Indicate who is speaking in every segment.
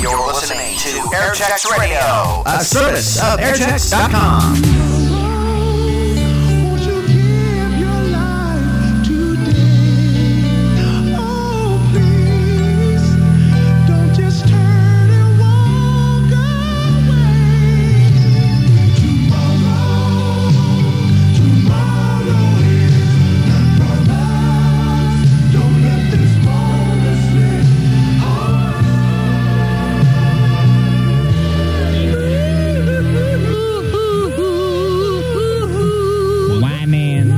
Speaker 1: You're listening to Airchecks Radio.
Speaker 2: A service of airchecks.com.
Speaker 3: Why man?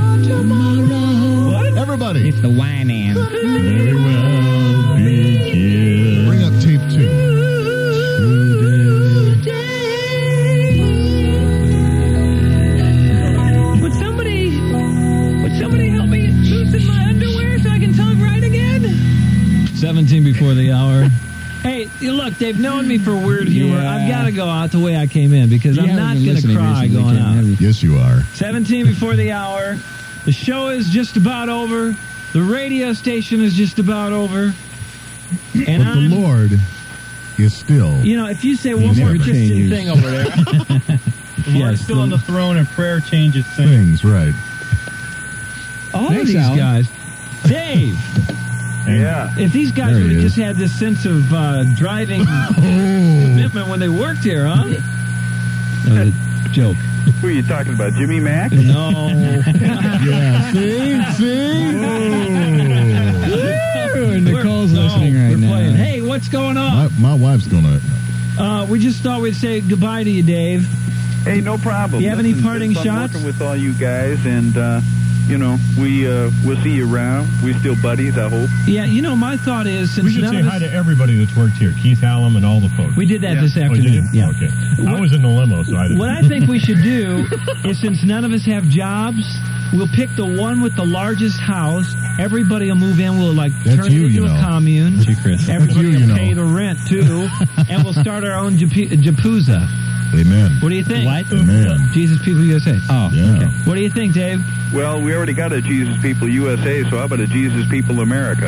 Speaker 4: Everybody,
Speaker 3: It's the why man.
Speaker 4: bring up tape two.
Speaker 5: Would somebody, would somebody help me loosen my underwear so I can tongue right again?
Speaker 6: 17 before the hour. hey, you look, they've known me for weird humor.
Speaker 3: Yeah.
Speaker 6: I've got to go out the way I came in because I'm
Speaker 3: haven't
Speaker 6: not
Speaker 3: been
Speaker 6: going to
Speaker 3: listening
Speaker 6: cry
Speaker 3: recently,
Speaker 6: going
Speaker 3: Ken, have
Speaker 6: out.
Speaker 3: you?
Speaker 4: Yes, you are.
Speaker 6: 17 before the hour. The show is just about over. The radio station is just about over. And
Speaker 4: But the
Speaker 6: I'm,
Speaker 4: Lord is still.
Speaker 6: you know, if you say one
Speaker 4: never
Speaker 6: more Christian
Speaker 4: changes.
Speaker 6: thing,
Speaker 7: over there. The Lord's
Speaker 6: Yes,
Speaker 7: still
Speaker 6: the-
Speaker 7: on the throne, and prayer changes things.
Speaker 4: Things right.
Speaker 6: all of
Speaker 3: Thanks,
Speaker 6: these
Speaker 3: Alan.
Speaker 6: guys. Dave,
Speaker 7: Yeah.
Speaker 6: if these guys
Speaker 4: There he
Speaker 6: would have
Speaker 4: is.
Speaker 6: just
Speaker 4: Oh.
Speaker 6: had this sense of uh, driving commitment when they worked here, huh? Uh, joke.
Speaker 8: Who are you talking about, Jimmy Mack?
Speaker 6: No.
Speaker 4: Yeah. See, Oh. see.
Speaker 3: Woo! Nicole's
Speaker 6: We're- no,
Speaker 3: listening right
Speaker 6: we're
Speaker 3: now.
Speaker 6: Playing. Hey, what's going on?
Speaker 4: my, my wife's gonna.
Speaker 6: Uh, we just thought we'd say goodbye to you, Dave.
Speaker 8: Hey, no problem.
Speaker 6: You have any parting
Speaker 8: it's fun
Speaker 6: shots?
Speaker 8: Working with all you guys, and uh, you know, we uh, we'll see you around. We still buddies, I hope.
Speaker 6: Yeah, you know, my thought is since
Speaker 7: We should
Speaker 6: none
Speaker 7: say
Speaker 6: of
Speaker 7: hi
Speaker 6: us,
Speaker 7: to everybody that's worked here, Keith Hallam and all the folks.
Speaker 6: we did that
Speaker 8: Yeah.
Speaker 6: this
Speaker 7: Oh, you did?
Speaker 6: afternoon. yeah.
Speaker 7: Okay. I was in the limo, so I didn't.
Speaker 6: What I think we should do is since none of us have jobs, we'll pick the one with the largest house. Everybody will move in. We'll like
Speaker 4: That's
Speaker 6: turn
Speaker 4: you,
Speaker 6: it into
Speaker 4: you
Speaker 6: a
Speaker 4: know.
Speaker 6: commune.
Speaker 3: Gee, Chris.
Speaker 6: Everybody
Speaker 4: you, you
Speaker 6: will
Speaker 4: know.
Speaker 6: pay the rent too, and we'll start our own japu- japooza.
Speaker 4: Amen.
Speaker 6: What do you think?
Speaker 4: Amen.
Speaker 6: Jesus People USA. Oh,
Speaker 4: Yeah.
Speaker 6: okay. What do you think, Dave?
Speaker 8: Well, we already got a Jesus People USA, so how about a Jesus People America?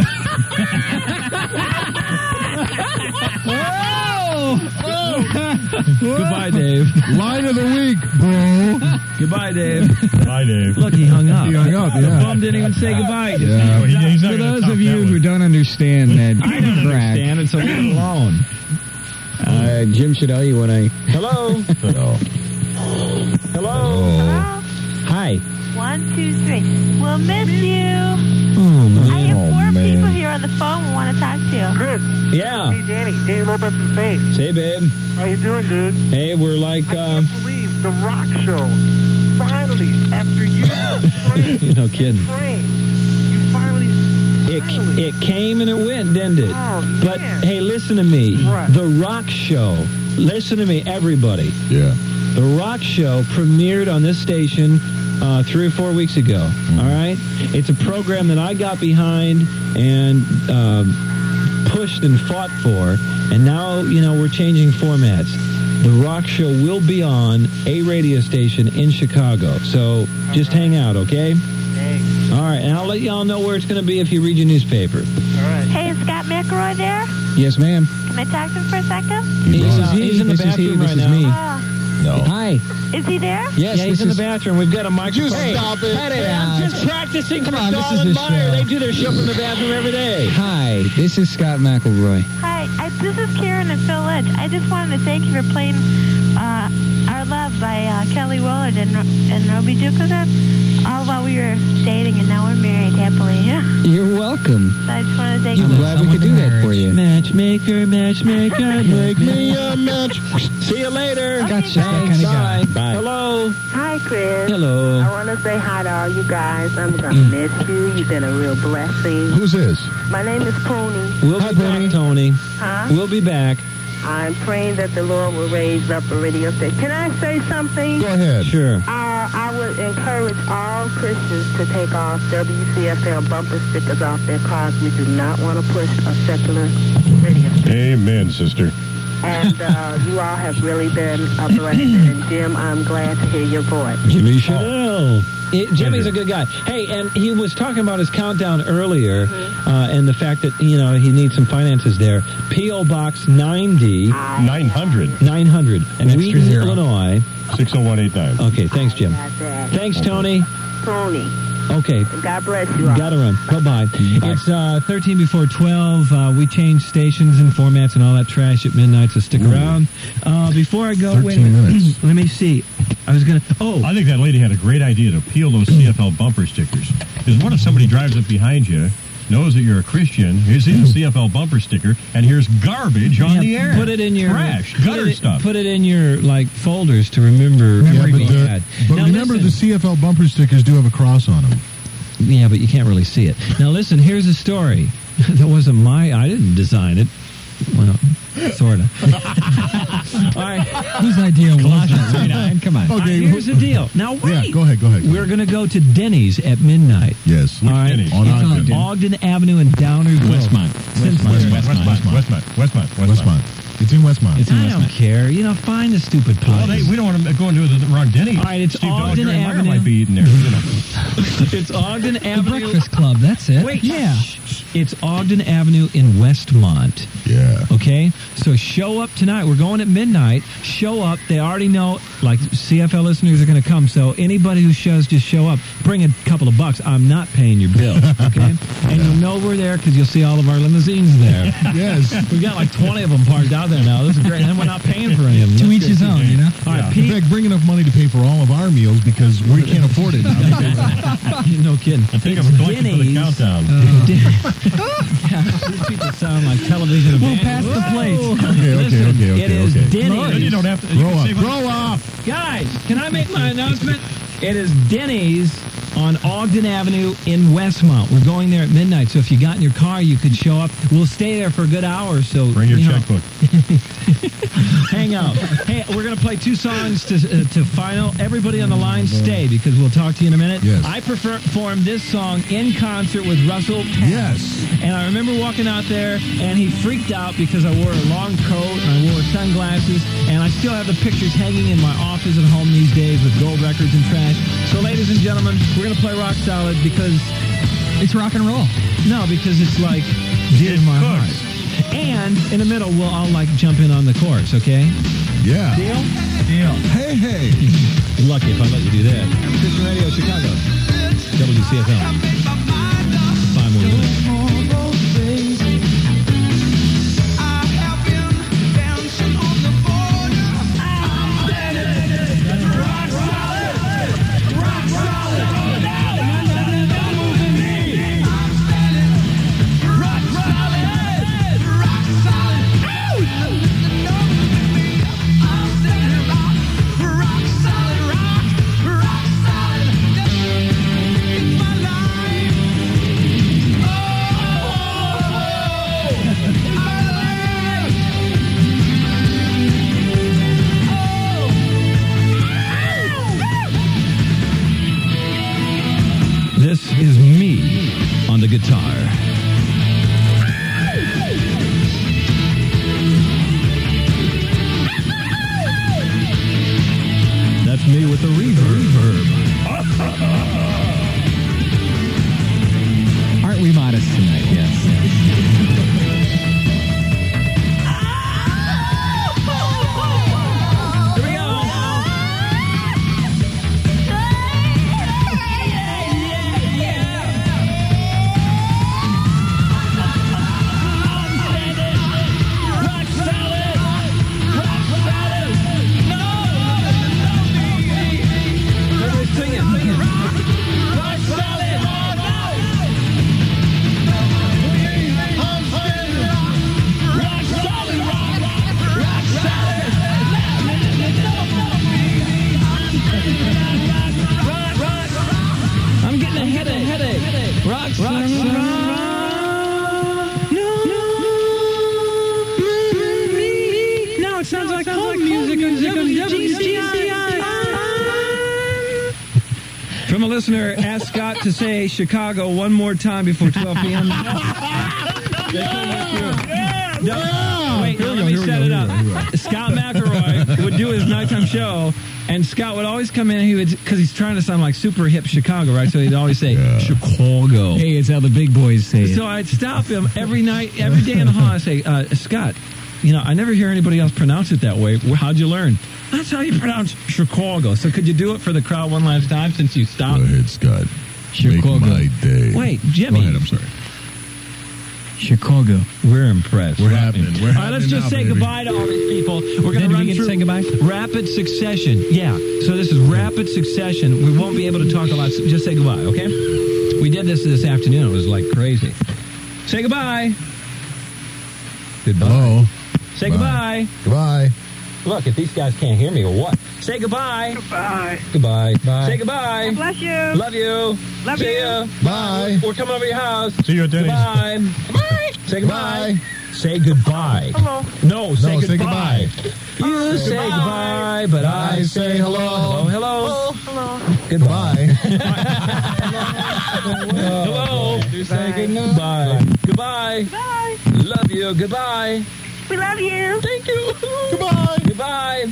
Speaker 6: Goodbye, Dave.
Speaker 4: Line of the week, bro.
Speaker 6: Goodbye, Dave.
Speaker 7: Hi, Dave.
Speaker 6: Look, he hung up.
Speaker 4: He hung up,
Speaker 6: The
Speaker 4: yeah.
Speaker 6: bum didn't even say goodbye.
Speaker 7: Oh, he- he's not
Speaker 3: For
Speaker 7: gonna
Speaker 3: those
Speaker 7: top
Speaker 3: of
Speaker 7: that
Speaker 3: you who
Speaker 7: one.
Speaker 3: don't understand that
Speaker 6: I don't
Speaker 3: crack,
Speaker 6: understand it, so leave it alone.
Speaker 3: uh, Jim should owe you when I.
Speaker 6: Hello? Hello?
Speaker 4: Oh.
Speaker 3: Hi.
Speaker 9: One, two, three. We'll miss you.
Speaker 3: Oh, man.
Speaker 9: I have
Speaker 4: Oh,
Speaker 9: four
Speaker 4: man.
Speaker 9: people here on the phone we want to talk to.
Speaker 8: Chris,
Speaker 6: Yeah.
Speaker 8: Danny, Danny Lopez and Faith.
Speaker 6: Hey, babe.
Speaker 8: How you doing, dude?
Speaker 6: Hey, we're like, um,
Speaker 8: believe the Rock Show finally, after years,
Speaker 6: you know, kidding.
Speaker 8: train, you finally
Speaker 6: It, it came and it went, didn't it?
Speaker 8: Oh,
Speaker 6: But
Speaker 8: man.
Speaker 6: hey, listen to me.
Speaker 8: Right.
Speaker 6: The Rock Show. Listen to me, everybody.
Speaker 4: Yeah.
Speaker 6: The Rock Show premiered on this station uh, three or four weeks ago. All right, it's a program that I got behind and um, pushed and fought for, and now you know we're changing formats. The Rock Show will be on a radio station in Chicago, so just hang out, okay? All right, and I'll let y'all know where it's going to be if you read your newspaper.
Speaker 9: Hey, is Scott McElroy there?
Speaker 3: Yes, ma'am.
Speaker 9: Can I talk to him for a second?
Speaker 3: This
Speaker 6: He's,
Speaker 3: is
Speaker 6: uh,
Speaker 3: he.
Speaker 6: he's in the
Speaker 3: this is he.
Speaker 6: bathroom
Speaker 3: This
Speaker 6: right
Speaker 3: is
Speaker 6: now.
Speaker 3: me.
Speaker 9: Oh,
Speaker 4: No.
Speaker 3: Hi.
Speaker 9: is he there?
Speaker 3: Yes,
Speaker 6: yeah, he's
Speaker 3: this
Speaker 6: in the
Speaker 3: is-
Speaker 6: bathroom. We've got a microphone. Hey,
Speaker 3: it. Cut it out.
Speaker 6: I'm just practicing for
Speaker 3: on, this
Speaker 6: Dahl
Speaker 3: is
Speaker 6: and
Speaker 3: his
Speaker 6: Meyer.
Speaker 3: show.
Speaker 6: They do their show from the bathroom every day.
Speaker 3: Hi. This is Scott McElroy.
Speaker 9: Hi, I, this is Karen and Phil Lynch. I just wanted to thank you for playing uh, Our Love by uh, Kelly Willard and, Ro- and Roby Dukovic all while we were dating and now we're married happily. Yeah.
Speaker 3: You're welcome.
Speaker 9: So I just wanted to thank
Speaker 3: I'm
Speaker 9: you.
Speaker 3: glad we could do that for you.
Speaker 6: Matchmaker, matchmaker, make me a match. See you later.
Speaker 3: Gotcha. That
Speaker 6: Thanks.
Speaker 3: kind of guy.
Speaker 6: Bye. Hello.
Speaker 10: Hi, Chris.
Speaker 6: Hello.
Speaker 10: I want to say hi to all you guys. I'm going to miss you. You've been a real blessing.
Speaker 4: Who's this?
Speaker 10: My name is Pony.
Speaker 6: We'll
Speaker 4: Hi,
Speaker 6: be back,
Speaker 4: Tony.
Speaker 6: Tony.
Speaker 10: Huh?
Speaker 6: We'll be back.
Speaker 10: I'm praying that the Lord will raise up a radio station. Can I say something?
Speaker 4: Go ahead.
Speaker 6: Sure.
Speaker 10: Uh, I would encourage all Christians to take off WCFL bumper stickers off their cars. We do not want to push a secular radio.
Speaker 7: Amen, sister.
Speaker 10: And uh, you all have really been a blessing. And Jim, I'm glad to hear your voice.
Speaker 6: Jimmy Chanel. It, Jimmy's a good guy. Hey, and he was talking about his countdown earlier, uh, and the fact that you know he needs some finances there. PO Box ninety nine hundred nine hundred
Speaker 7: An extra
Speaker 6: Wheaton,
Speaker 7: zero.
Speaker 6: Illinois six zero one eight nine. Okay, thanks, Jim. Thanks, Tony.
Speaker 2: Tony,
Speaker 6: Okay.
Speaker 2: God bless you all.
Speaker 6: Gotta run. Bye bye. It's uh, 13 before 12. Uh, we change stations and formats and all that trash at midnight, so stick around. Uh, before I go, wait a
Speaker 7: 13
Speaker 6: minute.
Speaker 7: minutes.
Speaker 6: let me see. I was gonna. Oh,
Speaker 7: I think that lady had a great idea to peel those CFL bumper stickers. Because what if somebody drives up behind you, knows that you're a Christian, here's a CFL bumper sticker, and here's garbage on
Speaker 6: Yeah,
Speaker 7: the air.
Speaker 6: Put it in your
Speaker 7: trash,
Speaker 6: put
Speaker 7: gutter
Speaker 6: it-
Speaker 7: stuff.
Speaker 6: Put it in your like folders to remember.
Speaker 11: Yeah,
Speaker 6: what
Speaker 11: but
Speaker 6: we
Speaker 11: the-
Speaker 6: had.
Speaker 11: but
Speaker 6: Now
Speaker 11: remember,
Speaker 6: listen.
Speaker 11: the CFL bumper stickers do have a cross on them.
Speaker 6: Yeah, but you can't really see it. Now listen, here's a story. that wasn't my. I didn't design it. Well, sort of. All right. Whose idea was it? Come on.
Speaker 11: Okay,
Speaker 6: here's
Speaker 11: who-
Speaker 6: the deal. Now wait.
Speaker 11: Yeah, go ahead, go ahead.
Speaker 6: We're going to go to Denny's at midnight.
Speaker 11: Yes.
Speaker 6: All right.
Speaker 7: Denny's?
Speaker 11: On
Speaker 6: It's
Speaker 11: Ogden.
Speaker 6: Ogden Avenue in Downer Grove.
Speaker 7: Westmont.
Speaker 6: Since
Speaker 7: Westmont,
Speaker 6: when?
Speaker 7: Westmont, Westmont, Westmont, Westmont.
Speaker 11: Westmont. It's in Westmont.
Speaker 6: I don't care. You know, find the stupid place.
Speaker 7: Well, they, we don't want to go into the wrong Denny.
Speaker 6: All right, it's
Speaker 7: Steve
Speaker 6: Ogden
Speaker 7: Dogger and Meyer
Speaker 6: Avenue.
Speaker 7: might be eating there. You know.
Speaker 6: it's Ogden Avenue.
Speaker 12: Club. That's it.
Speaker 6: Wait. Shh, shh, shh. It's Ogden Avenue in Westmont.
Speaker 11: Yeah.
Speaker 6: Okay? So show up tonight. We're going at midnight. Show up. They already know, like, CFL listeners are going to come. So anybody who shows, just show up. Bring a couple of bucks. I'm not paying your bill. Okay? and you'll know we're there because you'll see all of our limousines there.
Speaker 11: Yes.
Speaker 6: We've got like 20 of them parked out there now. This is great. And we're not paying for any of them.
Speaker 12: To
Speaker 6: That's
Speaker 12: each
Speaker 6: good.
Speaker 12: his own, you know?
Speaker 6: All right,
Speaker 11: In
Speaker 6: Pete.
Speaker 11: fact, bring enough money to pay for all of our meals because we can't afford it now.
Speaker 6: no kidding.
Speaker 7: I think
Speaker 6: It's
Speaker 7: I'm collecting for the
Speaker 6: Denny's. Uh,
Speaker 7: countdown.
Speaker 6: These people sound like television evangelists.
Speaker 12: pass the plates.
Speaker 11: Okay, okay,
Speaker 6: Listen,
Speaker 11: okay,
Speaker 6: It
Speaker 11: okay,
Speaker 6: is
Speaker 11: okay.
Speaker 6: Denny's.
Speaker 7: Then you don't have to. you
Speaker 11: Grow
Speaker 7: can
Speaker 11: up.
Speaker 7: save
Speaker 11: Grow up.
Speaker 6: Guys, can I make my announcement? It is Denny's on Ogden Avenue in Westmont. We're going there at midnight, so if you got in your car, you could show up. We'll stay there for a good hour, so
Speaker 7: Bring your
Speaker 6: you know,
Speaker 7: checkbook.
Speaker 6: hang out. hey, we're gonna play two songs to uh, to final. Everybody on the line, stay because we'll talk to you in a minute.
Speaker 11: Yes.
Speaker 6: I prefer performed this song in concert with Russell. Penn.
Speaker 11: Yes.
Speaker 6: And I remember walking out there, and he freaked out because I wore a long coat and I wore sunglasses, and I still have the pictures hanging in my office at home these days with gold records and trash. So, ladies and gentlemen, we're gonna play Rock Solid because
Speaker 12: It's rock and roll.
Speaker 6: no, because it's like dear to my
Speaker 7: cooks.
Speaker 6: heart. And in the middle, we'll all like jump in on the chorus, okay?
Speaker 11: Yeah.
Speaker 6: Deal? Deal.
Speaker 11: Hey, hey.
Speaker 6: Lucky if I let you do that. Christian Radio Chicago. WCFL. Five more minutes. This is me on the guitar. That's me with the reverb.
Speaker 12: Aren't we modest tonight? Yes.
Speaker 6: Here we go. I'm getting a headache. headache. Rock, rock, rock, No, it sounds like home music on WGCI. From a listener, asked Scott to say Chicago one more time before 12 p.m. They couldn't get through. No. no. Wait, now let me set it up. Scott McElroy would do his nighttime show, and Scott would always come in. He would because he's trying to sound like super hip Chicago, right? So he'd always say Chicago.
Speaker 13: Hey, it's how the big boys say it.
Speaker 6: So I'd stop him every night, every day in the hall. I say, uh, Scott, you know, I never hear anybody else pronounce it that way. Wh- How'd you learn? That's how you pronounce Chicago. So could you do it for the crowd one last time since you stopped?
Speaker 14: Go ahead, Scott.
Speaker 6: Chicago.
Speaker 14: Make my day.
Speaker 6: Wait, Jimmy.
Speaker 14: Go ahead, I'm sorry.
Speaker 13: Chicago.
Speaker 6: We're impressed. We're
Speaker 14: happening. We're
Speaker 6: all right,
Speaker 14: happening
Speaker 6: let's just
Speaker 14: now,
Speaker 6: say
Speaker 14: baby.
Speaker 6: goodbye to all these people. We're going
Speaker 13: Then
Speaker 6: to
Speaker 13: do we
Speaker 6: run
Speaker 13: get to
Speaker 6: through
Speaker 13: say goodbye?
Speaker 6: rapid succession. Yeah. So this is rapid succession. We won't be able to talk a lot. So just say goodbye, okay? We did this this afternoon. It was like crazy. Say goodbye. Goodbye.
Speaker 14: Hello.
Speaker 6: Say goodbye.
Speaker 14: Goodbye.
Speaker 6: Look, if these guys can't hear me or what? Say goodbye.
Speaker 15: Goodbye.
Speaker 6: Goodbye. Say goodbye.
Speaker 15: Bless you.
Speaker 6: Love you.
Speaker 15: Love
Speaker 6: See
Speaker 15: you.
Speaker 6: ya.
Speaker 14: Bye.
Speaker 6: We're coming over to your house.
Speaker 7: See you at Denny's.
Speaker 6: Goodbye. Bye. Say goodbye. Say goodbye.
Speaker 15: Hello.
Speaker 6: No, say
Speaker 14: No, say
Speaker 6: goodbye. You say goodbye, but I
Speaker 14: I say
Speaker 6: hello,
Speaker 14: hello.
Speaker 6: hello,
Speaker 15: Hello.
Speaker 14: Goodbye.
Speaker 6: hello. You say goodbye. Goodbye.
Speaker 15: Bye.
Speaker 6: Love you. Goodbye.
Speaker 15: We love you.
Speaker 6: Thank you. Goodbye. Goodbye.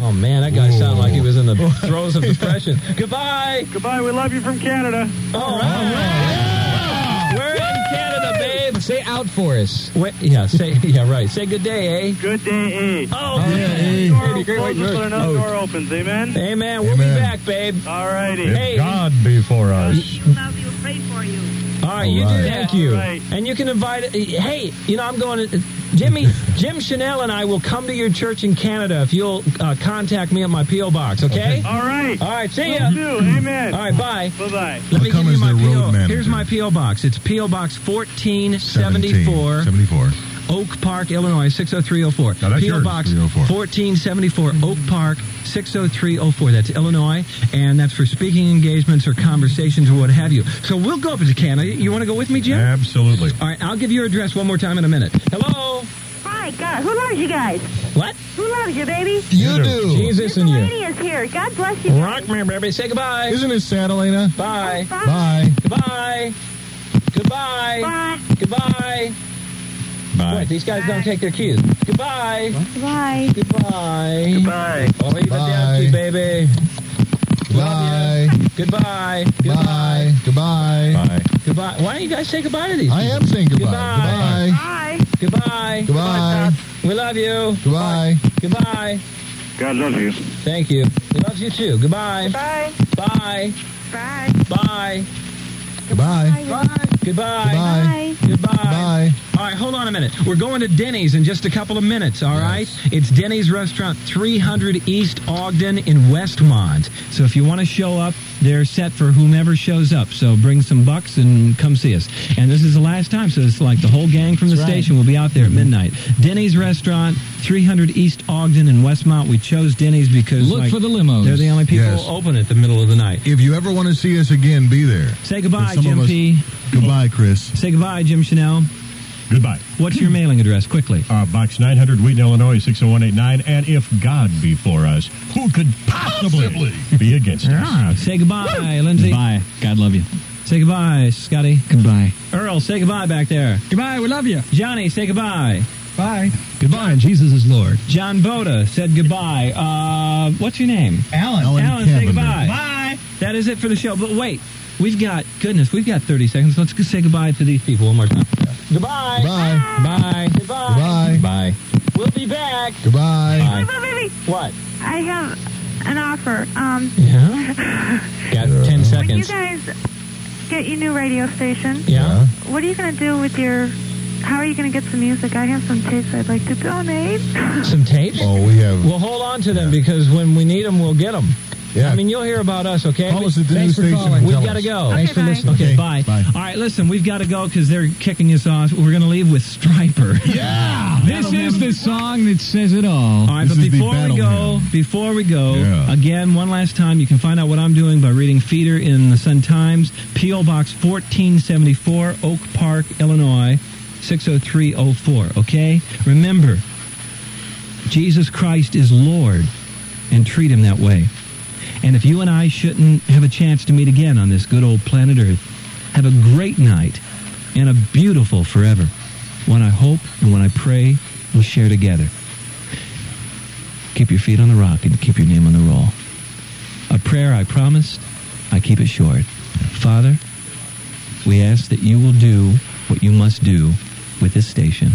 Speaker 6: Oh man, that guy sounded like he was in the throes of depression. Goodbye.
Speaker 3: Goodbye. We love you from Canada.
Speaker 6: All right. We're in Canada, babe.
Speaker 13: Say out for us.
Speaker 6: Wait, yeah, say yeah, right. Say good day, eh?
Speaker 3: Good day, eh?
Speaker 6: Oh,
Speaker 14: hey.
Speaker 3: Door
Speaker 6: Hey, great white
Speaker 3: closes
Speaker 6: bird.
Speaker 3: when another
Speaker 6: Oh.
Speaker 3: door opens. Amen.
Speaker 6: Hey man, we'll be
Speaker 14: Amen.
Speaker 6: back, babe.
Speaker 3: All righty.
Speaker 6: Hey.
Speaker 7: God be for us.
Speaker 9: love you, pray for you.
Speaker 6: All right, you do
Speaker 14: right.
Speaker 6: that. Thank you.
Speaker 3: right.
Speaker 6: And you can invite. Hey, you know I'm going to. Jimmy, Jim Chanel and I will come to your church in Canada if you'll uh, contact me at my PO box. Okay.
Speaker 3: All right.
Speaker 6: All right. See ya.
Speaker 3: Will do. Amen.
Speaker 6: All right. Bye.
Speaker 3: Bye bye.
Speaker 6: Let
Speaker 14: I'll
Speaker 6: me
Speaker 14: come
Speaker 6: give you
Speaker 14: as
Speaker 6: my
Speaker 14: their road
Speaker 6: PO.
Speaker 14: manager.
Speaker 6: Here's my PO box. It's PO box 1474.
Speaker 14: 74.
Speaker 6: Oak Park, Illinois, 60304.
Speaker 7: Now that's
Speaker 6: PO
Speaker 7: yours, oh
Speaker 6: Box
Speaker 14: 304.
Speaker 6: 1474, Oak Park, 60304. That's Illinois, and that's for speaking engagements or conversations or what have you. So we'll go up to Canada. You want to go with me, Jim?
Speaker 7: Absolutely.
Speaker 6: All right, I'll give your address one more time in a minute. Hello?
Speaker 2: My God, who loves you guys?
Speaker 6: What?
Speaker 2: Who loves you, baby?
Speaker 14: You do.
Speaker 6: Jesus and
Speaker 2: This
Speaker 6: you.
Speaker 2: lady is here. God bless you.
Speaker 6: Rock me, baby. Say goodbye.
Speaker 14: Isn't it sad, Elena?
Speaker 6: Bye.
Speaker 14: Bye.
Speaker 6: Goodbye. Goodbye.
Speaker 2: Bye.
Speaker 6: Goodbye. Boy, these guys don't take their cues. Goodbye.
Speaker 9: Bye.
Speaker 6: Goodbye.
Speaker 3: Bye.
Speaker 6: Arrivederci,
Speaker 14: Bye.
Speaker 6: baby.
Speaker 14: Bye.
Speaker 6: Goodbye.
Speaker 14: Bye. Goodbye.
Speaker 7: Bye.
Speaker 6: Goodbye. Why don't you guys say goodbye to these?
Speaker 14: I am saying goodbye.
Speaker 6: Goodbye.
Speaker 14: Goodbye.
Speaker 2: Bye.
Speaker 6: Goodbye.
Speaker 14: Goodbye.
Speaker 6: We love you.
Speaker 14: Goodbye.
Speaker 6: Goodbye.
Speaker 3: God loves you.
Speaker 6: Thank you. We love you too. Goodbye.
Speaker 2: Bye.
Speaker 6: Bye.
Speaker 2: Bye.
Speaker 6: Bye.
Speaker 14: Goodbye.
Speaker 6: Goodbye.
Speaker 14: Goodbye.
Speaker 9: Bye.
Speaker 6: Goodbye.
Speaker 14: Goodbye.
Speaker 6: All right, hold on a minute. We're going to Denny's in just a couple of minutes, All right, It's Denny's Restaurant, 300 East Ogden in Westmont. So if you want to show up, they're set for whomever shows up. So bring some bucks and come see us. And this is the last time, so it's like the whole gang from the
Speaker 13: That's right. Mm-hmm.
Speaker 6: station will be out there at midnight. Denny's Restaurant, 300 East Ogden in Westmont. We chose Denny's because
Speaker 13: Look
Speaker 6: like,
Speaker 13: for the limos.
Speaker 6: they're the only people
Speaker 14: Yes.
Speaker 6: open at the middle of the night.
Speaker 14: If you ever want to see us again, be there.
Speaker 6: Say goodbye,
Speaker 14: Some of
Speaker 6: Jim
Speaker 14: us-
Speaker 6: P.
Speaker 14: Goodbye, Chris.
Speaker 6: Say goodbye, Jim Chanel.
Speaker 7: Goodbye.
Speaker 6: What's your mailing address, quickly?
Speaker 7: Uh, box 900, Wheaton, Illinois, 60189. And if God be for us, who could possibly, be against us?
Speaker 6: Ah, Say goodbye, Lindsay.
Speaker 13: Bye. God love you.
Speaker 6: Say goodbye, Scotty.
Speaker 13: Goodbye.
Speaker 6: Earl, say goodbye back there.
Speaker 13: Goodbye. We love you.
Speaker 6: Johnny, say goodbye.
Speaker 13: Bye. Goodbye. And Jesus is Lord.
Speaker 6: John Boda said goodbye. Uh, what's your name?
Speaker 13: Alan.
Speaker 14: Alan
Speaker 6: Alan, say
Speaker 14: Cavender.
Speaker 6: goodbye. Bye. That is it for the show. But wait, we've got goodness, we've got 30 seconds. Let's go say goodbye to these people one more time. Goodbye.
Speaker 14: Bye.
Speaker 6: Bye. Goodbye.
Speaker 14: Goodbye.
Speaker 6: Bye. We'll be back.
Speaker 14: Goodbye.
Speaker 6: Bye.
Speaker 9: Bye, baby.
Speaker 6: What?
Speaker 9: I have an offer. Um,
Speaker 6: Yeah. Got 10
Speaker 9: when you
Speaker 6: seconds.
Speaker 9: guys get your new radio station,
Speaker 6: Yeah.
Speaker 9: what are you going to do with your? How are you going to get some music? I have some tapes I'd like to donate.
Speaker 6: Some tapes.
Speaker 14: Oh, we have.
Speaker 6: We'll hold on to them because when we need them, we'll get them.
Speaker 14: yeah.
Speaker 6: I mean, you'll hear about us, okay?
Speaker 14: Call us at the
Speaker 6: Thanks
Speaker 14: news
Speaker 6: for
Speaker 14: station
Speaker 6: calling.
Speaker 14: and
Speaker 6: We've
Speaker 14: tell
Speaker 6: got to
Speaker 14: us.
Speaker 6: go.
Speaker 9: Thanks for Okay, bye. listening.
Speaker 6: Okay,
Speaker 14: Okay,
Speaker 6: bye.
Speaker 14: bye.
Speaker 6: All right, listen, we've got to go because they're kicking us off. We're going to leave with Striper.
Speaker 13: Yeah. This
Speaker 6: That'll
Speaker 13: is
Speaker 6: never-
Speaker 13: the song that says it all.
Speaker 6: All right,
Speaker 14: This
Speaker 6: but
Speaker 14: is the
Speaker 6: before we
Speaker 14: battle
Speaker 6: go,
Speaker 14: hymn.
Speaker 6: before we go,
Speaker 14: Yeah.
Speaker 6: again, one last time, you can find out what I'm doing by reading Feeder in the Sun Times, P.O. Box 1474, Oak Park, Illinois, 60304, okay? Remember, Jesus Christ is Lord, and treat him that way. And if you and I shouldn't have a chance to meet again on this good old planet Earth, have a great night and a beautiful forever. one I hope and one I pray we'll share together. Keep your feet on the rock and keep your name on the roll. A prayer I promised, I keep it short. Father, we ask that you will do what you must do with this station,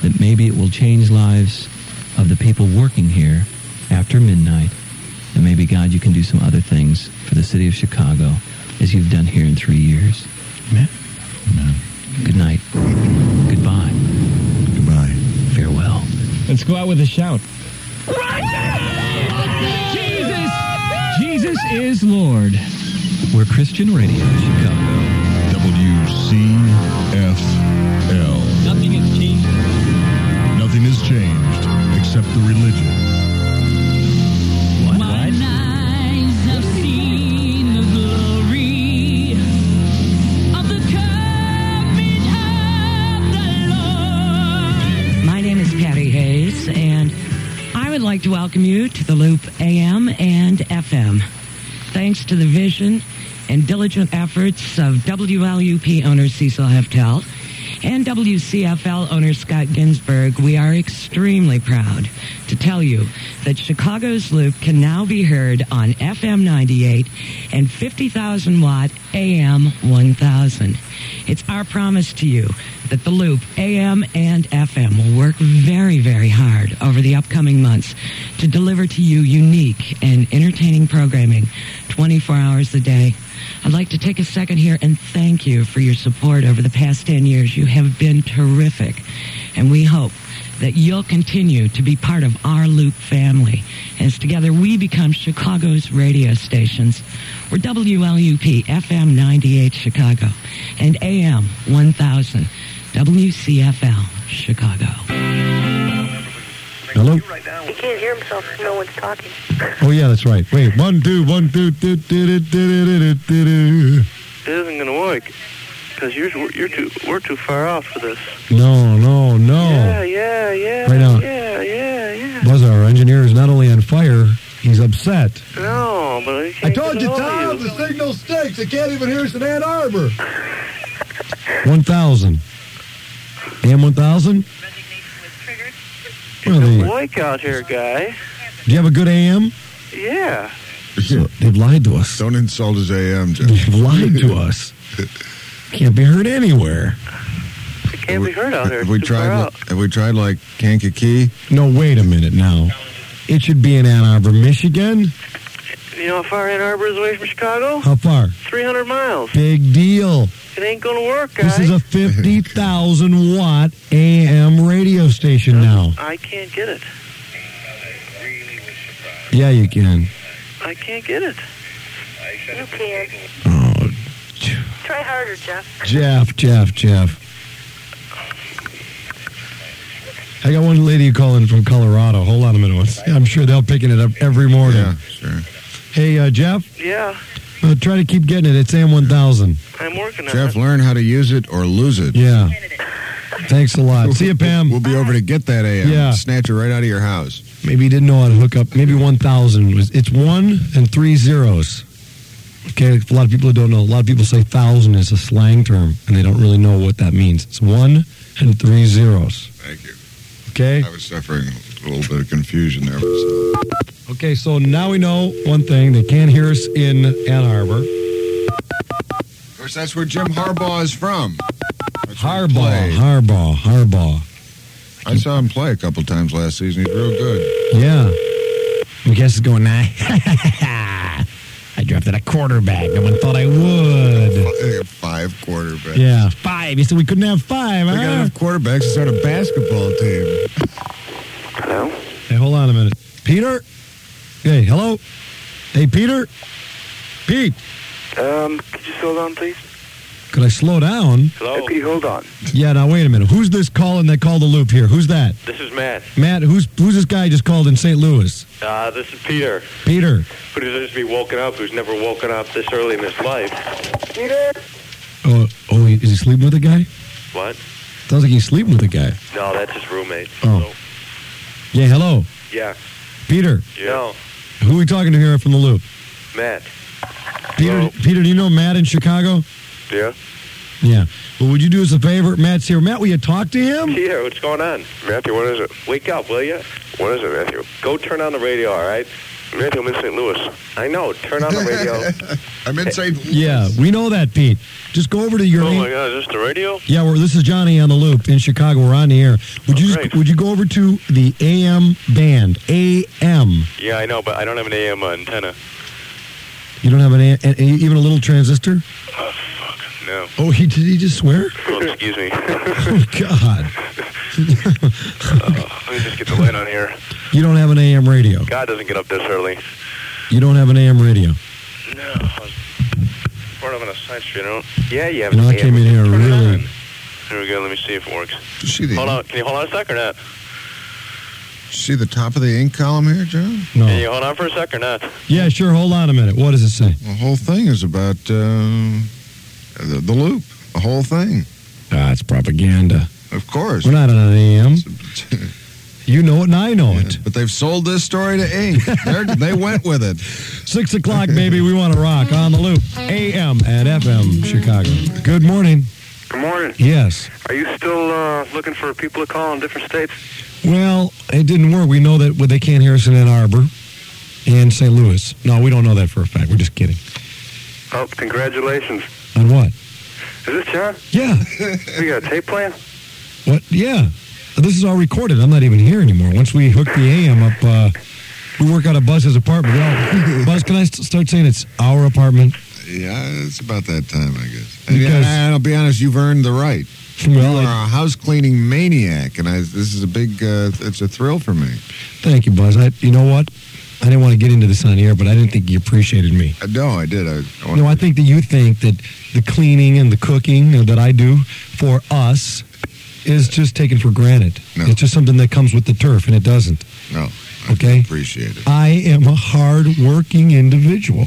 Speaker 6: that maybe it will change lives of the people working here after midnight, and maybe, God, you can do some other things for the city of Chicago as you've done here in three years. Amen. Good night. Goodbye. Goodbye. Farewell.
Speaker 16: Let's go out with a shout.
Speaker 2: Jesus! Jesus is Lord.
Speaker 6: We're Christian Radio Chicago.
Speaker 14: WCFL.
Speaker 2: Nothing has changed.
Speaker 14: Nothing has changed except the religion.
Speaker 4: Mine eyes have seen the glory of the coming of the Lord.
Speaker 17: My name is Patty Hayes, and I would like to welcome you to the Loop AM and FM. Thanks to the vision and diligent efforts of WLUP owner Cecil Heftel and WCFL owner Scott Ginsburg, we are extremely proud to tell you that Chicago's Loop can now be heard on FM 98 and 50,000 watt AM 1000. It's our promise to you that the Loop AM and FM will work very, very hard over the upcoming months to deliver to you unique and entertaining programming 24 hours a day. I'd like to take a second here and thank you for your support over the past 10 years. You have been terrific, and we hope that you'll continue to be part of our Loop family as together we become Chicago's radio stations. We're WLUP FM 98 Chicago and AM 1000 WCFL Chicago.
Speaker 14: Hello?
Speaker 18: He can't hear himself if no one's talking.
Speaker 14: Oh, yeah, that's right. Wait, one, two, one, two, do, do, do, do, do, do, do, do.
Speaker 19: It isn't going to work because you're you're too we're too far off for this.
Speaker 14: No,
Speaker 19: Yeah,
Speaker 14: no, no.
Speaker 19: yeah, yeah,
Speaker 14: Right on.
Speaker 19: yeah, yeah, yeah.
Speaker 14: Buzz, our engineer, is not only on fire, he's upset.
Speaker 19: No, but I,
Speaker 14: I
Speaker 19: can't
Speaker 14: told you,
Speaker 19: control
Speaker 14: Tom,
Speaker 19: you.
Speaker 14: the signal stinks. I can't even hear us in Ann Arbor. 1,000. AM 1,000? Well,
Speaker 19: It's
Speaker 14: they-
Speaker 19: a wake out here, guy.
Speaker 14: Do you have a good AM?
Speaker 19: Yeah.
Speaker 14: They've lied to us.
Speaker 20: Don't insult his AM, Jeff.
Speaker 14: They've lied to us. Can't be heard anywhere.
Speaker 19: It can't be heard out here.
Speaker 20: Have we
Speaker 19: Too far
Speaker 20: tried?
Speaker 19: out.
Speaker 20: Like, have we tried like Kankakee?
Speaker 14: No, wait a minute now. It should be in Ann Arbor, Michigan.
Speaker 19: You know how far Ann Arbor is away from Chicago?
Speaker 14: How far?
Speaker 19: 300 miles.
Speaker 14: Big deal.
Speaker 19: It ain't going to work, guy.
Speaker 14: This is a 50,000 watt AM radio station now.
Speaker 19: I can't get it.
Speaker 14: Yeah, you can.
Speaker 19: I can't get it.
Speaker 18: You can.
Speaker 14: Oh,
Speaker 18: Try harder, Jeff.
Speaker 14: Jeff, Jeff, Jeff. I got one lady calling from Colorado. Hold on a minute. Let's- I'm sure they'll picking it up every morning. Yeah,
Speaker 20: sure.
Speaker 14: Hey, uh, Jeff,
Speaker 19: Yeah,
Speaker 14: uh, try to keep getting it. It's AM 1000.
Speaker 19: I'm working on
Speaker 20: Jeff, learn how to use it or lose it.
Speaker 14: Yeah. Thanks a lot. See you, Pam.
Speaker 20: We'll be over to get that AM.
Speaker 14: Yeah.
Speaker 20: Snatch it right out of your house.
Speaker 14: Maybe you didn't know how to hook up. Maybe 1,000 was. It's one and three zeros. Okay, a lot of people don't know. A lot of people say thousand is a slang term, and they don't really know what that means. It's one and three zeros.
Speaker 20: Thank you.
Speaker 14: Okay.
Speaker 20: I was suffering a little bit of confusion there.
Speaker 14: Okay, so now we know one thing. They can't hear us in Ann Arbor.
Speaker 20: Of course, that's where Jim Harbaugh is from.
Speaker 14: Harbaugh, Harbaugh, Harbaugh.
Speaker 20: I saw him play a couple times last season. He's real good.
Speaker 14: Yeah. I guess it's going, nah. I drafted a quarterback. No one thought I would.
Speaker 20: Five quarterbacks.
Speaker 14: Yeah, five. He said we couldn't have five.
Speaker 20: They got
Speaker 14: Huh?
Speaker 20: enough quarterbacks to start a basketball team.
Speaker 14: Hey, hold on a minute. Peter? Hey, hello? Hey, Peter? Pete,
Speaker 19: it. Um, could you hold on, please?
Speaker 14: could I slow down?
Speaker 19: Hello? Hey, Pete, hold on.
Speaker 14: Yeah, now wait a minute. Who's this calling that called the loop here? Who's that?
Speaker 19: This is Matt.
Speaker 14: Matt, who's who's this guy just called in St. Louis?
Speaker 19: Uh, this is Peter,
Speaker 14: Peter.
Speaker 19: who deserves to be woken up, who's never woken up this early in his life.
Speaker 18: Peter?
Speaker 14: Oh, oh, is he sleeping with a guy?
Speaker 19: What?
Speaker 14: Sounds like he's sleeping with a guy.
Speaker 19: No, that's his roommate.
Speaker 14: Oh. Yeah, hello.
Speaker 19: Yeah.
Speaker 14: Peter,
Speaker 19: No,
Speaker 14: who are we talking to here from the loop?
Speaker 19: Matt.
Speaker 14: Peter, Peter, do you know Matt in Chicago?
Speaker 19: Yeah?
Speaker 14: Yeah. But would you do us a favor? Matt's here. Matt, will you talk to him?
Speaker 19: Yeah, what's going on? Matthew, what is it? Wake up, will you? What is it, Matthew? Go turn on the radio, all right? Matthew, I'm in St. Louis. I know. Turn on the radio.
Speaker 20: I'm in St.
Speaker 14: Yeah, we know that, Pete. Just go over to your. e-
Speaker 19: Oh, my God. Is this the radio? Oh,
Speaker 14: Yeah, we're, this is Johnny on the loop in Chicago. We're on the air. Would you just, would you go over to the AM band? AM.
Speaker 19: Yeah, I know, but I don't have an AM antenna.
Speaker 14: You don't have an, a- a- even a little transistor?
Speaker 19: No.
Speaker 14: Oh, he did he just swear?
Speaker 19: Oh, excuse me.
Speaker 14: oh God.
Speaker 19: Let Uh, me just get the light on here.
Speaker 14: you don't have an AM radio.
Speaker 19: God doesn't get up this early.
Speaker 14: You don't have an AM radio.
Speaker 19: No. I was born up on a side street. I don't... Yeah, you have
Speaker 14: You know,
Speaker 19: an
Speaker 14: I came in here really.
Speaker 19: Here we go. Let me see if it works.
Speaker 20: See the,
Speaker 19: Hold on. Can you hold on a sec or not?
Speaker 20: see the top of the ink column here, John?
Speaker 19: Can you hold on for a sec or not?
Speaker 14: Yeah, sure. Hold on a minute. What does it say?
Speaker 20: The whole thing is about uh, the, the loop. The whole thing.
Speaker 14: Ah, it's propaganda.
Speaker 20: Of course.
Speaker 14: We're not on an AM. You know it and I know it.
Speaker 20: But they've sold this story to Ink. They're- they went with it.
Speaker 14: Six o'clock, baby. We want to rock on the loop. AM and FM Chicago. Good morning.
Speaker 8: Good morning.
Speaker 14: Yes.
Speaker 8: Are you still uh, looking for people to call in different states?
Speaker 14: Well, it didn't work. We know that well, they can't hear us in Ann Arbor and St. Louis. No, we don't know that for a fact. We're just kidding.
Speaker 8: Oh, congratulations.
Speaker 14: On what?
Speaker 8: Is this John?
Speaker 14: Yeah.
Speaker 8: we got a tape playing?
Speaker 14: What? Yeah. This is all recorded. I'm not even here anymore. Once we hook the AM up, uh, we work out of Buzz's apartment. Well, Buzz, can I s- start saying it's our apartment?
Speaker 20: Yeah, it's about that time, I guess.
Speaker 14: Because-
Speaker 20: and, and I'll be honest, you've earned the right.
Speaker 14: Well,
Speaker 20: you are a house cleaning maniac, and I, this is a big. Uh, it's a thrill for me.
Speaker 14: Thank you, Buzz. I, you know what? I didn't want to get into this on the air, but I didn't think you appreciated me.
Speaker 20: Uh, no, I did. I, I
Speaker 14: No, I think that you think that the cleaning and the cooking that I do for us is just taken for granted. It's just something that comes with the turf, and it doesn't.
Speaker 20: no.
Speaker 14: Okay?
Speaker 20: Appreciate it.
Speaker 14: I am a hard-working individual.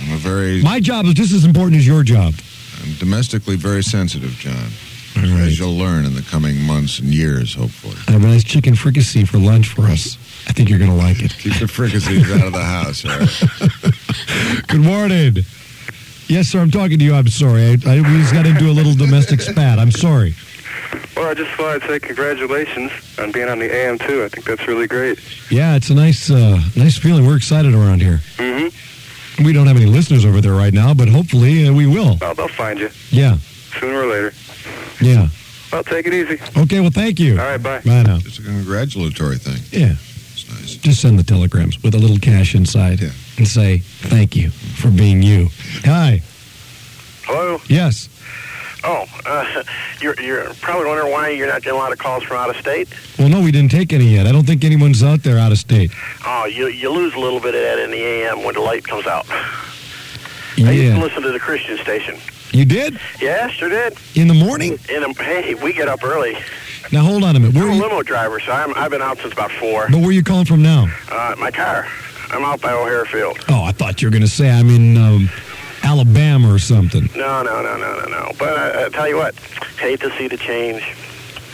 Speaker 20: I'm a very
Speaker 14: My job is just as important as your job.
Speaker 20: I'm domestically very sensitive, John. As you'll learn in the coming months and years, hopefully.
Speaker 14: I have a nice chicken fricassee for lunch for us. I think you're going to like it.
Speaker 20: Keep the fricassees out of the house, all right?
Speaker 14: Good morning. Yes, sir. I'm talking to you. I'm sorry. I, I, we just got into a little domestic spat. I'm sorry.
Speaker 8: Well, I just thought I'd say congratulations on being on the AM too. I think that's really great.
Speaker 14: Yeah, it's a nice, uh, nice feeling. We're excited around here.
Speaker 8: Mm-hmm.
Speaker 14: We don't have any listeners over there right now, but hopefully uh, we will.
Speaker 8: Well, they'll find you
Speaker 14: Yeah,
Speaker 8: sooner or later.
Speaker 14: yeah.
Speaker 8: Well, take it easy.
Speaker 14: Okay. Well, thank you.
Speaker 8: All right, bye.
Speaker 14: Bye now.
Speaker 20: It's a congratulatory thing.
Speaker 14: Yeah. Just send the telegrams with a little cash inside and say thank you for being you. Hi.
Speaker 21: Hello.
Speaker 14: Yes.
Speaker 21: Oh, uh, you're you're probably wondering why you're not getting a lot of calls from out of state.
Speaker 14: Well, no, we didn't take any yet. I don't think anyone's out there out of state.
Speaker 21: Oh, you you lose a little bit of that in the AM when the light comes out. I used to
Speaker 14: Yeah.
Speaker 21: listen to the Christian station.
Speaker 14: You did
Speaker 21: Yeah, sure did.
Speaker 14: in the morning.
Speaker 21: In the, hey, we get up early.
Speaker 14: Now hold on a minute. Where
Speaker 21: I'm
Speaker 14: are
Speaker 21: a
Speaker 14: you,
Speaker 21: limo driver, so I'm I've been out since about four.
Speaker 14: but where are you calling from now?
Speaker 21: Uh, my car. I'm out by O'Hare Field.
Speaker 14: Oh, I thought you were going to say I'm in um, Alabama or something.
Speaker 21: No, no, no, no, no, no. But I, I tell you what, hate to see the change.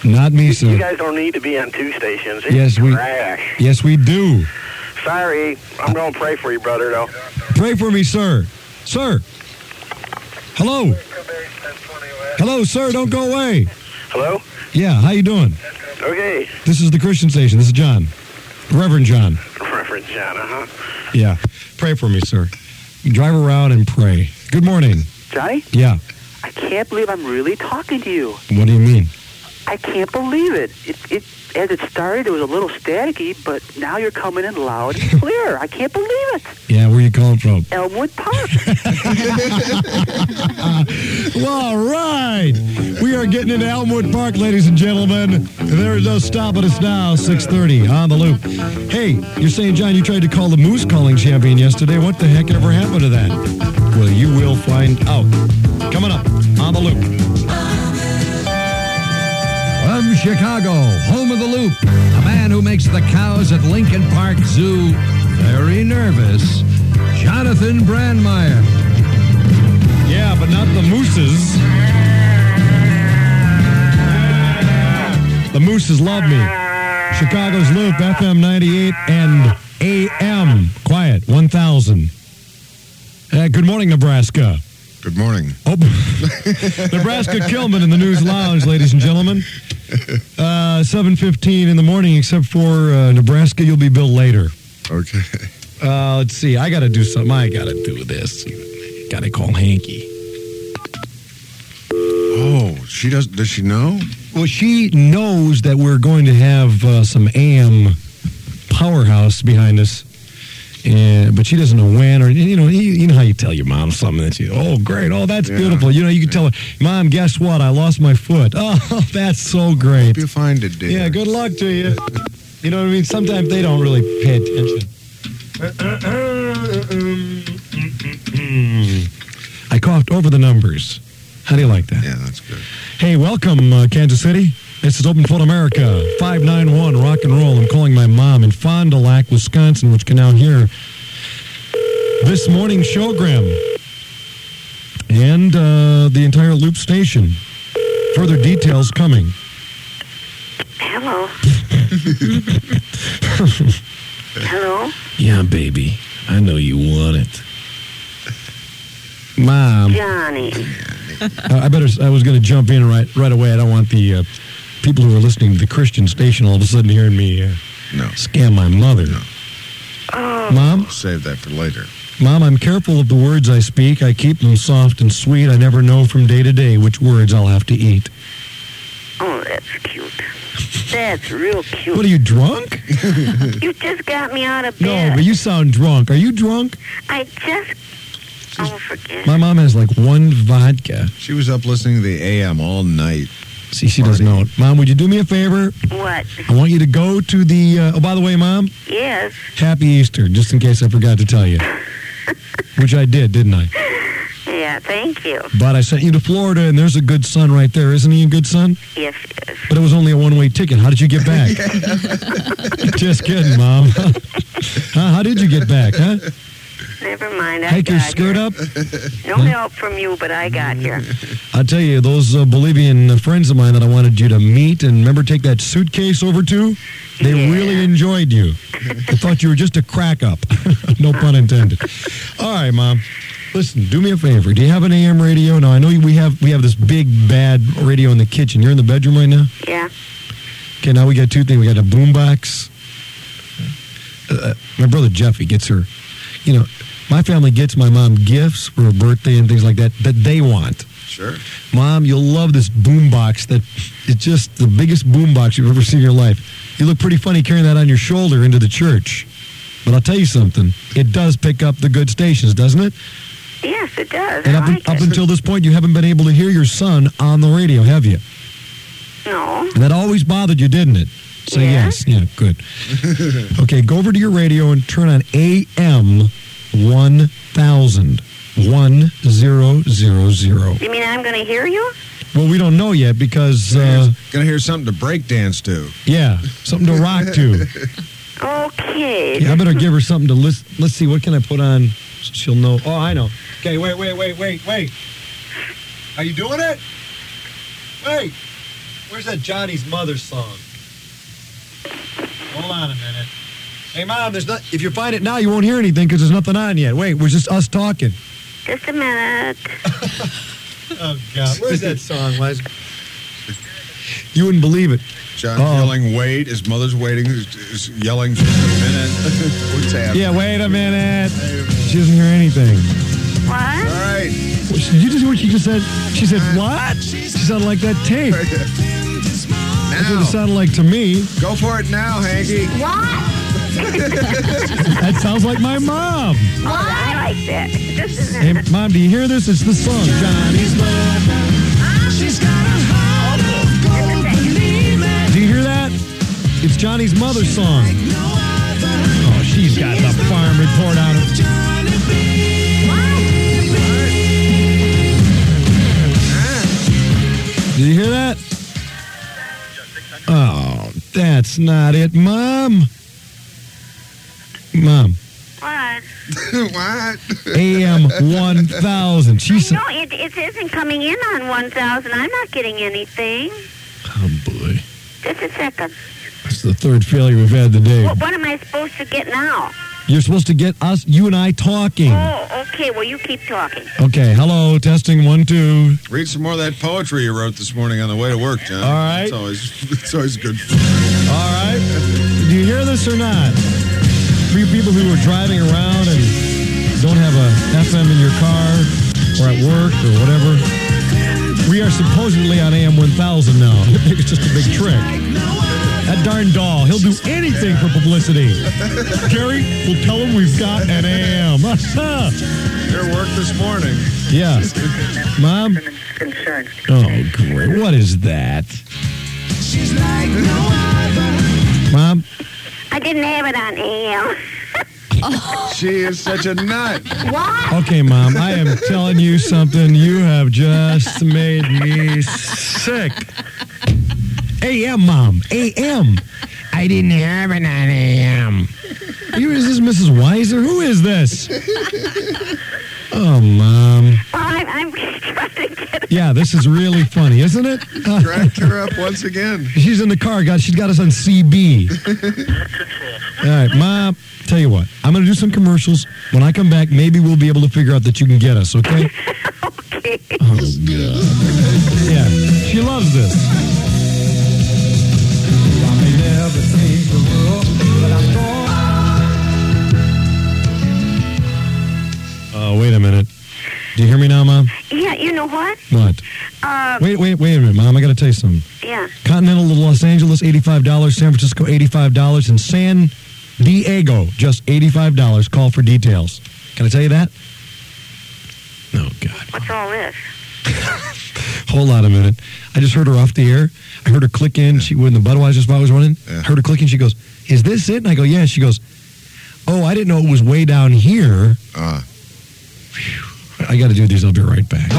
Speaker 14: Not me, sir.
Speaker 21: You guys don't need to be on two stations. It's
Speaker 14: yes, we.
Speaker 21: trash.
Speaker 14: Yes, we do.
Speaker 21: Sorry, I'm going to pray for you, brother. Though.
Speaker 14: Pray for me, sir. Sir. Hello. Hello, sir. Don't go away.
Speaker 21: Hello.
Speaker 14: Yeah. How you doing?
Speaker 21: Okay.
Speaker 14: This is the Christian station. This is John, Reverend John.
Speaker 21: Reverend John, uh huh.
Speaker 14: Yeah. Pray for me, sir. Drive around and pray. Good morning.
Speaker 22: Johnny,
Speaker 14: Yeah.
Speaker 22: I can't believe I'm really talking to you.
Speaker 14: What do you mean?
Speaker 22: I can't believe it. It, it as it started, it was a little staticky, but now you're coming in loud and clear. I can't believe it.
Speaker 14: Yeah. Where you calling from?
Speaker 22: Elmwood Park.
Speaker 14: Well, all right. We are getting into Elmwood Park, ladies and gentlemen. There is no stopping us now. 6.30 on the loop. Hey, you're saying, John, you tried to call the Moose Calling Champion yesterday. What the heck ever happened to that? Well, you will find out. Coming up on the loop.
Speaker 23: From Chicago, home of the loop, a man who makes the cows at Lincoln Park Zoo very nervous, Jonathan Brandmeier.
Speaker 14: Yeah, but not the mooses. The mooses love me. Chicago's Loop, FM 98 and AM. Quiet, 1,000. Uh, good morning, Nebraska.
Speaker 20: Good morning.
Speaker 14: Oh, Nebraska Kilman in the news lounge, ladies and gentlemen. Uh, Seven fifteen in the morning, except for uh, Nebraska. You'll be billed later.
Speaker 20: Okay.
Speaker 14: Uh, let's see. I got to do something. I got to do this. Got to call Hanky.
Speaker 20: Oh, she does. Does she know?
Speaker 14: Well, she knows that we're going to have uh, some AM powerhouse behind us, and but she doesn't know when or you know you, you know how you tell your mom something that she oh great oh that's
Speaker 20: Yeah.
Speaker 14: beautiful you know you can tell her mom guess what I lost my foot oh that's so great
Speaker 20: you find it dear
Speaker 14: yeah good luck to you you know what I mean sometimes they don't really pay attention. I coughed over the numbers. How do you like that? Yeah,
Speaker 20: that's good.
Speaker 14: Hey, welcome, uh, Kansas City. This is Open Phone America, 591 Rock and Roll. I'm calling my mom in Fond du Lac, Wisconsin, which can now hear this morning's showgram and uh, the entire loop station. Further details coming.
Speaker 2: Hello. Hello.
Speaker 14: yeah, baby. I know you want it.
Speaker 15: Um,
Speaker 14: Mom.
Speaker 2: Johnny.
Speaker 14: I I better. I was going to jump in right right away. I don't want the uh, people who are listening to the Christian station all of a sudden hearing me uh, scam my mother.
Speaker 8: Oh.
Speaker 14: Mom,
Speaker 20: Save that for later.
Speaker 14: mom, I'm careful of the words I speak. I keep them soft and sweet. I never know from day to day which words I'll have to eat.
Speaker 2: Oh, that's cute. That's real cute.
Speaker 14: What are you drunk?
Speaker 2: You just got me out of
Speaker 14: no,
Speaker 2: bed.
Speaker 14: but you sound drunk. Are you drunk?
Speaker 2: I just. Oh, forget.
Speaker 14: My mom has like one vodka.
Speaker 20: She was up listening to the AM all night.
Speaker 14: See, she doesn't know it. Mom, would you do me a favor?
Speaker 2: What?
Speaker 14: I want you to go to the. Uh, oh, by the way, mom.
Speaker 2: Yes.
Speaker 14: Happy Easter, just in case I forgot to tell you. Which I did, didn't I?
Speaker 2: Yeah, thank you.
Speaker 14: But I sent you to Florida, and there's a good son right there, isn't he a good son?
Speaker 2: Yes.
Speaker 14: But it was only a one-way ticket. How did you get back? just kidding, mom. huh? How did you get back? Huh?
Speaker 2: Never mind. I
Speaker 14: Hike your
Speaker 2: got
Speaker 14: skirt
Speaker 2: here.
Speaker 14: up?
Speaker 2: No help from you, but I got here.
Speaker 14: I tell you, those uh, Bolivian uh, friends of mine that I wanted you to meet and remember take that suitcase over to, they really enjoyed you. they thought you were just a crack up. no pun intended. All right, mom. Listen, do me a favor. Do you have an AM radio? Now I know we have we have this big bad radio in the kitchen. You're in the bedroom right now.
Speaker 2: Yeah.
Speaker 14: Okay, now we got two things. We got a boombox. Uh, my brother Jeffy gets her. You know, my family gets my mom gifts for her birthday and things like that that they want.
Speaker 20: Sure.
Speaker 14: Mom, you'll love this boombox that it's just the biggest boombox you've ever seen in your life. You look pretty funny carrying that on your shoulder into the church. But I'll tell you something, it does pick up the good stations, doesn't it?
Speaker 2: Yes, it does.
Speaker 14: And
Speaker 2: I
Speaker 14: up,
Speaker 2: like
Speaker 14: up
Speaker 2: it.
Speaker 14: until this point, you haven't been able to hear your son on the radio, have you?
Speaker 2: No.
Speaker 14: And that always bothered you, didn't it? So yes, yeah, good. okay, go over to your radio and turn on AM 1000. 1000.
Speaker 2: You mean I'm going to hear you?
Speaker 14: Well, we don't know yet because uh,
Speaker 20: Gonna hear something to break dance to.
Speaker 14: yeah, something to rock to.
Speaker 2: Okay.
Speaker 14: Yeah, I better give her something to listen. Let's see, what can I put on? so She'll know. Oh, I know. Okay, wait, wait, wait, wait, wait. Are you doing it? Wait. Where's that Johnny's mother song? Hold on a minute. Hey, mom, there's not. If you find it now, you won't hear anything because there's nothing on yet. Wait, we're just us talking.
Speaker 2: Just a minute.
Speaker 14: Oh God, where's that song, Les? You wouldn't believe it.
Speaker 20: John
Speaker 14: Oh.
Speaker 20: yelling, wait. His mother's waiting. Is, is yelling, just a minute. What's happening?
Speaker 14: Yeah, wait a minute. She doesn't hear anything.
Speaker 2: What? All
Speaker 20: right.
Speaker 14: You just hear what she just said? She said what? She sounded like that tape. That's what it sounded like to me.
Speaker 20: Go for it now, Hanky.
Speaker 2: What?
Speaker 14: That sounds like my mom.
Speaker 2: Oh, I like that. Just a
Speaker 14: Hey,
Speaker 2: minute.
Speaker 14: mom, do you hear this? It's the song. Johnny's mother. She's got a heart of gold. Believe it. Do you hear that? It's Johnny's mother's song. Oh, she's got the farm report on her. Did you hear that? Oh, that's not it, Mom. Mom.
Speaker 2: What?
Speaker 20: what?
Speaker 14: AM 1000. She said,
Speaker 2: No, it, it isn't coming in on 1,000. I'm not getting anything.
Speaker 14: oh boy,
Speaker 2: Just a second.
Speaker 14: that's the third failure we've had today.
Speaker 2: What, what am I supposed to get now?
Speaker 14: You're supposed to get us, you and I, talking.
Speaker 2: Oh, okay. Well, you keep talking.
Speaker 14: Okay, hello, testing one, two.
Speaker 20: Read some more of that poetry you wrote this morning on the way to work, John. All right. It's always, it's always good.
Speaker 14: All right. Do you hear this or not? For you people who are driving around and don't have a FM in your car or at work or whatever, we are supposedly on AM 1000 now. Maybe it's just a big trick. That darn doll, he'll do anything for publicity. Gary will tell him we've got an AM.
Speaker 20: Your work this morning.
Speaker 14: yeah. Mom?
Speaker 2: Concerned.
Speaker 14: Oh, great. What is that?
Speaker 2: She's like no other.
Speaker 14: Mom?
Speaker 2: I didn't have it on AM.
Speaker 20: She is such a nut.
Speaker 2: What?
Speaker 14: Okay, Mom, I am telling you something. You have just made me sick. AM, Mom. AM. I didn't have an AM. Who is this Mrs. Weiser? Who is this? Oh, Mom.
Speaker 2: I'm, I'm trying to get
Speaker 14: Yeah, this is really funny, isn't it?
Speaker 20: Cracked her up once again.
Speaker 14: She's in the car. God, she's got us on CB. All right, Mom. Tell you what, I'm going to do some commercials. When I come back, maybe we'll be able to figure out that you can get us. Okay?
Speaker 2: okay.
Speaker 14: Oh God. Yeah, she loves this. Oh, wait a minute. Do you hear me now, Mom?
Speaker 2: Yeah, you know what?
Speaker 14: What?
Speaker 2: Uh,
Speaker 14: Wait, wait, wait a minute, Mom. I got to tell you something.
Speaker 2: Yeah.
Speaker 14: Continental to Los Angeles, eighty-five dollars. San Francisco, eighty-five dollars, and San Diego, just eighty-five dollars. Call for details. Can I tell you that? Oh God!
Speaker 2: What's all this?
Speaker 14: Hold on a minute. I just heard her off the air. I heard her click in. She when the Budweiser spot was running. I Heard her clicking. She goes, "Is this it?" And I go, "Yeah." She goes, "Oh, I didn't know it was way down here."
Speaker 20: Uh.
Speaker 14: I got to do these. I'll be right back.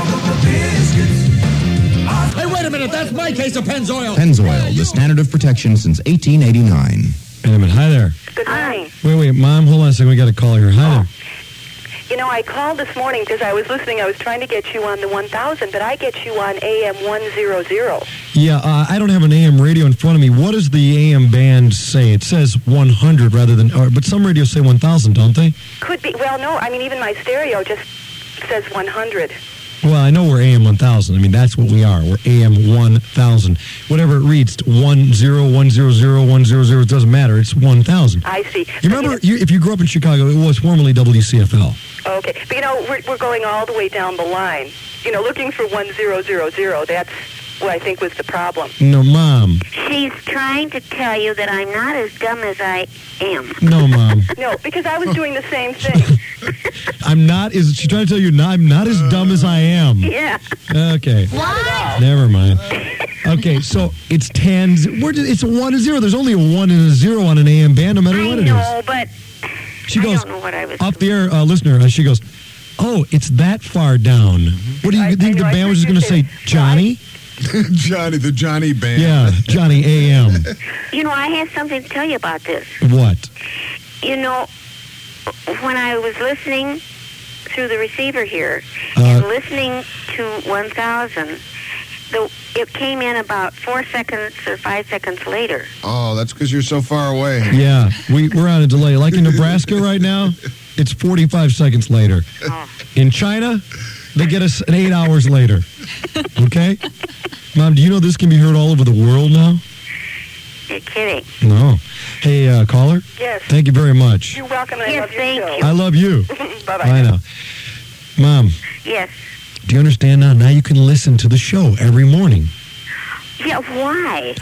Speaker 24: Hey, wait a minute. That's my case of Pennzoil.
Speaker 25: Pennzoil, the standard of protection since 1889.
Speaker 14: Wait a minute. Hi there.
Speaker 18: Good morning.
Speaker 14: Wait, wait, Mom. Hold on a second. We got a call here. Hi there.
Speaker 18: You know, I called this morning because I was listening. I was trying to get you on the 1000, but I get you on AM 100.
Speaker 14: Yeah, uh, I don't have an AM radio in front of me. What does the AM band say? It says 100 rather than, or, but some radios say 1,000, don't they?
Speaker 18: Could be. Well, no. I mean, even my stereo just says 100.
Speaker 14: Well, I know we're AM 1,000. I mean, that's what we are. We're AM 1,000. Whatever it reads, 10100, 100, it doesn't matter. It's 1,000.
Speaker 18: I see.
Speaker 14: You remember, you, if you grew up in Chicago, it was formerly WCFL.
Speaker 18: Okay. But, you know, we're, we're going all the way down the line. You know, looking for 1000. That's what I think was the problem.
Speaker 14: No, Mom.
Speaker 2: She's trying to tell you that I'm not as dumb as I am.
Speaker 14: No, Mom.
Speaker 18: no, because I was doing the same thing.
Speaker 14: I'm not, is she trying to tell you, no, I'm not as dumb as I am?
Speaker 18: Yeah.
Speaker 14: Okay.
Speaker 2: What?
Speaker 14: Never mind. Okay, so it's tens. Where did, it's a one and zero. There's only a one and a zero on an AM band, no matter
Speaker 2: I
Speaker 14: what it is.
Speaker 2: know, but
Speaker 14: She
Speaker 2: I
Speaker 14: goes
Speaker 2: don't know what I was.
Speaker 14: off the air, uh, listener. Uh, she goes, "Oh, it's that far down."
Speaker 2: Mm-hmm.
Speaker 14: What do you think the band was just going to say, Johnny?
Speaker 20: Johnny, the Johnny band.
Speaker 14: Yeah, Johnny AM.
Speaker 2: You know, I have something to tell you about this.
Speaker 14: what?
Speaker 2: You know, when I was listening through the receiver here
Speaker 14: Uh,
Speaker 2: and listening to 1000, the, it came in about four seconds or five seconds later.
Speaker 20: Oh, that's because you're so far away.
Speaker 14: Yeah, we we're on a delay. Like in Nebraska right now, it's 45 seconds later. In China, they get us an eight hours later. Okay, Mom, do you know this can be heard all over the world now?
Speaker 2: You're kidding.
Speaker 14: No. Hey, uh, caller.
Speaker 2: Yes.
Speaker 14: Thank you very much.
Speaker 18: You're welcome. And I love your show.
Speaker 14: I love you.
Speaker 18: Bye-bye.
Speaker 14: I know. Mom,
Speaker 2: Yes.
Speaker 14: do you understand now? Now you can listen to the show every morning.
Speaker 2: Yeah, why?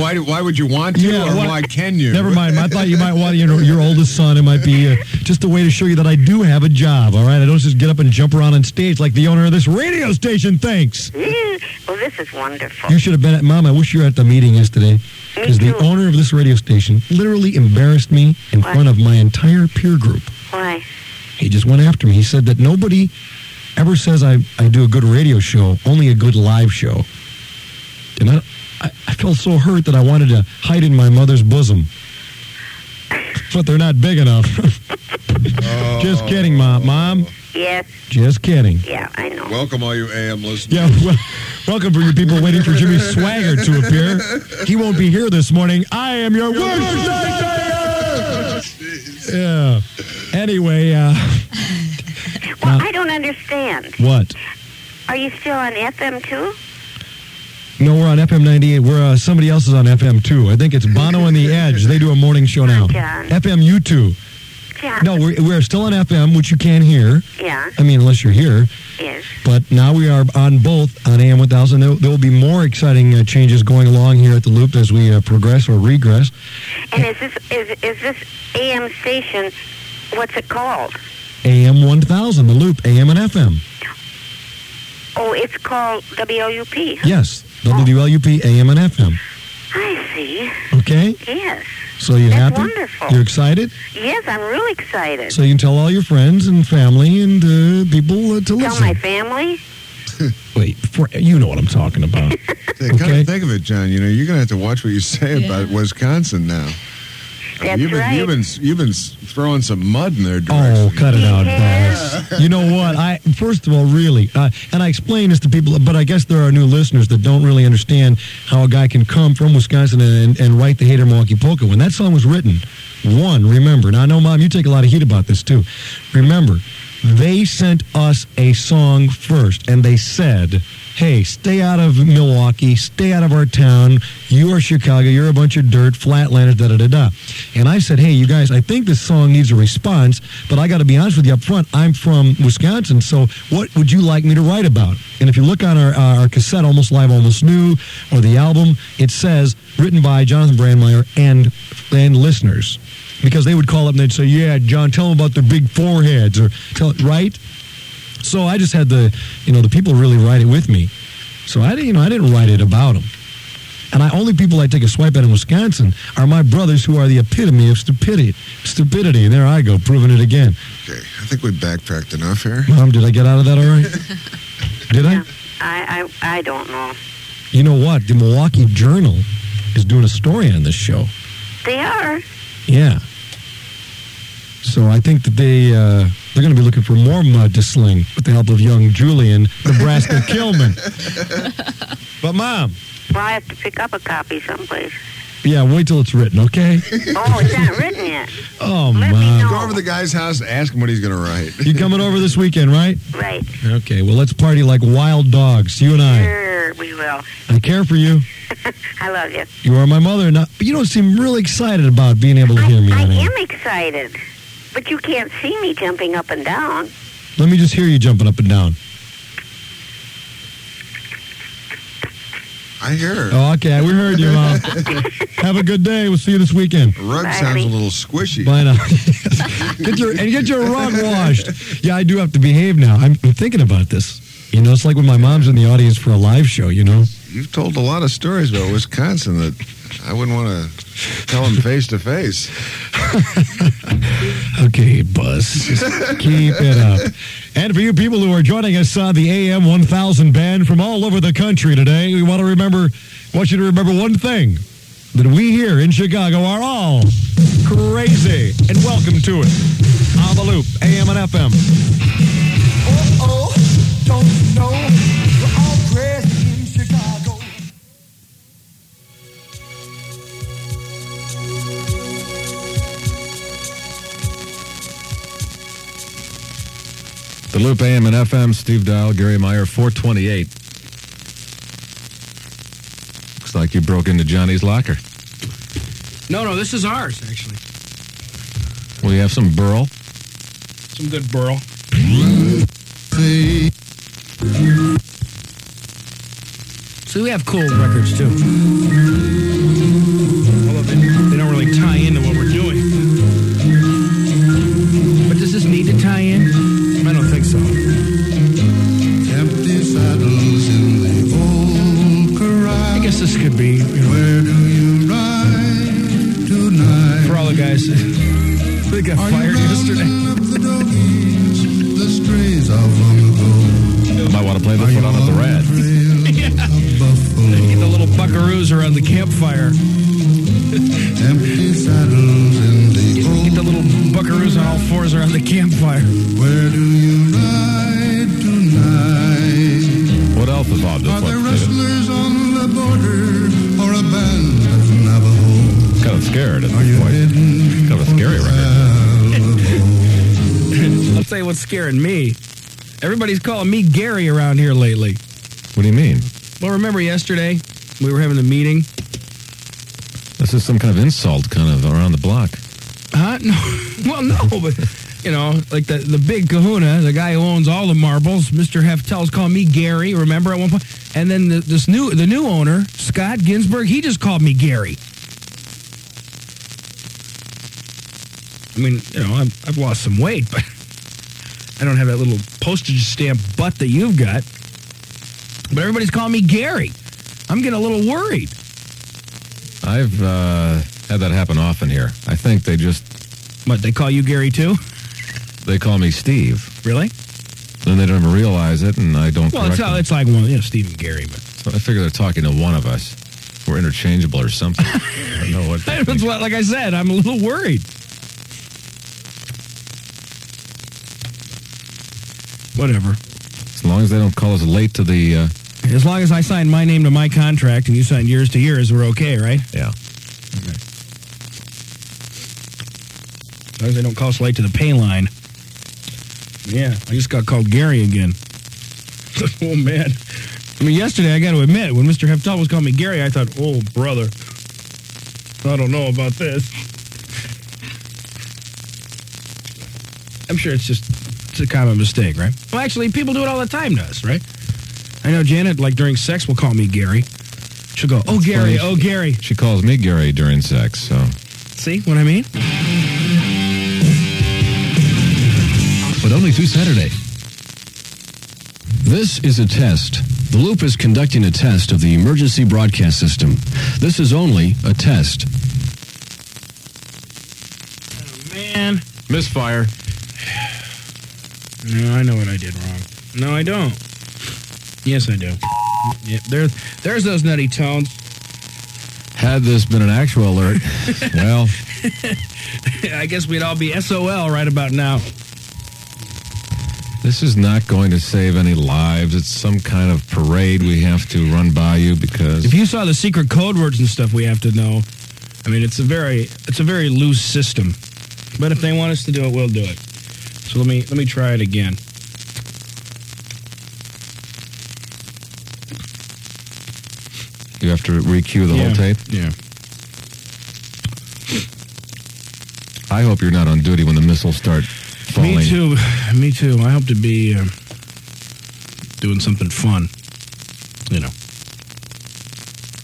Speaker 20: why, do- why would you want to,
Speaker 14: Yeah,
Speaker 20: or
Speaker 14: why-
Speaker 20: why can you?
Speaker 14: Never mind. I thought you might want, you know, your oldest son. It might be uh, just a way to show you that I do have a job. All right, I don't just get up and jump around on stage like the owner of this radio station thinks.
Speaker 2: Eh, well, this is wonderful.
Speaker 14: You should have been at Mom. I wish you were at the meeting yesterday because the owner of this radio station literally embarrassed me in
Speaker 2: What?
Speaker 14: front of my entire peer group.
Speaker 2: Why?
Speaker 14: He just went after me. He said that nobody ever says I, I do a good radio show, only a good live show. And I, I, I felt so hurt that I wanted to hide in my mother's bosom. But they're not big enough. just kidding, Mom. Mom,
Speaker 2: Yes.
Speaker 14: just kidding.
Speaker 2: Yeah, I know.
Speaker 20: Welcome, all you AM listeners.
Speaker 14: Yeah, well, welcome for you people waiting for Jimmy Swagger to appear. He won't be here this morning. I am your worst nightmare! Yeah. Anyway, uh,
Speaker 26: Well, I don't understand.
Speaker 14: what?
Speaker 26: Are you still on FM too?
Speaker 14: No, we're on FM 98. We're uh, somebody else is on FM too. I think it's Bono and the Edge. They do a morning show now.
Speaker 26: John.
Speaker 14: FM U2.
Speaker 26: Yeah.
Speaker 14: No, we're, we're still on FM, which you can hear.
Speaker 26: Yeah.
Speaker 14: I mean, unless you're here.
Speaker 26: Yes.
Speaker 14: But now we are on both on AM 1000. There, there will be more exciting uh, changes going along here at the Loop as we uh, progress or regress.
Speaker 26: And is this is is this AM station? What's it called?
Speaker 14: AM 1000, the Loop, AM and FM.
Speaker 26: Oh, it's called WLUP.
Speaker 14: Yes, WLUP, AM and FM.
Speaker 26: I see.
Speaker 14: Okay?
Speaker 26: Yes.
Speaker 14: So you
Speaker 26: That's
Speaker 14: happy?
Speaker 26: wonderful.
Speaker 14: You're excited?
Speaker 26: Yes, I'm really excited.
Speaker 14: So you can tell all your friends and family and uh, people uh, to
Speaker 26: Tell
Speaker 14: listen.
Speaker 26: my family.
Speaker 14: Wait, for, you know what I'm talking about.
Speaker 20: Hey, come to think of it, John. You know, you're going to have to watch what you say about Wisconsin now. I mean,
Speaker 26: That's
Speaker 20: you've been,
Speaker 26: right.
Speaker 20: You've been, you've been s- throwing some mud in their direction.
Speaker 14: Oh, cut it out, Boss. You know what? I first of all, really, uh, and I explain this to people, but I guess there are new listeners that don't really understand how a guy can come from Wisconsin and, and, and write the "Hater Milwaukee Polka." When that song was written, one remember. Now I know, Mom, you take a lot of heat about this too. Remember, they sent us a song first, and they said. Hey, stay out of Milwaukee, stay out of our town. You are Chicago, you're a bunch of dirt, flatlanders, da da da da. And I said, hey, you guys, I think this song needs a response, but I got to be honest with you up front. I'm from Wisconsin, so what would you like me to write about? And if you look on our, uh, our cassette, Almost Live, Almost New, or the album, it says written by Jonathan Brandmeier and, and listeners. Because they would call up and they'd say, yeah, John, tell them about their big foreheads, or tell it, right? So I just had the, you know, the people really write it with me. So I didn't, you know, I didn't write it about them. And I only people I take a swipe at in Wisconsin are my brothers who are the epitome of stupidity. Stupidity. There I go, proving it again.
Speaker 20: Okay, I think we backtracked enough here.
Speaker 14: Mom, did I get out of that all right? Did I?
Speaker 26: I I I don't know.
Speaker 14: You know what? The Milwaukee Journal is doing a story on this show.
Speaker 26: They are.
Speaker 14: Yeah. So I think that they uh, they're going to be looking for more mud to sling with the help of young Julian Nebraska Killman. But mom,
Speaker 26: Well, I have to pick up a copy someplace.
Speaker 14: yeah, wait till it's written, okay?
Speaker 26: Oh, it's not written yet.
Speaker 14: Oh,
Speaker 20: Let
Speaker 14: mom.
Speaker 20: me know. Go over to the guy's house and ask him what he's going to write.
Speaker 14: You coming over this weekend, right?
Speaker 26: Right.
Speaker 14: Okay, well, let's party like wild dogs, you and I.
Speaker 26: Sure, we will.
Speaker 14: I care for you.
Speaker 26: I love you.
Speaker 14: You are my mother, and I, but you don't seem really excited about being able to hear me.
Speaker 26: I
Speaker 14: on air.
Speaker 26: am excited, but you can't see me jumping up and down.
Speaker 14: Let me just hear you jumping up and down.
Speaker 20: I hear her.
Speaker 14: Oh, okay, we heard you, Mom. Have a good day. We'll see you this weekend.
Speaker 20: Rug sounds a little squishy.
Speaker 14: Why not? get your and get your rug washed. Yeah, I do have to behave now. I'm, I'm thinking about this. You know, it's like when my mom's in the audience for a live show. You know,
Speaker 20: You've told a lot of stories about Wisconsin that I wouldn't want to tell them face to face.
Speaker 14: Okay, bus. Just keep it up. And for you people who are joining us on the AM 1000 band from all over the country today, we want to remember, want you to remember one thing that we here in Chicago are all crazy. And welcome to it. On the loop, AM and FM.
Speaker 24: Oh, oh, don't you know? We're all crazy in Chicago.
Speaker 11: The Loop AM and FM, Steve Dial, Gary Meyer, 428. Looks like you broke into Johnny's locker.
Speaker 4: No, no, this is ours, actually.
Speaker 11: We have some burl.
Speaker 4: Some good burl. So we have cool records, too. Although they, they don't really tie into what we're doing. But does this need to tie in? I don't think so. Empty saddles in the old I guess this could be. Where do you ride tonight? For all the guys that got fired yesterday.
Speaker 24: The strays of them
Speaker 11: I might want to play this one on at the rad.
Speaker 4: Get the little buckaroos around the campfire. Empty saddles in the get, get the little buckaroos on all fours around the campfire. Where do you ride tonight?
Speaker 11: What else is on this
Speaker 24: Are there
Speaker 11: one?
Speaker 24: rustlers on the border or a band of Navajo?
Speaker 11: Kind of scared at this point. Kind of a scary record.
Speaker 12: tell you what's scaring me. Everybody's calling me Gary around here lately.
Speaker 11: What do you mean?
Speaker 12: Well, remember yesterday we were having a meeting?
Speaker 11: This is some kind of insult, kind of around the block.
Speaker 12: Huh? No. Well, no, but you know, like the the big Kahuna, the guy who owns all the marbles, Mister Heftel's calling me Gary. Remember at one point, and then the, this new the new owner, Scott Ginsburg, he just called me Gary. I mean, you know, I've, I've lost some weight, but I don't have that little postage stamp butt that you've got. But everybody's calling me Gary. I'm getting a little worried.
Speaker 11: I've uh, had that happen often here. I think they just.
Speaker 12: What, they call you Gary too?
Speaker 11: They call me Steve.
Speaker 12: Really?
Speaker 11: Then they don't even realize it, and I don't
Speaker 12: Well,
Speaker 11: correct
Speaker 12: it's, how,
Speaker 11: them.
Speaker 12: it's like one, you know, Stephen Gary, but
Speaker 11: So I figure they're talking to one of us. We're interchangeable or something. I don't know what. they
Speaker 12: That's what, like I said, I'm a little worried. Whatever.
Speaker 11: As long as they don't call us late to the. Uh,
Speaker 12: As long as I sign my name to my contract and you sign yours to yours, we're okay, right?
Speaker 11: Yeah.
Speaker 12: Okay. As long as they don't call us late to the pay line. Yeah, I just got called Gary again. oh, man. I mean, yesterday, I got to admit, when Mr. Heftel was calling me Gary, I thought, oh, brother, I don't know about this. I'm sure it's just it's a common mistake, right? Well, actually, people do it all the time to us, right? I know Janet, like during sex, will call me Gary. She'll go, oh, Gary,
Speaker 11: funny.
Speaker 12: oh, Gary.
Speaker 11: she calls me Gary during sex, so.
Speaker 12: See what I mean?
Speaker 15: but only through Saturday. This is a test. The Loop is conducting a test of the emergency broadcast system. This is only a test.
Speaker 12: Man.
Speaker 11: Misfire.
Speaker 12: No, I know what I did wrong. No, I don't. Yes, I do. Yeah, there, there's those nutty tones.
Speaker 11: Had this been an actual alert, well,
Speaker 12: I guess we'd all be SOL right about now.
Speaker 11: this is not going to save any lives. It's some kind of parade we have to run by you because
Speaker 12: If you saw the secret code words and stuff we have to know, I mean it's a very it's a very loose system. But if they want us to do it, we'll do it. So let me let me try it again.
Speaker 11: you have to re-cue the
Speaker 12: Yeah,
Speaker 11: whole tape.
Speaker 12: Yeah.
Speaker 11: I hope you're not on duty when the missiles start falling.
Speaker 12: Me too. Me too. I hope to be uh, doing something fun. You know,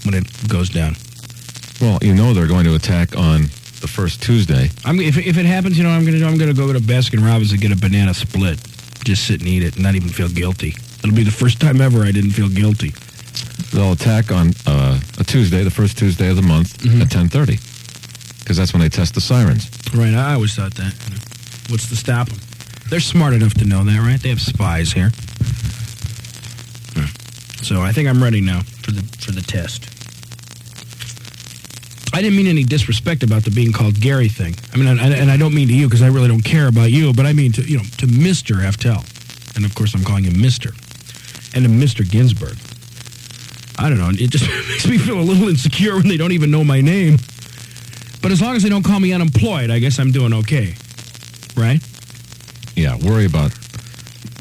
Speaker 12: when it goes down.
Speaker 11: Well, you know they're going to attack on the first Tuesday.
Speaker 12: I'm if, if it happens, you know what I'm gonna do? I'm gonna go to Baskin Robbins and get a banana split. Just sit and eat it, and not even feel guilty. It'll be the first time ever I didn't feel guilty.
Speaker 11: They'll attack on uh, a Tuesday, the first Tuesday of the month
Speaker 12: Mm-hmm.
Speaker 11: at 10:30, because that's when they test the sirens.
Speaker 12: Right, I always thought that. you know. What's to stop them? They're smart enough to know that, right? They have spies here. Hmm. So I think I'm ready now for the for the test. I didn't mean any disrespect about the being called Gary thing. I mean, and, and I don't mean to you because I really don't care about you, but I mean to you know to Mister Heftel, and of course I'm calling him Mister, and to Mister Ginsburg. I don't know. It just makes me feel a little insecure when they don't even know my name. But as long as they don't call me unemployed, I guess I'm doing okay, right?
Speaker 11: Yeah, worry about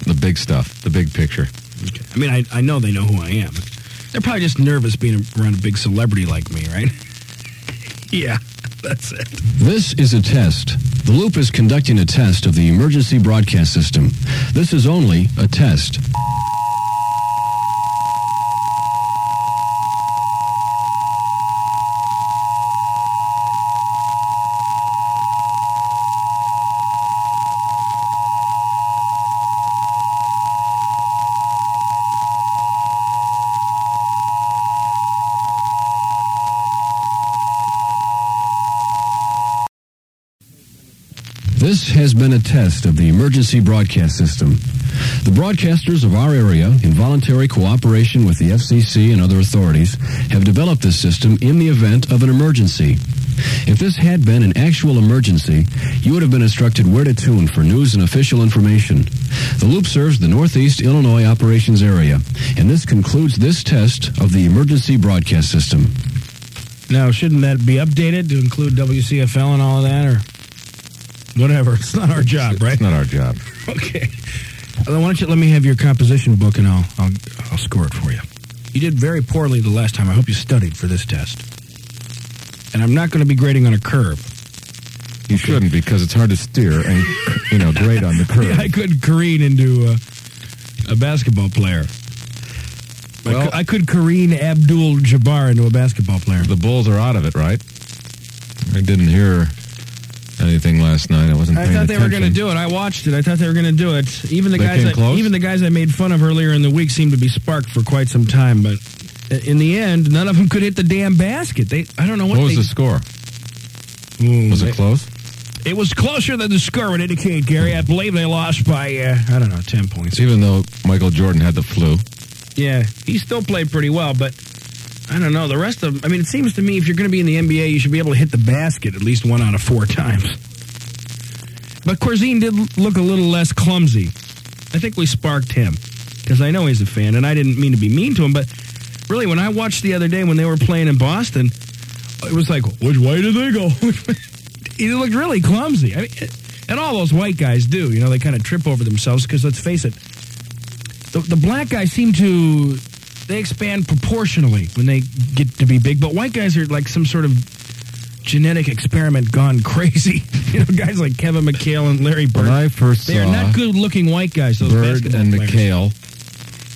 Speaker 11: the big stuff, the big picture.
Speaker 12: I mean, I, I know they know who I am. They're probably just nervous being around a big celebrity like me, right? yeah, that's it.
Speaker 15: This is a test. The Loop is conducting a test of the emergency broadcast system. This is only a test. This has been a test of the emergency broadcast system. The broadcasters of our area, in voluntary cooperation with the FCC and other authorities, have developed this system in the event of an emergency. If this had been an actual emergency, you would have been instructed where to tune for news and official information. The loop serves the Northeast Illinois operations area, and this concludes this test of the emergency broadcast system.
Speaker 12: Now, shouldn't that be updated to include WCFL and all of that, or Whatever. It's not our job, right? It's
Speaker 11: not our job.
Speaker 12: Okay. Why don't you let me have your composition book and I'll, I'll I'll score it for you. You did very poorly the last time. I hope you studied for this test. And I'm not going to be grading on a curve.
Speaker 11: You shouldn't because it's hard to steer and you know grade on the curve.
Speaker 12: I could careen into uh, a basketball player. Well, I, could, I could careen Abdul Jabbar into a basketball player.
Speaker 11: The Bulls are out of it, right? I didn't hear anything last night. I wasn't.
Speaker 12: I
Speaker 11: paying
Speaker 12: thought they were
Speaker 11: attention.
Speaker 12: going to do it. I watched it. I thought they were going to do it. Even the
Speaker 11: They
Speaker 12: guys,
Speaker 11: came
Speaker 12: I,
Speaker 11: close?
Speaker 12: even the guys I made fun of earlier in the week, seemed to be sparked for quite some time. But i- in the end, none of them could hit the damn basket. They, I don't know what,
Speaker 11: What was
Speaker 12: they-
Speaker 11: the score? was it close?
Speaker 12: It was closer than the score would indicate, Gary. I believe they lost by uh, I don't know ten points.
Speaker 11: Even though Michael Jordan had the flu,
Speaker 12: Yeah, he still played pretty well, but I don't know. The rest of, I mean, it seems to me if you're going to be in the NBA, you should be able to hit the basket at least one out of four times. But Corzine did l- look a little less clumsy. I think we sparked him because I know he's a fan, and I didn't mean to be mean to him, but really, when I watched the other day when they were playing in Boston, it was like, which way did they go? he looked really clumsy. I mean, and all those white guys do. You know, they kind of trip over themselves because let's face it, the, the black guys seem to they expand proportionally when they get to be big, but white guys are like some sort of genetic experiment gone crazy. you know, guys like Kevin McHale and Larry Bird.
Speaker 11: When I first
Speaker 12: they are
Speaker 11: saw
Speaker 12: not good-looking white guys. Those
Speaker 11: Bird
Speaker 12: basketball
Speaker 11: and
Speaker 12: players.
Speaker 11: McHale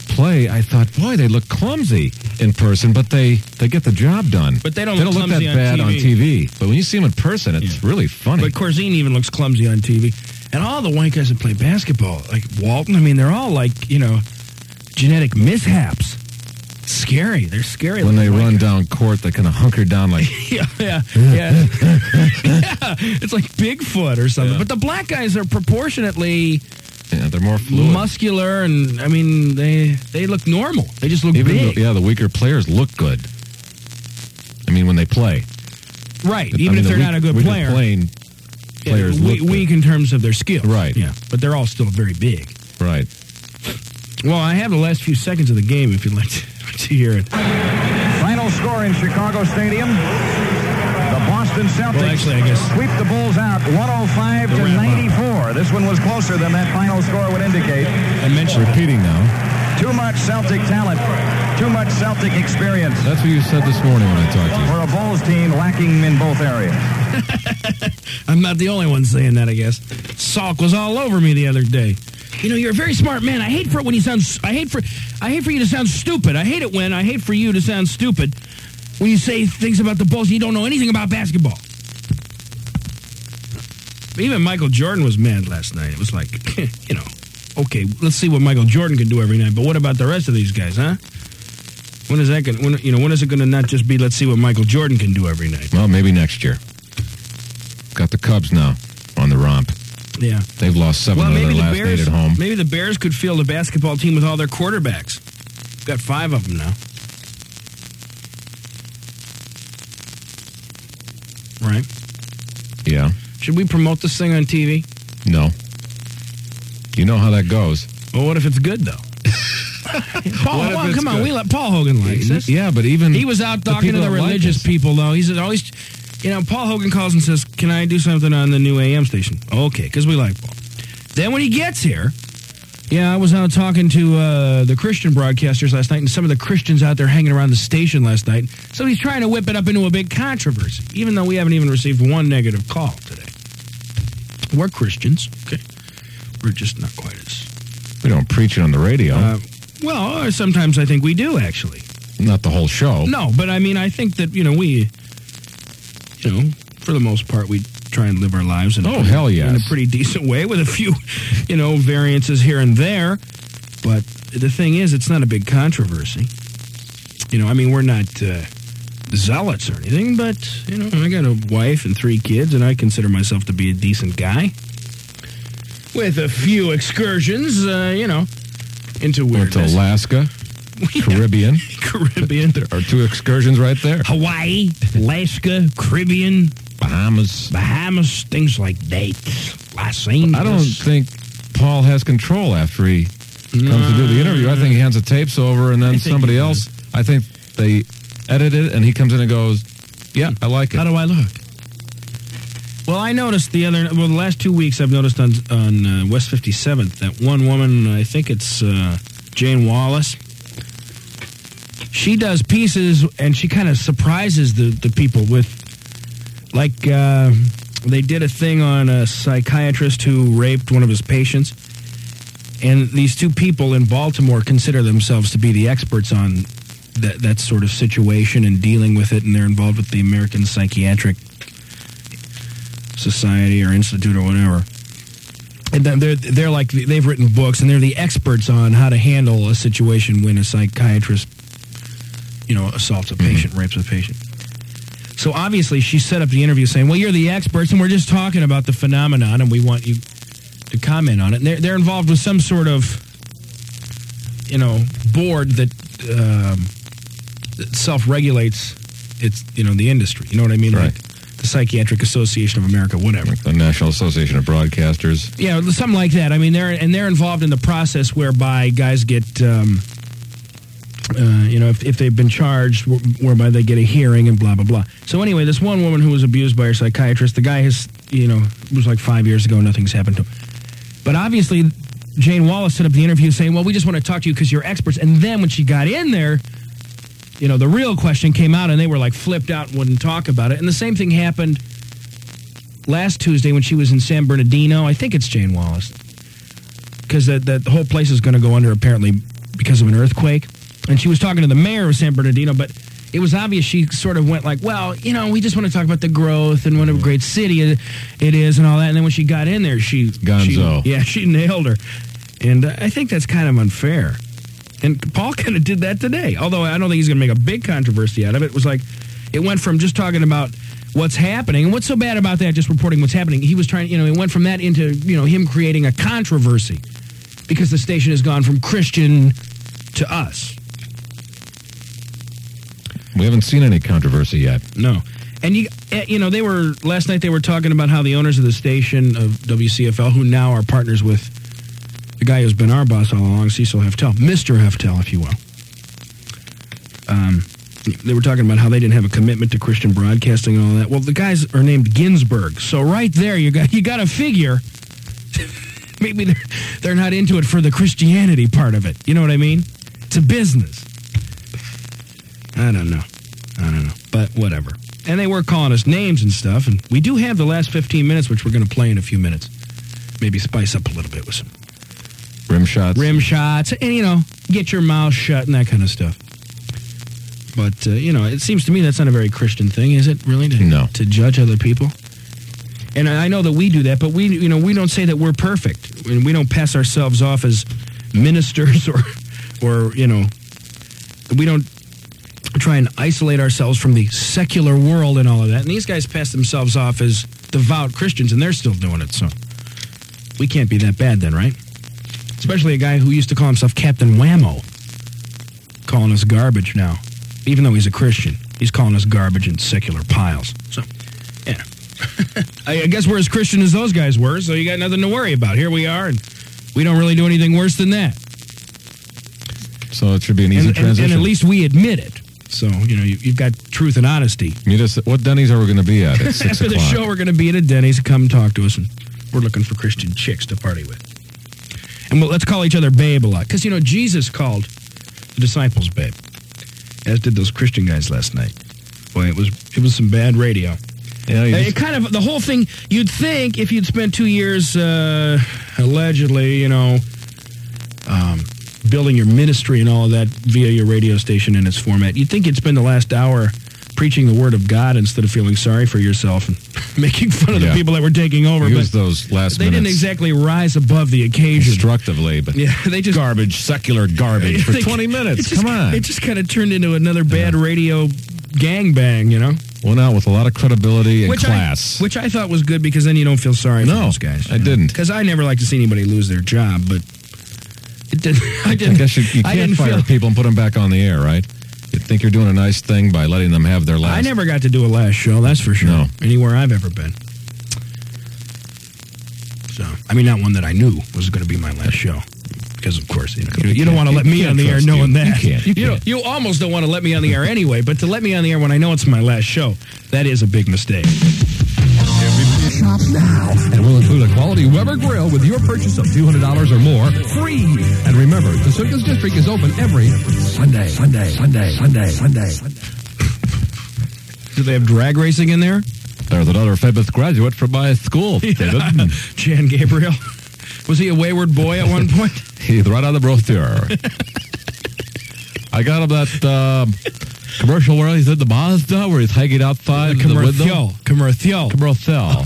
Speaker 11: play, I thought, boy, they look clumsy in person, but they they get the job done.
Speaker 12: But they don't look
Speaker 11: look that
Speaker 12: clumsy on
Speaker 11: bad on
Speaker 12: TV.
Speaker 11: TV. But when you see them in person, it's really funny.
Speaker 12: But Corzine even looks clumsy on TV. And all the white guys that play basketball, like Walton, I mean, they're all like, you know, genetic mishaps. Scary. They're scary.
Speaker 11: when they
Speaker 12: looking
Speaker 11: run down court, they kind of hunker down like
Speaker 12: yeah, yeah, yeah. yeah. It's like Bigfoot or something. But the black guys are proportionately
Speaker 11: yeah, they're more fluid.
Speaker 12: muscular, and I mean, they they look normal. They just look
Speaker 11: Even
Speaker 12: big,
Speaker 11: though- yeah, the weaker players look good. I mean, when they play,
Speaker 12: right?
Speaker 11: I
Speaker 12: Even
Speaker 11: mean,
Speaker 12: if
Speaker 11: the
Speaker 12: they're
Speaker 11: weak-
Speaker 12: not a good
Speaker 11: weaker
Speaker 12: player,
Speaker 11: playing
Speaker 12: yeah,
Speaker 11: players
Speaker 12: we-
Speaker 11: look good.
Speaker 12: weak in terms of their skill,
Speaker 11: Right.
Speaker 12: Yeah, but they're all still very big.
Speaker 11: Right.
Speaker 12: Well, I have the last few seconds of the game if you'd like to, to hear it.
Speaker 7: Final score in Chicago Stadium. The Boston Celtics sweep the Bulls out 105 to 94. This one was closer than that final score would indicate.
Speaker 11: I mentioned repeating now.
Speaker 7: Too much Celtic talent, too much Celtic experience
Speaker 11: That's what you said this morning when I talked to you.
Speaker 7: for a Bulls team lacking in both areas.
Speaker 12: I'm not the only one saying that, I guess. Salk was all over me the other day. You know, you're a very smart man. I hate for it when you sound. I hate for. I hate for you to sound stupid. I hate it when I hate for you to sound stupid when you say things about the Bulls and you don't know anything about basketball. Even Michael Jordan was mad last night. It was like, you know, okay, let's see what Michael Jordan can do every night. But what about the rest of these guys, huh? When is that going? When you know, when is it going to not just be? Let's see what Michael Jordan can do every night.
Speaker 11: Well, maybe next year. Got the Cubs now on the romp.
Speaker 12: Yeah.
Speaker 11: They've lost seven
Speaker 12: well,
Speaker 11: out of
Speaker 12: maybe
Speaker 11: their
Speaker 12: the
Speaker 11: last
Speaker 12: Bears.
Speaker 11: eight at home.
Speaker 12: Maybe the Bears could field a basketball team with all their quarterbacks. Got five of them now. Right?
Speaker 11: Yeah.
Speaker 12: Should we promote this thing on TV?
Speaker 11: No. You know how that goes.
Speaker 12: Well, what if it's good though? Paul,
Speaker 11: What if
Speaker 12: Hogan,
Speaker 11: it's
Speaker 12: come on,
Speaker 11: good?
Speaker 12: we let Paul Hogan likes us.
Speaker 11: Yeah, but even
Speaker 12: he was out
Speaker 11: the
Speaker 12: talking to
Speaker 11: people
Speaker 12: the
Speaker 11: that like
Speaker 12: religious
Speaker 11: us.
Speaker 12: people though. He said always, you know, Paul Hogan calls and says, "Can I do something on the new AM station?" Okay, because we like Paul. Then when he gets here, yeah, I was out talking to uh, the Christian broadcasters last night, and some of the Christians out there hanging around the station last night. So he's trying to whip it up into a big controversy, even though we haven't even received one negative call today. We're Christians, okay? We're just not quite as
Speaker 11: We don't preach it on the radio.
Speaker 12: uh, well, uh, sometimes I think we do actually.
Speaker 11: Not the whole show.
Speaker 12: No, but I mean, I think that you know we, you know, for the most part, we try and live our lives in a
Speaker 11: Oh,
Speaker 12: pretty,
Speaker 11: hell
Speaker 12: in a
Speaker 11: yes.
Speaker 12: pretty decent way with a few, you know, variances here and there. But the thing is, it's not a big controversy. You know, I mean, we're not uh, zealots or anything, but you know, I got a wife and three kids, and I consider myself to be a decent guy. With a few excursions, uh, you know, into
Speaker 11: Went to
Speaker 12: weirdness.
Speaker 11: Alaska, Caribbean.
Speaker 12: Caribbean. There
Speaker 11: are two excursions right there.
Speaker 12: Hawaii, Alaska, Caribbean, Bahamas, Bahamas, things like that. Los Angeles.
Speaker 11: I don't think Paul has control after he comes to do the interview. I think he hands the tapes over, and then
Speaker 12: think
Speaker 11: somebody
Speaker 12: he
Speaker 11: else. I think they edit it, and he comes in and goes, "Yeah, I like it." How
Speaker 12: do I look? Well, I noticed the other well the last two weeks I've noticed on on uh, West 57th that one woman I think it's uh, Jane Wallace. She does pieces and she kind of surprises the the people with like uh, they did a thing on a psychiatrist who raped one of his patients. And these two people in Baltimore consider themselves to be the experts on that, that sort of situation and dealing with it, and they're involved with the American Psychiatric Society or Institute or whatever. And then they're they're like they've written books, and they're the experts on how to handle a situation when a psychiatrist, you know, assaults a patient, rapes a patient. So obviously, she set up the interview saying, "Well, you're the experts, and we're just talking about the phenomenon, and we want you to comment on it." And they're they're involved with some sort of, you know, board that um, self regulates its you know the industry. You know what I mean? Right. Like the Psychiatric Association of America, whatever.
Speaker 11: The National Association of Broadcasters.
Speaker 12: Yeah, something like that. I mean, they're and they're involved in the process whereby guys get, um, uh, you know, if, if they've been charged, wh- whereby they get a hearing and blah blah blah. So anyway, this one woman who was abused by her psychiatrist, the guy has, you know, it was like five years ago. Nothing's happened to him, but obviously. Jane Wallace set up the interview saying, Well, we just want to talk to you because you're experts. And then when she got in there, you know, the real question came out and they were like flipped out and wouldn't talk about it. And the same thing happened last Tuesday when she was in San Bernardino. I think it's Jane Wallace. Because that, that the whole place is going to go under apparently because of an earthquake. And she was talking to the mayor of San Bernardino, but it was obvious she sort of went like, well, you know, we just want to talk about the growth and what a great city it it is and all that. And then when she got in there, she.
Speaker 11: Gonzo.
Speaker 12: She, yeah, she nailed her. And uh, I think that's kind of unfair. And Paul kind of did that today. Although I don't think he's going to make a big controversy out of it. It was like it went from just talking about what's happening and what's so bad about that, just reporting what's happening. He was trying, you know, it went from that into you know him creating a controversy because the station has gone from Christian to us.
Speaker 11: We haven't seen any controversy yet.
Speaker 12: No. And you, eh, you know, they were last night. They were talking about how the owners of the station of WCFL, who now are partners with the guy who's been our boss all along, Cecil Heftel, Mister Heftel, if you will. Um, they were talking about how they didn't have a commitment to Christian broadcasting and all that. Well, the guys are named Ginsburg, so right there, you got you got to figure. Maybe they're they're not into it for the Christianity part of it. You know what I mean? It's a business. I don't know. I don't know. But whatever. And they were calling us names and stuff. And we do have the last 15 minutes, which we're going to play in a few minutes. Maybe spice up a little bit with some
Speaker 11: Rim shots.
Speaker 12: rim shots, and you know, get your mouth shut and that kind of stuff. But uh, you know, it seems to me that's not a very Christian thing, is it? Really, to, no. to judge other people. And I I know that we do that, but we, you know, we don't say that we're perfect, and we don't pass ourselves off as ministers or, or you know, we don't try and isolate ourselves from the secular world and all of that. And these guys pass themselves off as devout Christians, and they're still doing it. So we can't be that bad, then, right? Especially a guy who used to call himself Captain Whammo, calling us garbage now, even though he's a Christian. He's calling us garbage and secular piles. So, yeah. I I guess we're as Christian as those guys were, so you got nothing to worry about. Here we are, and we don't really do anything worse than that.
Speaker 11: So it should be an
Speaker 12: and,
Speaker 11: easy
Speaker 12: and-
Speaker 11: transition.
Speaker 12: and at least we admit it. So, you know, you, you've got truth and honesty.
Speaker 11: You just, what Denny's are we going to be at? at six
Speaker 12: After the
Speaker 11: o'clock?
Speaker 12: show, we're going to be at a Denny's. Come talk to us, and we're looking for Christian chicks to party with. And we'll, let's call each other babe a lot, because you know Jesus called the disciples babe, as did those Christian guys last night. Boy, it was it was some bad radio.
Speaker 11: Yeah, you
Speaker 12: Uh,
Speaker 11: just-
Speaker 12: it kind of the whole thing. You'd think if you'd spent two years uh, allegedly, you know, um, building your ministry and all of that via your radio station and its format, you'd think you'd spend the last hour preaching the word of God instead of feeling sorry for yourself and making fun of
Speaker 11: Yeah.
Speaker 12: the people that were taking over.
Speaker 11: Use
Speaker 12: but
Speaker 11: those last
Speaker 12: they
Speaker 11: minutes
Speaker 12: didn't exactly rise above the occasion.
Speaker 11: constructively, but
Speaker 12: Yeah, they just
Speaker 11: garbage, secular garbage for
Speaker 12: They-
Speaker 11: 20 minutes.
Speaker 12: it just-
Speaker 11: Come on.
Speaker 12: It just kind of turned into another bad radio gangbang, you know?
Speaker 11: Went out with a lot of credibility and
Speaker 12: Which
Speaker 11: class.
Speaker 12: I, which I thought was good because then you don't feel sorry for
Speaker 11: No,
Speaker 12: those guys.
Speaker 11: I didn't.
Speaker 12: Because I never like to see anybody lose their job, but it didn't. I didn't.
Speaker 11: I guess you, you
Speaker 12: I
Speaker 11: can't
Speaker 12: didn't
Speaker 11: fire
Speaker 12: feel-
Speaker 11: people and put them back on the air, right? You think you're doing a nice thing by letting them have their last.
Speaker 12: I never got to do a last show, that's for sure.
Speaker 11: No.
Speaker 12: Anywhere I've ever been. So, I mean, not one that I knew was going to be my last show. Because, of course, you, know, you,
Speaker 11: You
Speaker 12: don't
Speaker 11: can't-
Speaker 12: want to let
Speaker 11: you
Speaker 12: me
Speaker 11: can't
Speaker 12: on the air
Speaker 11: trust
Speaker 12: knowing
Speaker 11: you. You
Speaker 12: that.
Speaker 11: can't, you
Speaker 12: don't- you almost don't want to let me on the air anyway, but to let me on the air when I know it's my last show, that is a big mistake.
Speaker 25: Shop now, and we'll include a quality Weber grill with your purchase of $200 or more free. And remember, the Circus District is open every Sunday, Sunday, Sunday, Sunday, Sunday.
Speaker 12: Do they have drag racing in there?
Speaker 11: There's another famous graduate from my school, David.
Speaker 12: Chan Gabriel. Was he a wayward boy at one point?
Speaker 11: He's right on the roster. I got him that um, commercial where he's in the Mazda, where he's hanging outside the, window.
Speaker 12: commercial. Commercial.
Speaker 11: Commercial.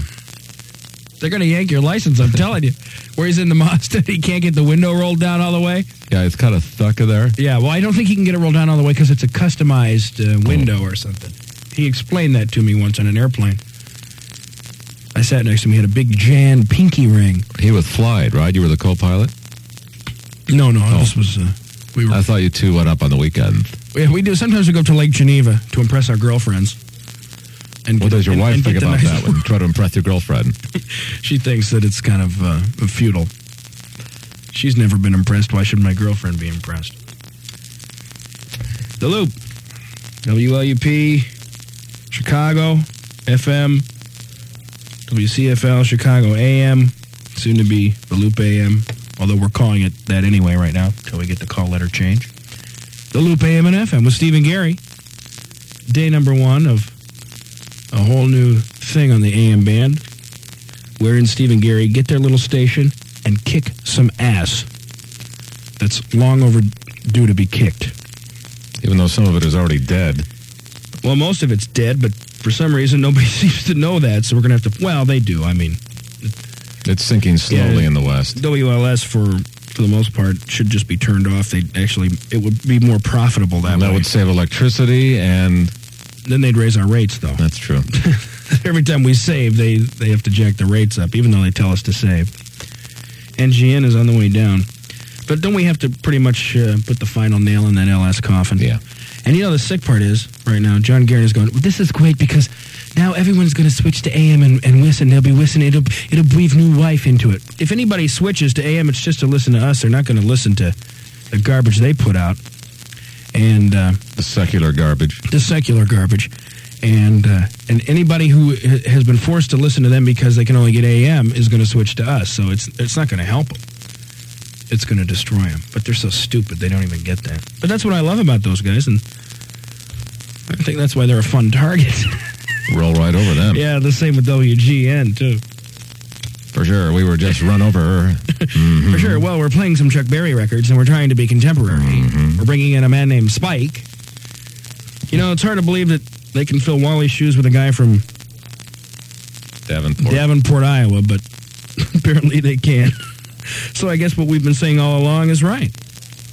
Speaker 12: They're going to yank your license, I'm telling you. Where he's in the Mazda, he can't get the window rolled down all the way.
Speaker 11: Yeah, it's kind of stuck in there.
Speaker 12: Yeah, well, I don't think he can get it rolled down all the way because it's a customized uh, window or something. He explained that to me once on an airplane. I sat next to him. He had a big Jan pinky ring.
Speaker 11: He was flying, right? You were the co-pilot.
Speaker 12: No,
Speaker 11: Oh.
Speaker 12: no, this was. Uh, we were.
Speaker 11: I thought you two went up on the weekend.
Speaker 12: Yeah, we do. Sometimes we go up to Lake Geneva to impress our girlfriends. And
Speaker 11: what
Speaker 12: get-
Speaker 11: does your
Speaker 12: and-
Speaker 11: wife
Speaker 12: and get
Speaker 11: think
Speaker 12: the
Speaker 11: about
Speaker 12: nice-
Speaker 11: that? When you try to impress your girlfriend,
Speaker 12: she thinks that it's kind of uh, futile. She's never been impressed. Why should my girlfriend be impressed? The Loop, WLUP, Chicago, FM, WCFL, Chicago AM, soon to be The Loop AM, although we're calling it that anyway right now until we get the call letter change. The Loop AM and FM with Stephen Gary. Day number one of a whole new thing on the AM band wherein Steve and Gary get their little station and kick some ass that's long overdue to be kicked.
Speaker 11: even though some of it is already dead.
Speaker 12: Well, most of it's dead, but for some reason nobody seems to know that, so we're going to have to. Well, they do. I mean,
Speaker 11: It's sinking slowly in the west.
Speaker 12: WLS for for the most part should just be turned off. They actually it would be more profitable that
Speaker 11: And that
Speaker 12: way.
Speaker 11: would save electricity, and
Speaker 12: then they'd raise our rates, though.
Speaker 11: That's true.
Speaker 12: Every time we save, they they have to jack the rates up, even though they tell us to save. NGN is on the way down, but don't we have to pretty much uh, put the final nail in that LS coffin? Yeah. And you know the sick part is right now, John Garrett is going. This is great because now everyone's going to switch to AM and, and listen. They'll be listening. It'll it'll breathe new life into it. If anybody switches to AM, it's just to listen to us. They're not going to listen to the garbage they put out and uh,
Speaker 11: the secular garbage.
Speaker 12: The secular garbage, and uh, and anybody who ha- has been forced to listen to them because they can only get AM is going to switch to us. So it's it's not going to help them. It's going to destroy them. But they're so stupid they don't even get that. But that's what I love about those guys, and I think that's why they're a fun target.
Speaker 11: roll right over them
Speaker 12: yeah, the same with WGN too.
Speaker 11: for sure. We were just run over. Mm-hmm.
Speaker 12: For sure. Well, we're playing some Chuck Berry records and we're trying to be contemporary. We're bringing in a man named Spike. You know, it's hard to believe that they can fill Wally's shoes with a guy from
Speaker 11: Davenport.
Speaker 12: Davenport, Iowa, but apparently they can. so I guess what we've been saying all along is right.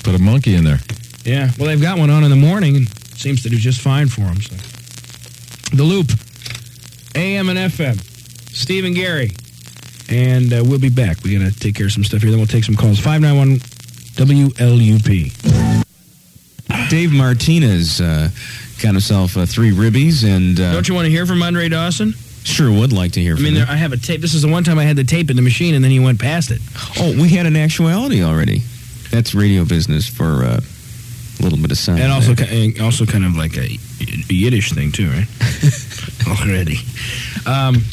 Speaker 11: Put a monkey in there.
Speaker 12: Yeah. Well, they've got one on in the morning and seems to do just fine for them. So. The Loop, AM and FM, Steve and Gary. And uh, we'll be back. We're going to take care of some stuff here. Then we'll take some calls. 591 WLUP.
Speaker 6: Dave Martinez uh, got himself uh, three ribbies, and uh,
Speaker 12: Don't you want to hear from Andre Dawson?
Speaker 6: sure would like to hear
Speaker 12: I
Speaker 6: from
Speaker 12: mean,
Speaker 6: him.
Speaker 12: there, I have a tape. This is the one time I had the tape in the machine, and then he went past it.
Speaker 6: Oh, we had an actuality already. That's radio business for uh, a little bit of sound.
Speaker 12: and also,
Speaker 6: there.
Speaker 12: ki- and also kind of like a, a Yiddish thing too, right? Already. Um,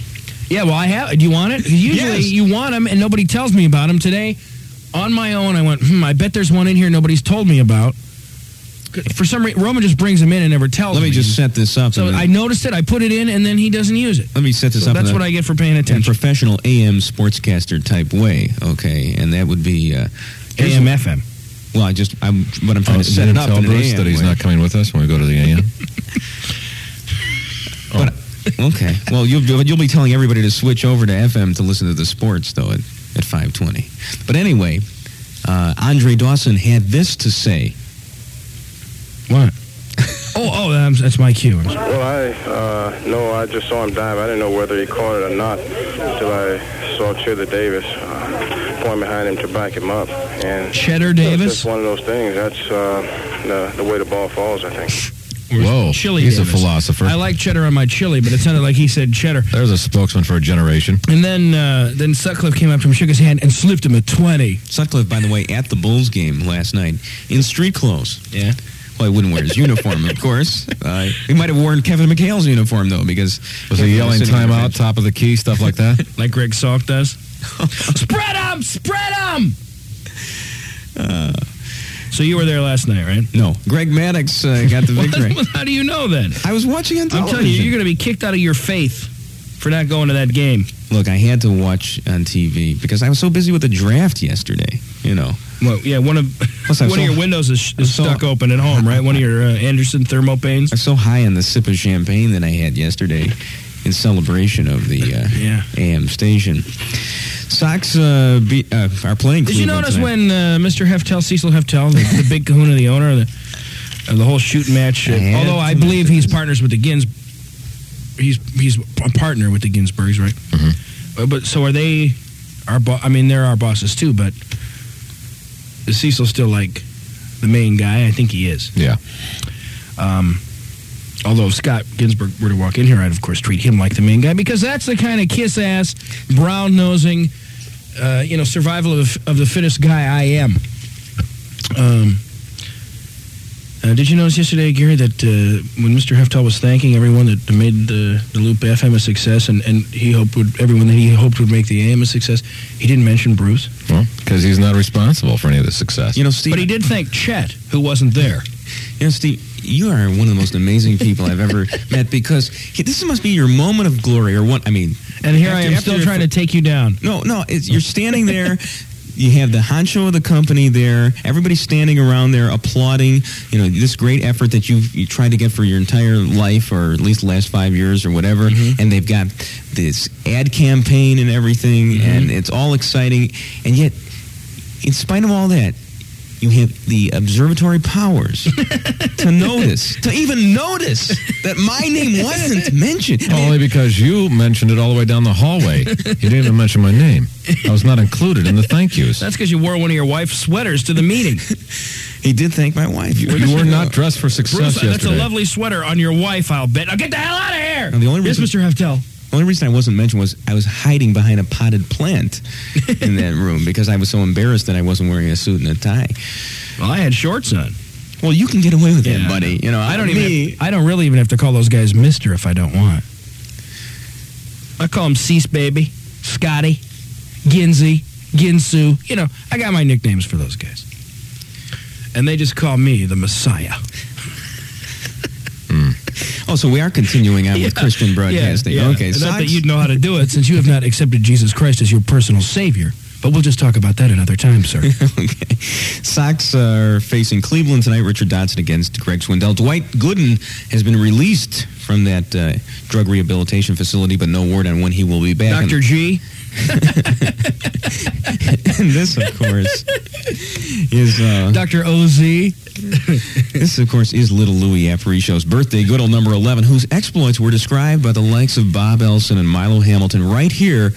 Speaker 12: yeah. Well, I have. Do you want it? 'Cause Usually,
Speaker 6: Yes.
Speaker 12: you want them, and nobody tells me about them. Today, on my own, I went. Hmm. I bet there's one in here nobody's told me about. For some reason, Roman just brings them in and never tells
Speaker 6: let me just set this up.
Speaker 12: So
Speaker 6: and then-
Speaker 12: I noticed it. I put it in, and then he doesn't use it.
Speaker 6: let me set this
Speaker 12: So
Speaker 6: up.
Speaker 12: that's
Speaker 6: in a-
Speaker 12: what I get for paying
Speaker 6: in a
Speaker 12: attention.
Speaker 6: professional AM sportscaster type way. Okay, and that would be uh, here's
Speaker 12: AM,
Speaker 6: what-
Speaker 12: FM.
Speaker 6: Well, I just I'm what I'm trying to
Speaker 11: Oh,
Speaker 6: set
Speaker 11: you
Speaker 6: it
Speaker 11: didn't
Speaker 6: up.
Speaker 11: tell
Speaker 6: in an
Speaker 11: Bruce
Speaker 6: AM
Speaker 11: that he's
Speaker 6: way.
Speaker 11: not coming with us when we go to the AM.
Speaker 6: Okay. Well, you'll you'll be telling everybody to switch over to FM to listen to the sports though at at five twenty. But anyway, uh, Andre Dawson had this to say.
Speaker 12: What? oh, oh, that's, that's my cue.
Speaker 19: Well, I uh, no, I just saw him dive. I didn't know whether he caught it or not until I saw Cheddar Davis uh, point behind him to back him up. And
Speaker 12: Cheddar
Speaker 19: it's
Speaker 12: Davis?
Speaker 19: just one of those things. That's uh, the, the way the ball falls. I think.
Speaker 11: Whoa,
Speaker 12: chili
Speaker 11: he's a
Speaker 12: Davis.
Speaker 11: philosopher.
Speaker 12: I like cheddar on my chili, but it sounded like he said cheddar.
Speaker 11: There's a spokesman for a generation.
Speaker 12: And then uh, then Sutcliffe came up to him, shook his hand, and slipped him a twenty.
Speaker 6: Sutcliffe, by the way, at the Bulls game last night in street clothes.
Speaker 12: Yeah.
Speaker 3: Well, he wouldn't wear his uniform, of course. Uh, he might have worn Kevin McHale's uniform though, because
Speaker 11: Was he yelling timeout,
Speaker 3: top of the key, stuff like that?
Speaker 12: like Greg Salk does.
Speaker 27: Spread 'em! Spread 'em!
Speaker 3: Uh,
Speaker 12: so you were there last night, right?
Speaker 3: No, Greg Maddox uh, got the
Speaker 12: What?
Speaker 3: victory.
Speaker 12: Well, How do you know then?
Speaker 3: I was watching on
Speaker 12: I'm telling you,
Speaker 3: television.
Speaker 12: you're going to be kicked out of your faith for not going to that game.
Speaker 3: Look, I had to watch on TV because I was so busy with the draft yesterday. You know,
Speaker 12: Well, yeah, one of
Speaker 3: Plus, I'm
Speaker 12: one
Speaker 3: so-
Speaker 12: of your windows is,
Speaker 3: I'm
Speaker 12: is
Speaker 3: so-
Speaker 12: stuck open at home, right? One of your uh, Anderson thermopanes.
Speaker 3: I'm so high on the sip of champagne that I had yesterday in celebration of the uh,
Speaker 12: Yeah.
Speaker 3: AM station. Sox uh, beat, uh, are playing.
Speaker 12: Did you
Speaker 3: Cleveland
Speaker 12: notice
Speaker 3: tonight.
Speaker 12: when uh, Mr. Heftel, Cecil Heftel, the, the big kahuna, the owner of the, of the whole shoot match, uh,
Speaker 3: had
Speaker 12: although I
Speaker 3: to
Speaker 12: believe he's partners with the Gins, he's he's a partner with the Ginsburgs, right? Uh, But so are they our bo- I mean, they're our bosses too, but is Cecil still like the main guy? I think he is.
Speaker 11: Yeah.
Speaker 12: Um, although if Scott Ginsburg were to walk in here, I'd of course treat him like the main guy because that's the kind of kiss ass, brown nosing, uh, you know, survival of, of the fittest guy I am. Um, uh, did you notice yesterday, Gary, that uh, when Mr. Heftel was thanking everyone that made the, the Loop FM a success, and, and he hoped would everyone that he hoped would make the AM a success, he didn't mention Bruce.
Speaker 11: Well, because he's not responsible for any of the success.
Speaker 3: You know, Steve.
Speaker 12: But he did thank Chet, who wasn't there.
Speaker 3: You know, Steve, you are one of the most amazing people I've ever met because he- this must be your moment of glory, or what? I mean,
Speaker 12: And here
Speaker 3: after-
Speaker 12: I am
Speaker 3: after
Speaker 12: still
Speaker 3: your
Speaker 12: trying to take you down.
Speaker 3: No, no, it's, you're standing there. You have the honcho of the company there. Everybody's standing around there applauding. You know this great effort that you've you tried to get for your entire life, or at least last five years, or whatever.
Speaker 11: Mm-hmm.
Speaker 3: And they've got this ad campaign and everything,
Speaker 11: Mm-hmm.
Speaker 3: and it's all exciting. And yet, in spite of all that, you have the observatory powers to notice, to even notice that my name wasn't mentioned. I mean,
Speaker 11: Only because you mentioned it all the way down the hallway. you didn't even mention my name. I was not included in the thank yous.
Speaker 12: That's because you wore one of your wife's sweaters to the meeting.
Speaker 3: he did thank my wife.
Speaker 11: You, you were not dressed for success
Speaker 12: Bruce, that's a
Speaker 11: yesterday.
Speaker 12: lovely sweater on your wife, I'll bet. Now get the hell out of here!
Speaker 3: Now, the only
Speaker 12: yes,
Speaker 3: reason-
Speaker 12: Mr. Heftel.
Speaker 3: The only reason I wasn't mentioned was I was hiding behind a potted plant in that room because I was so embarrassed that I wasn't wearing a suit and a tie.
Speaker 12: Well, I had shorts on.
Speaker 3: Well, you can get away with it, buddy. You know,
Speaker 12: Uh, I don't
Speaker 3: me,
Speaker 12: even. Have, I don't really even have to call those guys Mister if I don't want. I call them Cease Baby, Scotty, Ginzy, Ginsu. You know, I got my nicknames for those guys, and they just call me the Messiah.
Speaker 3: Oh, so we are continuing on with Christian broadcasting.
Speaker 12: Yeah, yeah.
Speaker 3: Okay,
Speaker 12: Not
Speaker 3: Sox,
Speaker 12: that you'd know how to do it since you have not accepted Jesus Christ as your personal savior. But we'll just talk about that another time, sir.
Speaker 3: okay. Sox are facing Cleveland tonight. Richard Dotson against Greg Swindell. Dwight Gooden has been released from that uh, drug rehabilitation facility, but no word on when he will be back. And-
Speaker 12: Doctor G.
Speaker 3: and this, of course, is uh,
Speaker 12: Doctor Oz.
Speaker 3: this, of course, is Little Louis Apariccio's birthday. Good old number eleven, whose exploits were described by the likes of Bob Elson and Milo Hamilton right here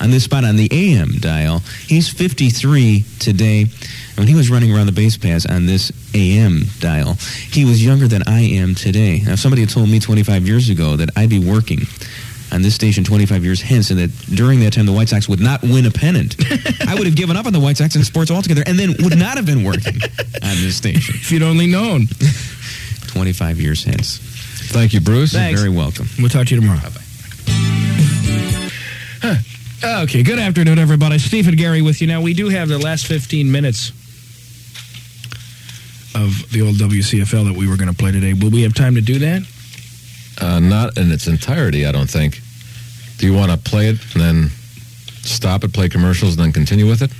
Speaker 3: on this spot on the AM dial. He's 53 today. And When he was running around the base paths on this AM dial, he was younger than I am today. Now, if somebody had told me 25 years ago that I'd be working on this station 25 years hence and that during that time the White Sox would not win a pennant, I would have given up on the White Sox and sports altogether and then would not have been working on this station.
Speaker 12: If you'd only known.
Speaker 3: 25 years hence.
Speaker 11: Thank you, Bruce.
Speaker 3: You're
Speaker 12: Thanks.
Speaker 3: very welcome.
Speaker 12: We'll talk to you tomorrow. Huh. Ah, Okay, good afternoon, everybody. Steve and Gary with you. Now, we do have the last 15 minutes of the old WCFL that we were going to play today. Will we have time to do that?
Speaker 11: Uh, not in its entirety, I don't think. Do you want to play it and then stop it, play commercials, and then continue with it?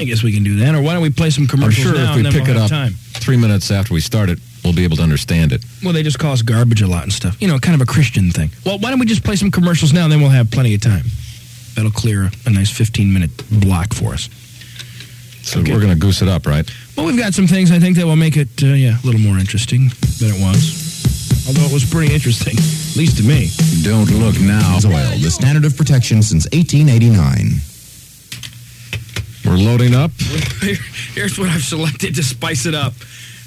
Speaker 12: I guess we can do that. Or why don't we play some
Speaker 11: I'm
Speaker 12: commercials
Speaker 11: sure
Speaker 12: now
Speaker 11: if we
Speaker 12: and then
Speaker 11: pick
Speaker 12: we'll have
Speaker 11: it up
Speaker 12: time.
Speaker 11: three minutes after we start it, we'll be able to understand it.
Speaker 12: Well, they just call us garbage a lot and stuff. You know, kind of a Christian thing. Well, why don't we just play some commercials now and then we'll have plenty of time. That'll clear a nice 15 minute block for us.
Speaker 11: So we're going to goose it up, right?
Speaker 12: Well, we've got some things I think that will make it, uh, yeah, a little more interesting than it was. Although it was pretty interesting, at least to me.
Speaker 15: Don't look now. Oil, the standard of protection since 1889.
Speaker 11: We're loading up.
Speaker 12: Here's what I've selected to spice it up.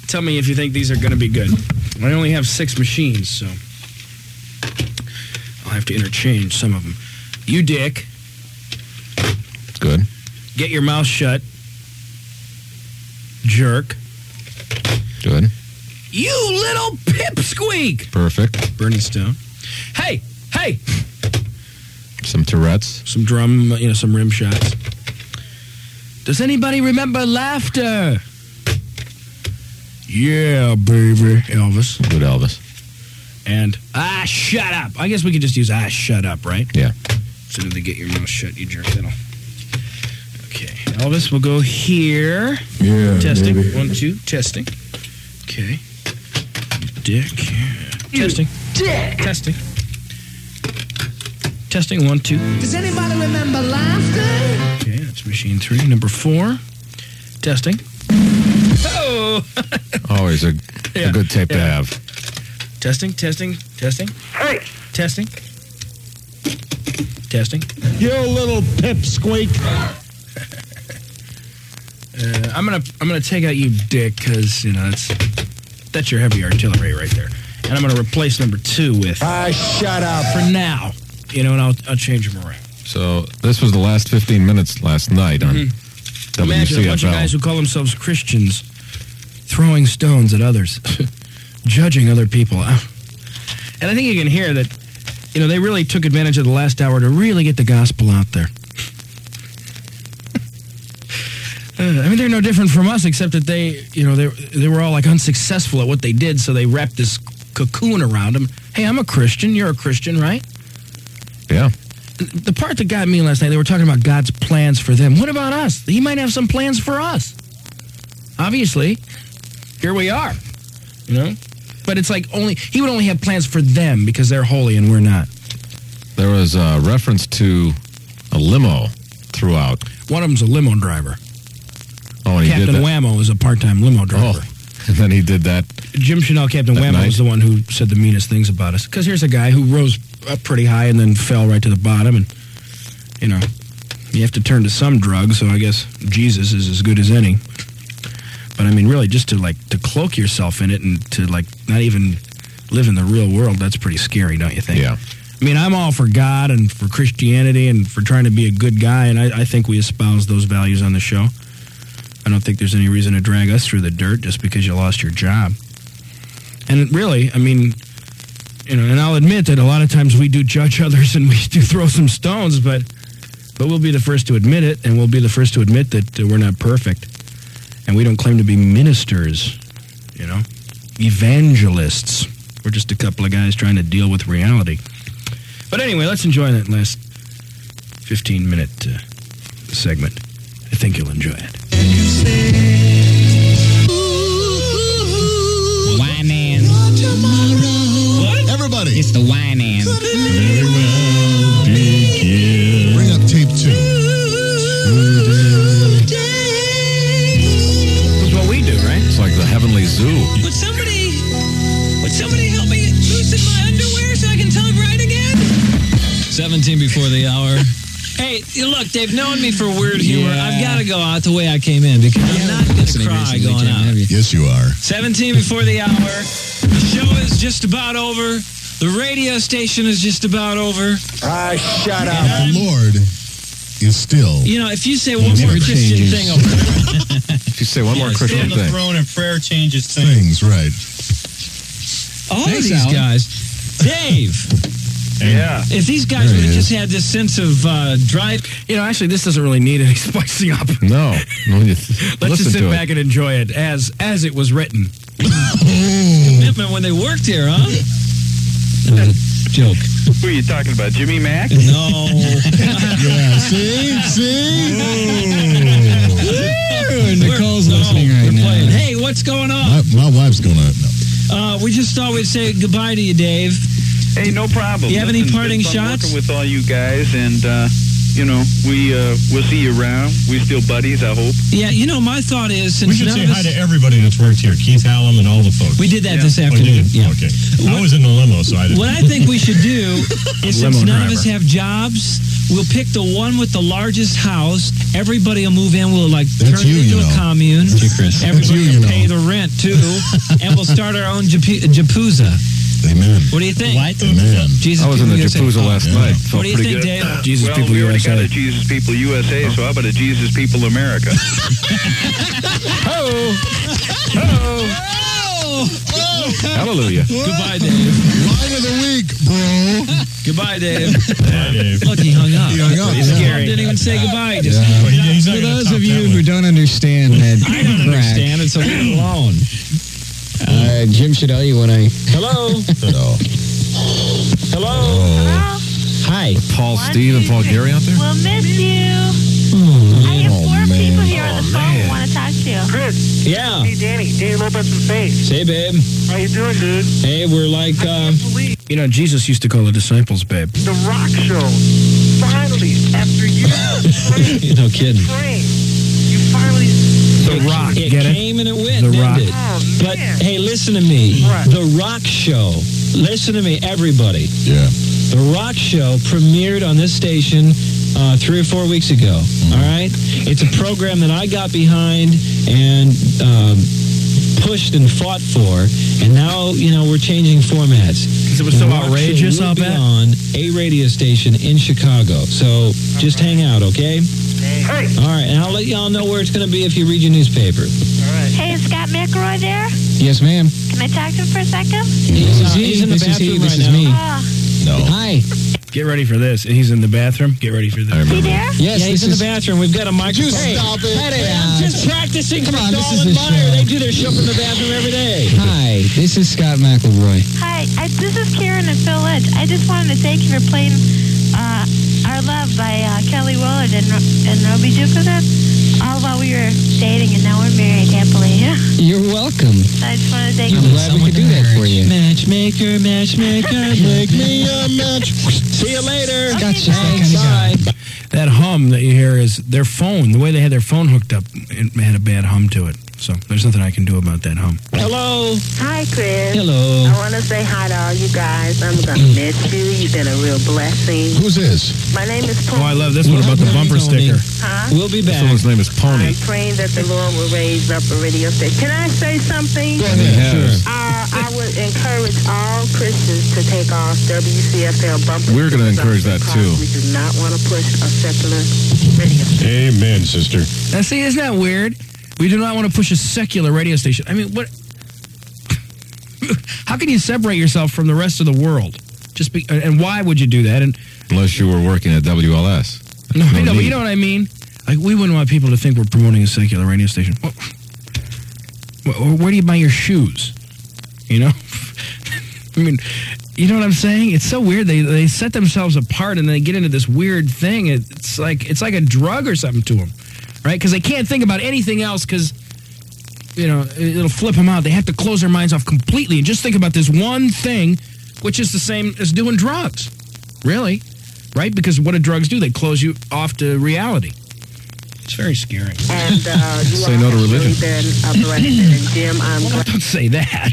Speaker 12: Tell me if you think these are going to be good. I only have six machines, so I'll have to interchange some of them. You dick.
Speaker 11: Good.
Speaker 12: Get your mouth shut. Jerk.
Speaker 11: Good.
Speaker 15: You little pipsqueak!
Speaker 11: Perfect.
Speaker 12: Bernie Stone. Hey, hey!
Speaker 11: Some Tourette's.
Speaker 12: Some drum, you know, some rim shots. Does anybody remember laughter? Yeah, baby. Elvis.
Speaker 11: Good Elvis.
Speaker 12: And ah, shut up. I guess we could just use ah, shut up, right?
Speaker 11: Yeah.
Speaker 12: So did they get your mouth shut, you jerk? That'll. Okay, Elvis, we'll go here.
Speaker 15: Yeah,
Speaker 12: Testing.
Speaker 15: baby.
Speaker 12: One, two. Testing. Okay. Dick. Testing.
Speaker 15: Dick.
Speaker 12: Testing. Testing. One, two.
Speaker 28: Does anybody remember laughter?
Speaker 12: Okay, that's machine three, number four. Testing. Oh.
Speaker 11: Always a,
Speaker 12: Yeah,
Speaker 11: a good tape to
Speaker 12: yeah.
Speaker 11: have.
Speaker 12: Testing, testing, testing. Hey! Testing. Testing. You little pipsqueak. uh, I'm gonna I'm gonna take out you dick because you know that's that's your heavy artillery right there, and I'm gonna replace number two with ah shut up for now. You know, and I'll I'll change them around.
Speaker 11: So this was the last 15 minutes last night on
Speaker 12: Mm-hmm. Imagine a bunch of guys
Speaker 11: WCFL.
Speaker 12: who call themselves Christians throwing stones at others, judging other people. Ah. And I think you can hear that, you know, they really took advantage of the last hour to really get the gospel out there. Uh, I mean, they're no different from us, except that they, you know, they they were all like unsuccessful at what they did, so they wrapped this cocoon around them. Hey, I'm a Christian. You're a Christian, right?
Speaker 11: Yeah.
Speaker 12: The part that got me last night, they were talking about God's plans for them. What about us? He might have some plans for us. Obviously, here we are. You know, but it's like only he would only have plans for them because they're holy and we're not.
Speaker 11: There was a reference to a limo throughout.
Speaker 12: One of them's a limo driver.
Speaker 11: Oh, and he
Speaker 12: Captain
Speaker 11: did that. Oh,
Speaker 12: Whammo is a part-time limo driver.
Speaker 11: And then he did that.
Speaker 12: Jim Chanel, Captain
Speaker 11: That
Speaker 12: Whammo,
Speaker 11: night.
Speaker 12: was the one who said the meanest things about us. Because here's a guy who rose up pretty high and then fell right to the bottom, and you know, you have to turn to some drug. So I guess Jesus is as good as any. But I mean, really, just to like to cloak yourself in it and to like not even live in the real world, that's pretty scary, don't you think? Yeah. I mean, I'm all for God and for Christianity and for trying to be a good guy, and I, I think we espouse those values on the show. I don't think there's any reason to drag us through the dirt just because you lost your job. And really, I mean, you know, and I'll admit that a lot of times we do judge others and we do throw some stones, but but we'll be the first to admit it, and we'll be the first to admit that uh, we're not perfect, and we don't claim to be ministers, you know, evangelists. We're just a couple of guys trying to deal with reality. But anyway, let's enjoy that last fifteen minute uh, segment. I think you'll enjoy it.
Speaker 29: Wine man. What? Everybody. It's the wine man.
Speaker 4: Bring up tape two.
Speaker 12: That's what we do, right?
Speaker 11: It's like the Heavenly Zoo.
Speaker 30: Would somebody, would somebody help me loosen my underwear so I can tell him right again?
Speaker 6: 17 before the hour. hey, you- look, they've known me for weird humor. I've got to go out the way I came in because I'm not going to cry going out.
Speaker 4: Yes, you are.
Speaker 6: 17 before the hour. The show is just about over. The radio station is just about over. Ah, shut up.
Speaker 4: The Lord is still.
Speaker 6: You know, if you say one more Christian thing over
Speaker 11: If you say one more Christian thing.
Speaker 6: throne and prayer changes
Speaker 4: Things, right.
Speaker 6: All of these guys. Dave. Yeah. If these guys would have just had this sense of uh, drive.
Speaker 12: You know, actually, this doesn't really need any spicing up.
Speaker 11: No. no Let's
Speaker 12: Let's
Speaker 11: listen
Speaker 12: just
Speaker 11: to
Speaker 12: sit
Speaker 11: it.
Speaker 12: back and enjoy it as as it was written.
Speaker 6: commitment when they worked here, huh? joke.
Speaker 8: Who are you talking about, Jimmy Mack?
Speaker 6: No.
Speaker 8: yeah, see, see.
Speaker 6: Nicole's listening right now. Hey, what's going on?
Speaker 4: My wife's going to.
Speaker 6: Uh, we just thought we'd say goodbye to you, Dave.
Speaker 8: Hey, no problem.
Speaker 6: You have any
Speaker 8: Listen,
Speaker 6: parting
Speaker 8: it's fun
Speaker 6: shots?
Speaker 8: Working with all you guys, and uh, you know, we uh, we'll see you around. We still buddies, I hope.
Speaker 6: Yeah, you know, my thought is since
Speaker 7: We should
Speaker 6: none
Speaker 7: say
Speaker 6: of
Speaker 7: hi
Speaker 6: us-
Speaker 7: to everybody that's worked here, Keith Hallam and all the folks.
Speaker 6: We did that
Speaker 7: Yeah.
Speaker 6: this
Speaker 7: Oh, you
Speaker 6: afternoon,
Speaker 7: did?
Speaker 6: yeah.
Speaker 7: Okay. I was in the limo, so I didn't.
Speaker 6: What I think we should do is since
Speaker 7: Limo
Speaker 6: none of us
Speaker 7: driver.
Speaker 6: have jobs, we'll pick the one with the largest house. Everybody will move in. We'll like turn it into a commune. Everybody will pay the rent too, and we'll start our own japu- japuza.
Speaker 4: Amen.
Speaker 6: What do you think? What?
Speaker 4: Amen.
Speaker 6: Jesus,
Speaker 11: I was in
Speaker 6: people
Speaker 11: the
Speaker 6: USA.
Speaker 11: Japuza last night. Felt
Speaker 6: Oh, what do you
Speaker 11: pretty
Speaker 6: think,
Speaker 11: good.
Speaker 6: Dave?
Speaker 11: Jesus
Speaker 8: well,
Speaker 11: People
Speaker 8: we already got a
Speaker 11: USA.
Speaker 8: Jesus People USA,
Speaker 11: Oh.
Speaker 8: so how about a Jesus People America?
Speaker 6: Oh. Oh. Oh.
Speaker 11: Hallelujah.
Speaker 6: Goodbye, Dave.
Speaker 4: Line of the week, bro.
Speaker 6: Goodbye, Dave. Goodbye, Dave. Look, he hung up.
Speaker 4: He hung up,
Speaker 6: He's
Speaker 4: yeah.
Speaker 6: scary. Didn't even say goodbye. Just
Speaker 3: Yeah.
Speaker 6: hung up.
Speaker 3: For those of you who don't understand that
Speaker 6: I don't
Speaker 3: crack,
Speaker 6: understand it, so leave it alone.
Speaker 3: uh, Jim should owe you when I.
Speaker 6: Hello.
Speaker 3: Hello.
Speaker 11: Hello.
Speaker 3: Hi.
Speaker 11: Paul Steve and Paul Gary out there?
Speaker 9: We'll miss you. I have
Speaker 3: Oh,
Speaker 9: four people here on
Speaker 12: Oh,
Speaker 9: the phone who want to talk to you. Chris.
Speaker 6: Yeah.
Speaker 9: Hey, Danny. Danny Lopez from Space.
Speaker 6: Hey, babe.
Speaker 9: How you doing, dude?
Speaker 6: Hey, we're like, uh,
Speaker 12: You know, Jesus used to call the disciples, babe.
Speaker 9: The Rock Show. Finally, after years,
Speaker 6: no kidding.
Speaker 9: you finally.
Speaker 6: The Rock. It
Speaker 9: Get it?
Speaker 6: came and it went.
Speaker 9: The
Speaker 6: didn't
Speaker 9: Rock.
Speaker 6: It?
Speaker 9: Oh,
Speaker 6: but hey, listen to me. The Rock Show. Listen to me, everybody.
Speaker 4: Yeah.
Speaker 6: The Rock Show premiered on this station uh, three or four weeks ago. all right, it's a program that I got behind and um, pushed and fought for, and now you know we're changing formats.
Speaker 12: 'Cause it was
Speaker 6: The
Speaker 12: so
Speaker 6: Rock Show
Speaker 12: outrageous,
Speaker 6: will
Speaker 12: I'll
Speaker 6: be
Speaker 12: bet.
Speaker 6: on a radio station in Chicago. So just hang out, okay? All right, and I'll let y'all know where it's going to be if you read your newspaper.
Speaker 9: Hey, is Scott McElroy there?
Speaker 3: Yes, ma'am.
Speaker 9: Can I talk to him for a second? Oh.
Speaker 3: This is
Speaker 12: Uh,
Speaker 3: he.
Speaker 12: he's in the
Speaker 3: This is he.
Speaker 12: bathroom
Speaker 3: This
Speaker 12: right
Speaker 3: is
Speaker 12: now. Ah.
Speaker 3: me.
Speaker 12: No.
Speaker 3: Hi.
Speaker 12: Get ready for this. And he's in the bathroom. Get ready for this.
Speaker 9: He there?
Speaker 3: Yes,
Speaker 6: yeah, he's
Speaker 3: this
Speaker 6: in
Speaker 3: is-
Speaker 6: the bathroom. We've got a microphone.
Speaker 3: Just stop it. Cut it
Speaker 6: Hey,
Speaker 3: out.
Speaker 6: I'm just practicing
Speaker 3: Come
Speaker 6: for
Speaker 3: on, this
Speaker 6: Dahl
Speaker 3: is
Speaker 6: and
Speaker 3: the
Speaker 6: Meyer.
Speaker 3: show.
Speaker 6: They do their show from the bathroom every day.
Speaker 3: Hi. This is Scott McElroy.
Speaker 9: Hi, I, this is Karen and Phil Edge. I just wanted to thank you for playing uh, Our Love by uh, Kelly Willard and, Ro- and Roby Dukovic all while we were dating, and now we're married happily.
Speaker 3: You're welcome.
Speaker 9: I just wanted to thank
Speaker 3: I'm
Speaker 9: you.
Speaker 3: glad we could do that for you.
Speaker 6: Matchmaker, matchmaker, make me a match. See you later.
Speaker 3: Scott's just that
Speaker 6: Thanks,
Speaker 3: kind of guy.
Speaker 6: bye.
Speaker 12: That hum that you hear is their phone. The way they had their phone hooked up, it had a bad hum to it. So there's nothing I can do about that hum.
Speaker 6: Hello.
Speaker 10: Hi, Chris.
Speaker 12: Hello.
Speaker 10: I
Speaker 12: Mm.
Speaker 10: want to say hi to all you guys. I'm going to miss you. You've been a real blessing.
Speaker 31: Who's this?
Speaker 10: My name is
Speaker 12: Oh,
Speaker 10: Paul.
Speaker 12: I love this one about the bumper sticker.
Speaker 10: Huh?
Speaker 6: We'll be back.
Speaker 11: Someone's name is Pony.
Speaker 10: I'm praying that the Lord will raise up a radio station. Can I say something?
Speaker 11: And he has.
Speaker 10: Uh, I would encourage all Christians to take off WCFL bumpers.
Speaker 11: We're gonna
Speaker 10: because
Speaker 11: encourage that, too.
Speaker 10: We do not want to push a secular radio.
Speaker 7: Amen, sister.
Speaker 12: Now, see, isn't that weird? We do not want to push a secular radio station. I mean, what? How can you separate yourself from the rest of the world? Just be, and why would you do that? And
Speaker 11: Unless you were working at WLS.
Speaker 12: no, I know, but
Speaker 11: need.
Speaker 12: you know what I mean. Like, we wouldn't want people to think we're promoting a secular radio station. Well, wh- where do you buy your shoes? You know, I mean, you know what I'm saying? It's so weird. They they set themselves apart and they get into this weird thing. It- It's like it's like a drug or something to them, right? Because they can't think about anything else. Because you know it- it'll flip them out. They have to close their minds off completely and just think about this one thing, which is the same as doing drugs, really, right? Because what do drugs do? They close you off to reality. It's very scary.
Speaker 10: And uh, you
Speaker 12: Say
Speaker 10: all
Speaker 12: no to
Speaker 10: have
Speaker 12: religion.
Speaker 10: really been a blessing. And Jim, I'm glad.
Speaker 12: Don't say that.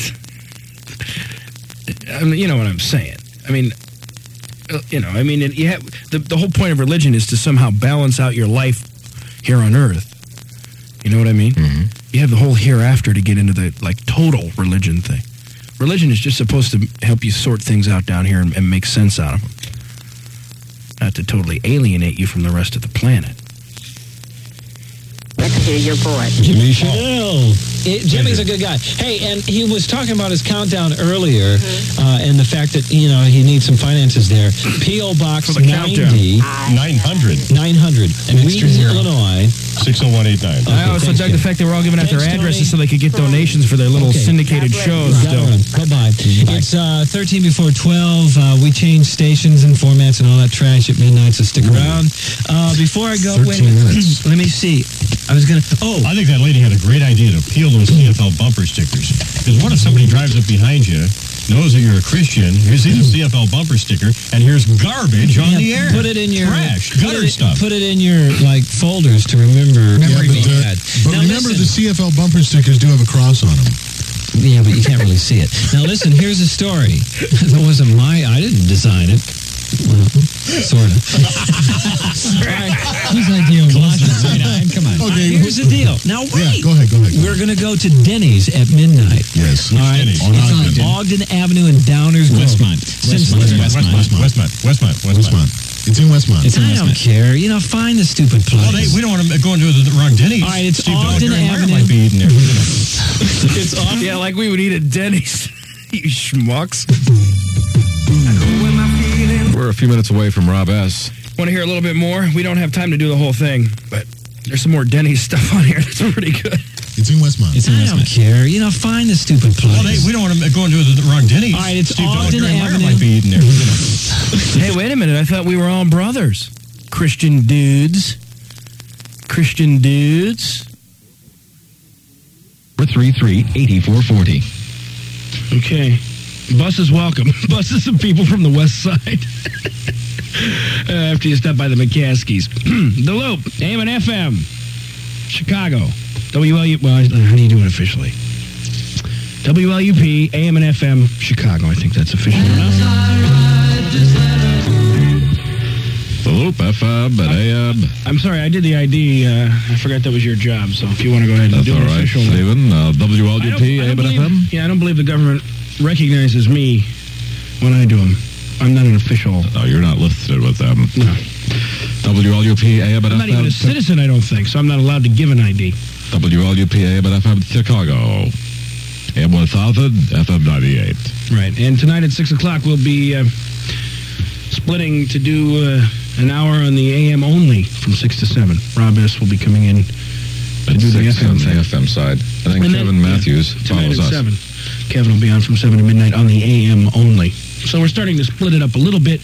Speaker 12: I mean, you know what I'm saying. I mean, uh, you know, I mean, it, you have, the, the whole point of religion is to somehow balance out your life here on earth. You know what I mean? You have the whole hereafter to get into the like total religion thing. Religion is just supposed to help you sort things out down here and, and make sense out of them, not to totally alienate you from the rest of the planet.
Speaker 10: Let's hear your voice.
Speaker 6: Jimmy Chanel. It, Jimmy's a good guy. Hey, and he was talking about his countdown earlier
Speaker 9: Mm-hmm.
Speaker 6: uh, and the fact that, you know, he needs some finances there. P.O. Box
Speaker 7: For the countdown.
Speaker 6: 90,
Speaker 7: 900.
Speaker 6: 900,
Speaker 7: An
Speaker 6: Wheaton,
Speaker 7: extra zero.
Speaker 6: Illinois. Oh,
Speaker 7: 60189.
Speaker 12: I also dug the fact they were all giving out their addresses so they could get donations for their little syndicated shows. Still,
Speaker 6: Bye bye. It's uh, 13 before 12. Uh, we change stations and formats and all that trash at midnight, so stick around. Uh, before I go, wait a
Speaker 7: 13
Speaker 6: minute. Let me see. I was going to. Oh.
Speaker 7: I think that lady had a great idea to peel those CFL bumper stickers. Because what if somebody drives up behind you, knows that you're a Christian, here's the CFL bumper sticker, and here's garbage on
Speaker 6: Yeah,
Speaker 7: the air.
Speaker 6: Put it in your
Speaker 7: trash,
Speaker 6: put
Speaker 7: gutter
Speaker 6: it,
Speaker 7: stuff.
Speaker 6: Put it in your like folders to remember.
Speaker 4: Yeah,
Speaker 6: everything
Speaker 4: but
Speaker 6: you
Speaker 4: the-
Speaker 6: had.
Speaker 4: but
Speaker 6: Now
Speaker 4: remember,
Speaker 6: listen.
Speaker 4: the CFL bumper stickers do have a cross on them.
Speaker 6: Yeah, but you can't really see it. Now listen, here's a story. That wasn't my. I didn't design it. Well, sort of. Whose idea was it? Come on.
Speaker 4: Okay.
Speaker 6: Here's the deal. Now wait.
Speaker 4: go ahead, go ahead.
Speaker 6: We're gonna go to Denny's at midnight.
Speaker 4: Yes.
Speaker 6: All right.
Speaker 7: Denny's?
Speaker 6: It's on Ogden. Avenue in Downers Grove.
Speaker 7: Westmont.
Speaker 6: Since Westmont.
Speaker 7: Westmont. Westmont. Westmont.
Speaker 4: Westmont. It's in Westmont.
Speaker 6: I don't care. You know, find the stupid place.
Speaker 7: Well, Oh, they, we don't want to go into the wrong Denny's.
Speaker 6: All right, it's
Speaker 7: Steve Dog.
Speaker 6: Ogden
Speaker 7: Your environment might be
Speaker 6: Avenue.
Speaker 7: eating there.
Speaker 6: it's Ogden.
Speaker 12: yeah, like we would eat at Denny's. you schmucks.
Speaker 11: We're a few minutes away from Rob S.
Speaker 12: Want to hear a little bit more? We don't have time to do the whole thing, but there's some more Denny's stuff on here that's pretty good.
Speaker 9: It's in Westmont.
Speaker 12: It's
Speaker 17: I don't care. You know, find the stupid
Speaker 6: Oh,
Speaker 17: place.
Speaker 32: Well, they, we don't want to go into the wrong Denny's.
Speaker 17: All right, it's
Speaker 32: Steve Dollar
Speaker 17: Ogden
Speaker 32: Gary Meyer
Speaker 17: Avenue.
Speaker 32: might be eating there.
Speaker 12: hey, wait a minute. I thought we were all brothers. Christian dudes. Christian dudes.
Speaker 3: 433 8440.
Speaker 12: Okay. Bus is welcome. Bus is some people from the west side. Uh, after you stop by the McCaskies. the Loop, AM and FM, Chicago. WLU, well, I- how do you do it officially? WLUP, AM and FM, Chicago. I think that's official.
Speaker 11: The Loop FM at AM.
Speaker 12: I'm sorry, I did the ID. Uh, I forgot that was your job, so if you want to go ahead and
Speaker 11: That's
Speaker 12: do
Speaker 11: all
Speaker 12: an
Speaker 11: right,
Speaker 12: official
Speaker 11: Steven. Uh,
Speaker 12: I don't- I
Speaker 11: WLUP,
Speaker 12: don't
Speaker 11: AM
Speaker 12: believe-
Speaker 11: FM.
Speaker 12: Yeah, I don't believe the government recognizes me when I do them. I'm not an official.
Speaker 11: No, you're not listed with them. No. WLUP, AM
Speaker 12: I'm not even a
Speaker 11: FM.
Speaker 12: citizen, I don't think, so I'm not allowed to give an ID.
Speaker 11: WLUP, AM FM, Chicago. AM 1000, FM 98.
Speaker 12: Right. And tonight at 6 o'clock, we'll be uh, splitting to do uh, an hour on the AM only from 6 to 7. Rob S. will be coming in to do the
Speaker 11: Six on
Speaker 12: FM
Speaker 11: the
Speaker 12: thing.
Speaker 11: FM side. I think
Speaker 12: And then-
Speaker 11: Kevin
Speaker 12: yeah,
Speaker 11: Matthews
Speaker 12: Tonight
Speaker 11: follows
Speaker 12: at
Speaker 11: us.
Speaker 12: 7. Kevin will be on from 7 to midnight on the AM only. So we're starting to split it up a little bit,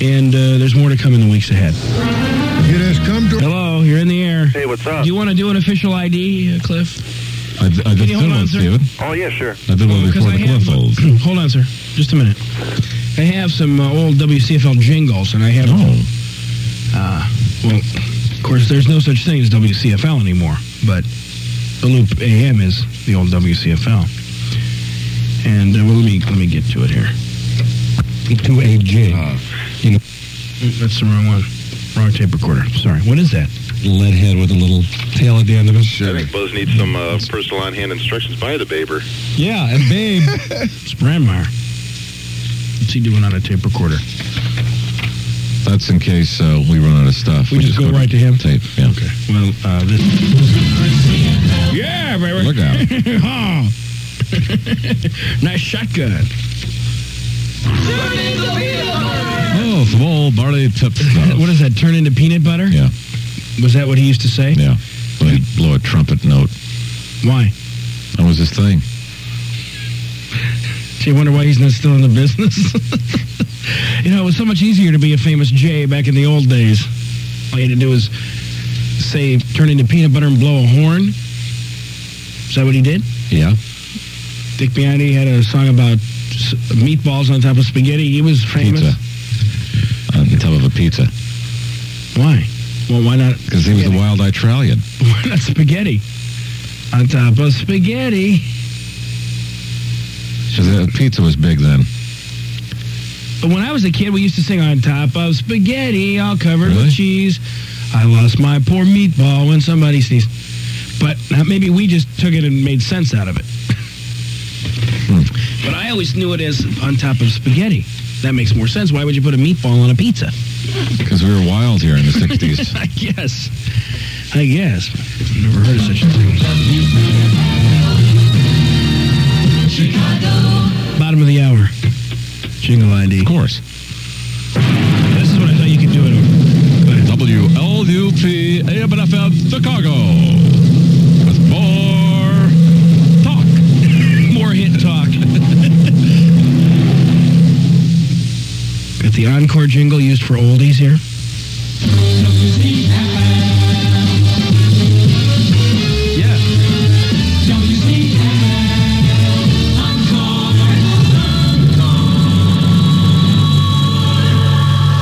Speaker 12: and uh, there's more to come in the weeks ahead. It has come to... Hello, you're in the air. Hey, what's up? Do you want to do an official ID, uh, Cliff?
Speaker 11: I, I just
Speaker 12: Can
Speaker 11: did
Speaker 12: you hold on,
Speaker 11: one,
Speaker 12: sir?
Speaker 11: Steven.
Speaker 8: Oh, yeah, sure.
Speaker 11: I did one
Speaker 12: Because
Speaker 11: before
Speaker 12: I
Speaker 11: the
Speaker 12: have-
Speaker 11: Cliff folds.
Speaker 12: Hold on, sir. Just a minute. I have some uh, old WCFL jingles, and I have. Oh. Uh, well, of course, there's no such thing as WCFL anymore, but the Loop AM is the old WCFL. And uh, well, let me let me get to it here. Uh, To a jig. mm, That's the wrong one. Wrong tape recorder. Sorry. What is that? Lead head with a little tail at the end of it.
Speaker 19: I think Buzz needs some uh, personal on-hand instructions by the Baber.
Speaker 12: Yeah, and babe. it's Brandmeier. What's he doing on a tape recorder?
Speaker 11: That's in case uh, we run out of stuff. We, just, go, right to
Speaker 12: him.
Speaker 11: Tape. Yeah. Okay.
Speaker 12: Well, uh, this. Yeah, baby.
Speaker 11: Look out.
Speaker 12: oh. nice shotgun.
Speaker 11: Oh, some old barley tip stuff.
Speaker 12: What does that turn into peanut butter?
Speaker 11: Yeah.
Speaker 12: Was that what he used to say?
Speaker 11: Yeah. Well, he'd blow a trumpet note.
Speaker 12: Why?
Speaker 11: That was his thing.
Speaker 12: So you wonder why he's not still in the business? you know, it was so much easier to be a famous J back in the old days. All you had to do was say, turn into peanut butter and blow a horn. Is that what he did?
Speaker 11: Yeah.
Speaker 12: Dick Bianchi had a song about s- meatballs on top of spaghetti. He was famous.
Speaker 11: Pizza. On top of a pizza.
Speaker 12: Why? Well, why not?
Speaker 11: Because he was the wild eyed Trallian.
Speaker 12: Why not spaghetti? On top of spaghetti.
Speaker 11: 'Cause, uh, Pizza was big then.
Speaker 12: But when I was a kid, we used to sing on top of spaghetti, all covered with cheese. I lost my poor meatball when somebody sneezed. But uh, maybe we just took it and made sense out of it.
Speaker 11: Hmm.
Speaker 12: But I always knew it as on top of spaghetti. That makes more sense. Why would you put a meatball on a pizza?
Speaker 11: Because we were wild here in the 60s.
Speaker 12: I guess. I guess. I've never heard of such a thing. Bottom of the hour. Jingle ID. Of
Speaker 11: course.
Speaker 12: This is what I thought you could do it over.
Speaker 11: WLUP AM and FM Chicago. With more talk.
Speaker 12: more hit talk. Got the encore jingle used for oldies here.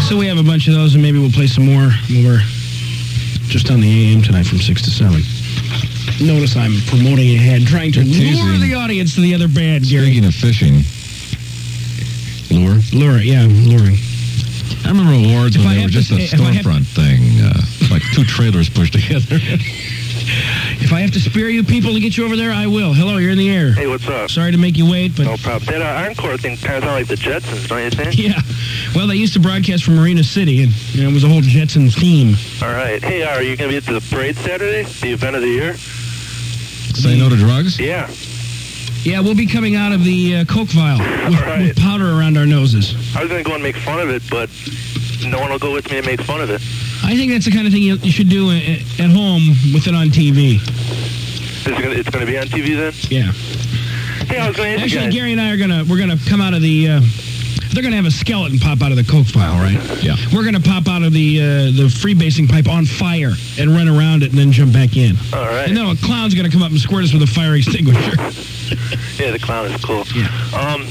Speaker 12: So we have a bunch of those, and maybe we'll play some more when we're just on the AM tonight from 6 to 7. Notice I'm promoting ahead, trying to
Speaker 11: You're teasing.
Speaker 12: lure the audience to the other band, Gary.
Speaker 11: Speaking of fishing, lure.
Speaker 12: Lure, yeah, luring.
Speaker 11: I remember awards
Speaker 12: If
Speaker 11: when
Speaker 12: I
Speaker 11: they
Speaker 12: have
Speaker 11: were just
Speaker 12: to
Speaker 11: a
Speaker 12: say- if I have-
Speaker 11: storefront thing, uh, like two trailers pushed together.
Speaker 12: If I have to spear you people to get you over there, I will. Hello, you're in the air.
Speaker 26: Hey, what's up?
Speaker 12: Sorry to make you wait, but
Speaker 26: No problem. That uh, encore thing kind of sounds like the Jetsons, don't you think?
Speaker 12: yeah. Well, they used to broadcast from Marina City, and you know, it was a whole Jetson theme.
Speaker 26: All right. Hey, are you going to be at the parade Saturday? The event of the year?
Speaker 11: Say no to drugs?
Speaker 26: Yeah.
Speaker 12: Yeah, we'll be coming out of the uh, Coke vial with, with powder around our noses.
Speaker 26: I was going to go and make fun of it, but no one will go with me and make fun of it.
Speaker 12: I think that's the kind of thing you, you should do at, at home with it on TV.
Speaker 26: Is it gonna, it's going to be on TV then?
Speaker 12: Yeah.
Speaker 26: Hey, I was going to ask you
Speaker 12: Actually,
Speaker 26: guys.
Speaker 12: Gary and I are gonna we're gonna come out of the. Uh, they're gonna have a skeleton pop out of the coke file, right? Yeah. We're gonna pop out of the uh, the freebasing pipe on fire and run around it and then jump back in.
Speaker 26: All right.
Speaker 12: And then a clown's gonna come up and squirt us with a fire extinguisher.
Speaker 26: Yeah, the clown is cool. Um,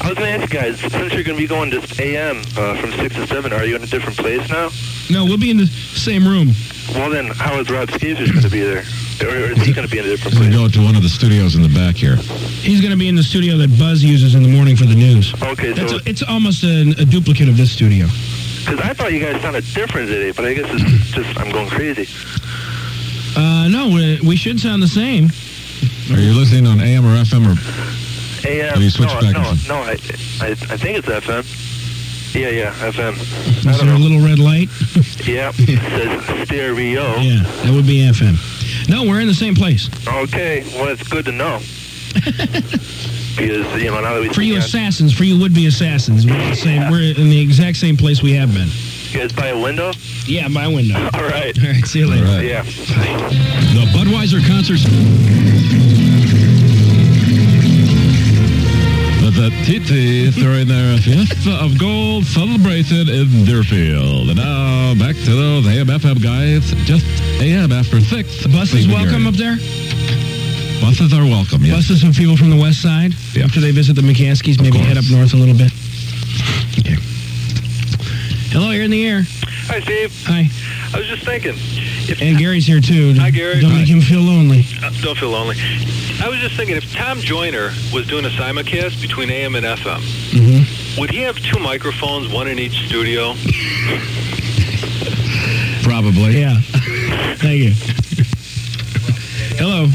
Speaker 26: I was going to ask you guys, since you're going to be going to AM uh, from 6 to 7, are you in a different place now?
Speaker 12: No, we'll be in the same room.
Speaker 26: Well, then, how is Rob Skeezers going to be there? Or is he going to be in a different place?
Speaker 11: go to one of the studios in the back here.
Speaker 12: He's gonna be in the studio that Buzz uses in the morning for the news.
Speaker 26: Okay,
Speaker 12: That's
Speaker 26: so-
Speaker 12: a, it's almost a, a duplicate of this studio.
Speaker 26: Because I thought you guys sounded different today, but I guess it's just I'm going crazy.
Speaker 12: Uh, no, we, we should sound the same.
Speaker 11: Are you listening on AM or FM or
Speaker 26: AM,
Speaker 11: Have you switched
Speaker 26: no,
Speaker 11: back
Speaker 26: no,
Speaker 11: and
Speaker 26: no, I, I, I think it's FM. Yeah, yeah, FM.
Speaker 12: Is there a little red light?
Speaker 26: Yeah, it says stereo.
Speaker 12: Yeah, that would be FM. No, we're in the same place.
Speaker 26: Okay, well, it's good to know. because, you know, now that we
Speaker 12: For you
Speaker 26: you guys,
Speaker 12: assassins, for you would-be assassins, we're, the same, we're in the exact same place we have been.
Speaker 26: you guys by a window?
Speaker 12: Yeah, my window.
Speaker 26: All right.
Speaker 12: All right, see you later.
Speaker 26: Yeah.
Speaker 11: the Budweiser concerts? But the TT throwing their fiesta of gold celebrated in Deerfield. And now back to those AM FM guys. Just AM after six.
Speaker 12: Buses
Speaker 11: Please,
Speaker 12: welcome
Speaker 11: Gary.
Speaker 12: up there?
Speaker 11: Buses are welcome. Yes.
Speaker 12: Buses from people from the west side? Yeah. After they visit the McCaskies, maybe head up north a little bit. Okay. Hello, you're in the air.
Speaker 26: Hi, Steve.
Speaker 12: Hi.
Speaker 26: I was just thinking,
Speaker 12: And Gary's here, too.
Speaker 14: Hi, Gary.
Speaker 12: Don't
Speaker 14: Hi.
Speaker 12: make him feel lonely.
Speaker 14: Uh, don't feel lonely. I was just thinking, if Tom Joyner was doing a simulcast between AM and FM,
Speaker 12: Mm-hmm.
Speaker 14: would he have two microphones, one in each studio?
Speaker 11: Probably.
Speaker 12: Yeah. Thank you. Hello.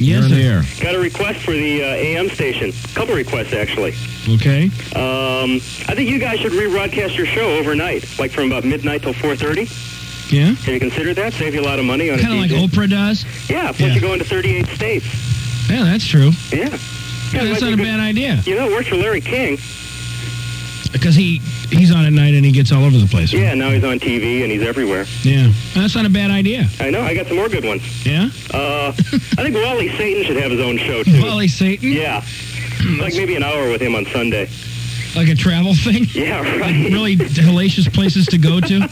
Speaker 12: Yes, You're in
Speaker 21: sir. Got a request for the uh, AM station. Couple requests actually.
Speaker 12: Okay.
Speaker 21: Um, I think you guys should rebroadcast your show overnight, like from about midnight till four thirty.
Speaker 12: Yeah?
Speaker 21: Have you considered that? Save you a lot of money on
Speaker 12: Kind of
Speaker 21: a
Speaker 12: like
Speaker 21: DJ.
Speaker 12: Oprah does.
Speaker 21: yeah, plus
Speaker 12: Yeah.
Speaker 21: you go into thirty-eight states.
Speaker 12: Yeah, that's true.
Speaker 21: Yeah.
Speaker 12: Yeah, that's not a bad idea.
Speaker 21: You know, it worked for Larry King.
Speaker 12: Because he, he's on at night and he gets all over the place.
Speaker 21: Yeah, now he's on TV and he's everywhere.
Speaker 12: Yeah. That's not a bad idea.
Speaker 21: I know. I got some more good ones.
Speaker 12: Yeah?
Speaker 21: Uh, I think Wally Satan should have his own show too.
Speaker 12: Wally Satan.
Speaker 21: Yeah. Like maybe an hour with him on Sunday.
Speaker 12: Like a travel thing?
Speaker 21: Yeah, right.
Speaker 12: Like really hellacious places to go to?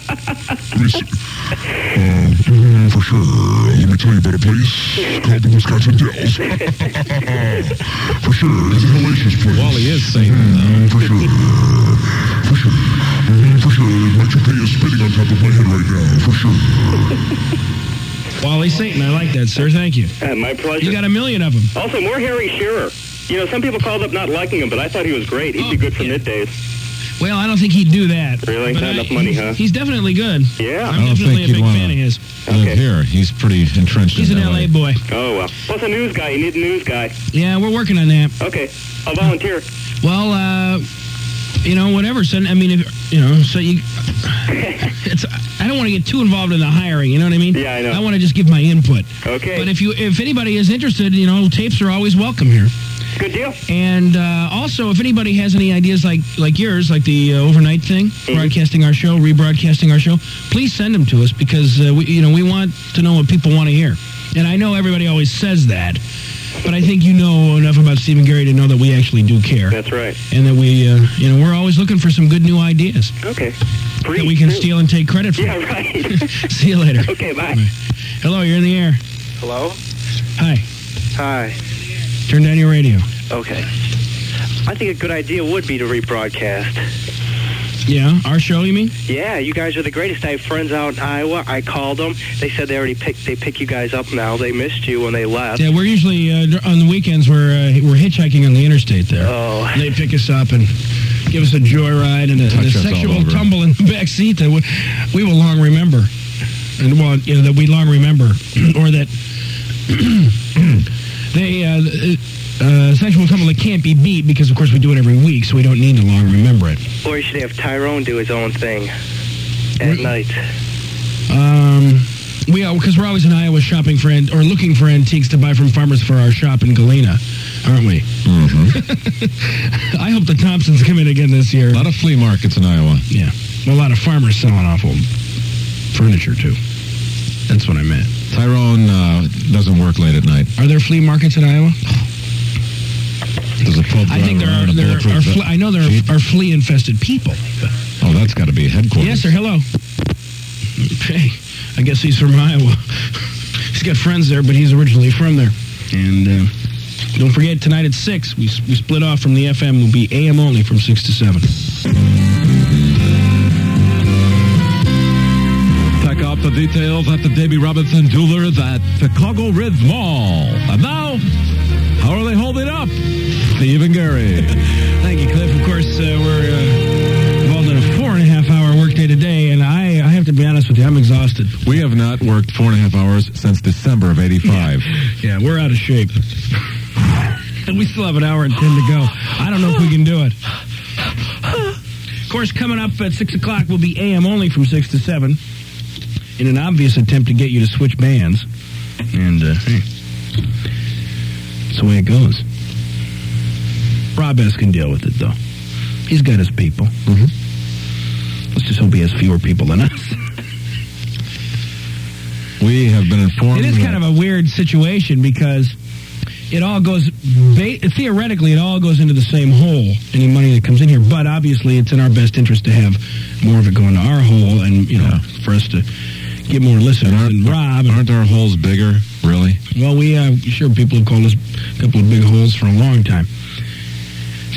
Speaker 22: Uh, for sure. Let me tell you about a place called the Wisconsin Dells. for sure, it's a hellacious place. Wally is saying that. For sure. For sure. Mm, For sure, my toupee is spinning on top of my head right now. For sure.
Speaker 12: Wally Satan. I like that, sir. Thank you.
Speaker 21: Uh, my pleasure.
Speaker 12: You got a million of them.
Speaker 21: Also, more Harry Shearer. You know, some people called up not liking him, but I thought he was great. He'd be
Speaker 12: Oh,
Speaker 21: good for middays.
Speaker 12: Well, I don't think he'd do that.
Speaker 21: Really?
Speaker 12: But
Speaker 21: Not
Speaker 12: I-
Speaker 21: enough money,
Speaker 12: he's-
Speaker 21: huh?
Speaker 12: He's definitely good.
Speaker 21: Yeah.
Speaker 11: I
Speaker 12: I'm
Speaker 11: don't
Speaker 12: definitely
Speaker 11: think
Speaker 12: a
Speaker 11: you'd
Speaker 12: big
Speaker 11: wanna
Speaker 12: fan of his.
Speaker 11: Live here. He's pretty entrenched
Speaker 12: He's
Speaker 11: in
Speaker 12: an LA boy.
Speaker 21: Oh, well. Plus a news guy. You need a news guy.
Speaker 12: Yeah, we're working on that.
Speaker 21: Okay. I'll volunteer.
Speaker 12: Well, uh, you know, whatever. So, I mean, if, you know, so you. It's. I don't want to get too involved in the hiring. You know what I mean? Yeah, I know. I want to just give my input.
Speaker 21: Okay.
Speaker 12: But if you, if anybody is interested, you know, tapes are always welcome here.
Speaker 21: Good deal.
Speaker 12: And uh, also, if anybody has any ideas like like yours, like the uh, overnight thing,
Speaker 6: Mm-hmm.
Speaker 12: broadcasting our show, rebroadcasting our show, please send them to us because uh, we you know we want to know what people want to hear. And I know everybody always says that, but I think you know enough about Stephen Gary to know that we actually do care.
Speaker 21: That's right.
Speaker 12: And that we uh, you know we're always looking for some good new ideas
Speaker 21: Okay.
Speaker 12: that we can steal and take credit for.
Speaker 21: Yeah, right.
Speaker 12: See you later.
Speaker 21: Okay, bye.
Speaker 12: Hello, you're in the air.
Speaker 21: Hello?
Speaker 12: Hi.
Speaker 21: Hi.
Speaker 12: Turn down your radio.
Speaker 21: Okay. I think a good idea would be to rebroadcast.
Speaker 12: Yeah, our show, you mean?
Speaker 21: Yeah, you guys are the greatest. I have friends out in Iowa. I called them. They said they already picked. They pick you guys up now. They missed you when they left.
Speaker 12: Yeah, we're usually uh, dur- on the weekends. We're uh, we're hitchhiking on the interstate there.
Speaker 21: Oh.
Speaker 12: And they pick us up and give us a joyride and a, and a
Speaker 11: Touch us all
Speaker 12: sexual
Speaker 11: over.
Speaker 12: tumble in the back seat that we, we will long remember, and well, you know that we long remember, or that they uh, uh, sexual tumble that can't be beat because of course we do it every week, so we don't need to long remember it.
Speaker 21: Or you should have Tyrone do his own thing at night.
Speaker 12: Um, we because we're always in Iowa shopping for an- or looking for antiques to buy from farmers for our shop in Galena, aren't we?
Speaker 11: Mm-hmm.
Speaker 12: I hope the Thompsons come in again this year. A lot
Speaker 11: of flea markets in Iowa.
Speaker 12: Yeah. A lot of farmers selling off old furniture, too. That's what I meant.
Speaker 11: Tyrone uh, doesn't work late at night.
Speaker 12: Are there flea markets in Iowa?
Speaker 11: There's a pub
Speaker 12: I think
Speaker 11: driving
Speaker 12: there
Speaker 11: around
Speaker 12: are.
Speaker 11: a
Speaker 12: There
Speaker 11: bulletproof
Speaker 12: are
Speaker 11: vest.
Speaker 12: fle- I know there are, are flea infested people.
Speaker 11: Oh, that's got to be headquarters.
Speaker 12: Yes, sir. Hello. Okay. I guess he's from Iowa. he's got friends there, but he's originally from there. And uh, don't forget, tonight at 6, we, s- we split off from the FM. We'll be AM only from 6 to 7.
Speaker 11: Check out the details at the Davy Robinson Jewelers at Chicago Ridge Mall. And now, how are they holding up? Steve and Gary.
Speaker 12: Thank you, Cliff. Of course, uh, we're uh, involved in a four and a half hour workday today, and I, I have to be honest with you, I'm exhausted.
Speaker 11: We have not worked four and a half hours since December of 85.
Speaker 12: Yeah, we're out of shape. and we still have an hour and 10 to go. I don't know if we can do it. Of course, coming up at 6 o'clock will be AM only from 6 to 7 in an obvious attempt to get you to switch bands. And, uh, hey, that's the way it goes. Rob S. can deal with it, though. He's got his people. Mm-hmm. Let's just hope he has fewer people than us.
Speaker 11: We have been informed.
Speaker 12: It is kind of a weird situation because it all goes ba- theoretically it all goes into the same hole. Any money that comes in here, but obviously it's in our best interest to have more of it going to our hole, and you know for us to get more listeners. And, Rob,
Speaker 11: aren't our holes bigger? Really?
Speaker 12: Well, we uh, sure people have called us a couple of big holes for a long time.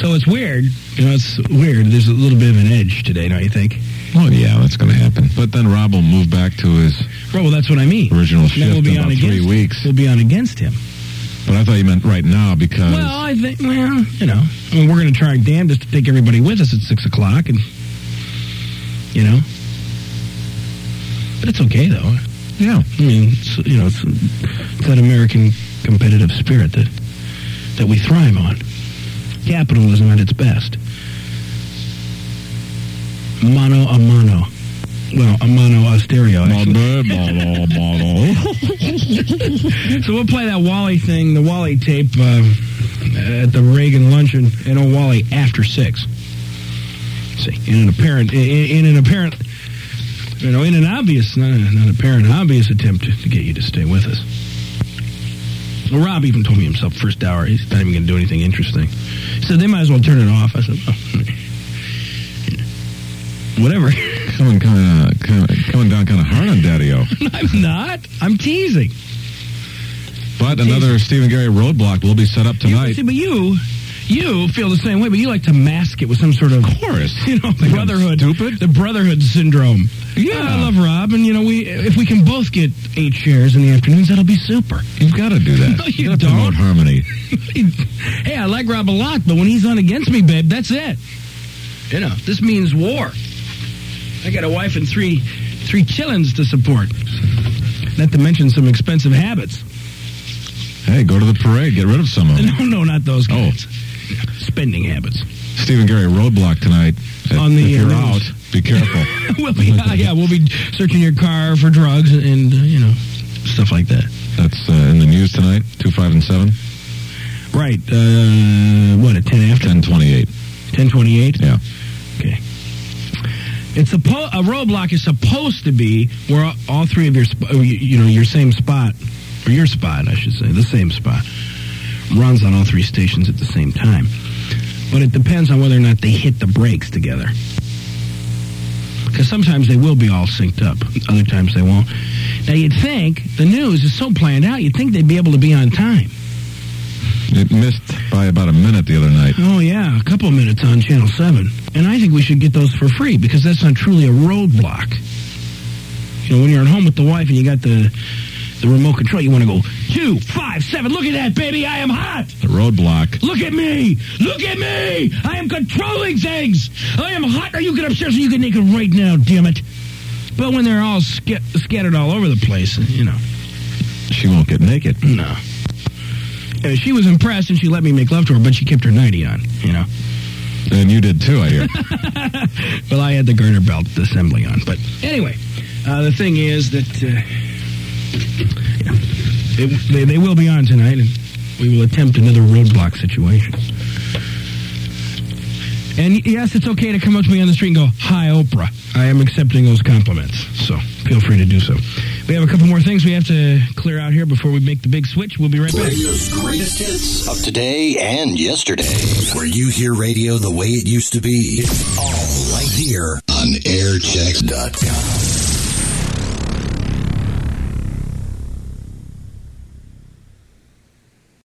Speaker 12: So it's weird, you know. It's weird. There's a little bit of an edge today, don't you think?
Speaker 11: Oh, yeah, that's going to happen. But then Rob will move back to his
Speaker 12: Well, well that's what I mean.
Speaker 11: original
Speaker 12: Now
Speaker 11: shift
Speaker 12: we'll be
Speaker 11: in
Speaker 12: on
Speaker 11: about three
Speaker 12: against-
Speaker 11: weeks.
Speaker 12: We'll be on against him.
Speaker 11: But I thought you meant right now because
Speaker 12: Well, I think, well, you know, I mean, we're going to try our damnedest to take everybody with us at 6 o'clock, and, you know. But it's okay, though.
Speaker 11: Yeah.
Speaker 12: I mean, it's, you know, it's, it's that American competitive spirit that, that we thrive on. Capitalism at its best. Mono a mono. Well, a mono a stereo, actually.
Speaker 11: Mono, mono, mono.
Speaker 12: so we'll play that Wally thing, the Wally tape uh, at the Reagan luncheon and old Wally after six. See, in an apparent, in, in an apparent, you know, in an obvious, not, not apparent, an obvious attempt to, to get you to stay with us. Well, Rob even told me himself first hour he's not even going to do anything interesting. He said they might as well turn it off. I said, oh, whatever.
Speaker 11: coming kind of coming down kind of hard on Daddy-O.
Speaker 12: I'm not. I'm teasing.
Speaker 11: But another Stephen Gary roadblock will be set up tonight.
Speaker 12: See, but you, you feel the same way, but you like to mask it with some sort of chorus, you know, brotherhood, stupid, the brotherhood syndrome. Yeah, I love Rob, and you know, we if we can both get eight shares in the afternoons, that'll be super.
Speaker 11: You've got to do that.
Speaker 12: No, you
Speaker 11: gotta
Speaker 12: don't.
Speaker 11: Promote harmony.
Speaker 12: hey, I like Rob a lot, but when he's on against me, babe, that's it. You know, this means war. I got a wife and three three chillins to support. Not to mention some expensive habits.
Speaker 11: Hey, go to the parade. Get rid of some of them. Oh.
Speaker 12: No, no, not those guys. Spending habits.
Speaker 11: Stephen Gary roadblock tonight. If-
Speaker 12: On the,
Speaker 11: if you're
Speaker 12: uh,
Speaker 11: out,
Speaker 12: news.
Speaker 11: be careful.
Speaker 12: we'll be yeah, yeah, we'll be searching your car for drugs and uh, you know stuff like that.
Speaker 11: That's uh, in the news tonight. Two, five, and seven.
Speaker 12: Right. Uh, what at ten after
Speaker 11: ten twenty eight.
Speaker 12: Ten twenty eight.
Speaker 11: Yeah.
Speaker 12: Okay. It's suppo- a roadblock is supposed to be where all- all three of your sp- you, you know your same spot or your spot I should say the same spot runs on all three stations at the same time. But it depends on whether or not they hit the brakes together. Because sometimes they will be all synced up, other times they won't. Now you'd think the news is so planned out, you'd think they'd be able to be on time.
Speaker 11: It missed by about a minute the other night.
Speaker 12: Oh yeah, a couple of minutes on Channel Seven, and I think we should get those for free because that's not truly a roadblock. You know, when you're at home with the wife and you got the the remote control, you want to go two, five, seven. Look at that, baby! I am hot.
Speaker 11: The roadblock.
Speaker 12: Look at me! Look at me! I am controlling things! I am hot! Now you get upstairs and you get naked right now, damn it! But when they're all sca- scattered all over the place, you know.
Speaker 11: She won't get naked.
Speaker 12: No. And she was impressed and she let me make love to her, but she kept her 90 on, you know.
Speaker 11: And you did too, I hear.
Speaker 12: well, I had the girder belt assembly on, but anyway, uh, the thing is that uh, it, they, they will be on tonight, and We will attempt another roadblock situation. And yes, it's okay to come up to me on the street and go, Hi, Oprah. I am accepting those compliments. So feel free to do so. We have a couple more things we have to clear out here before we make the big switch. We'll be right back.
Speaker 4: Radio's greatest hits of today and yesterday. Where you hear radio the way it used to be. It's all right here on airchecks.com.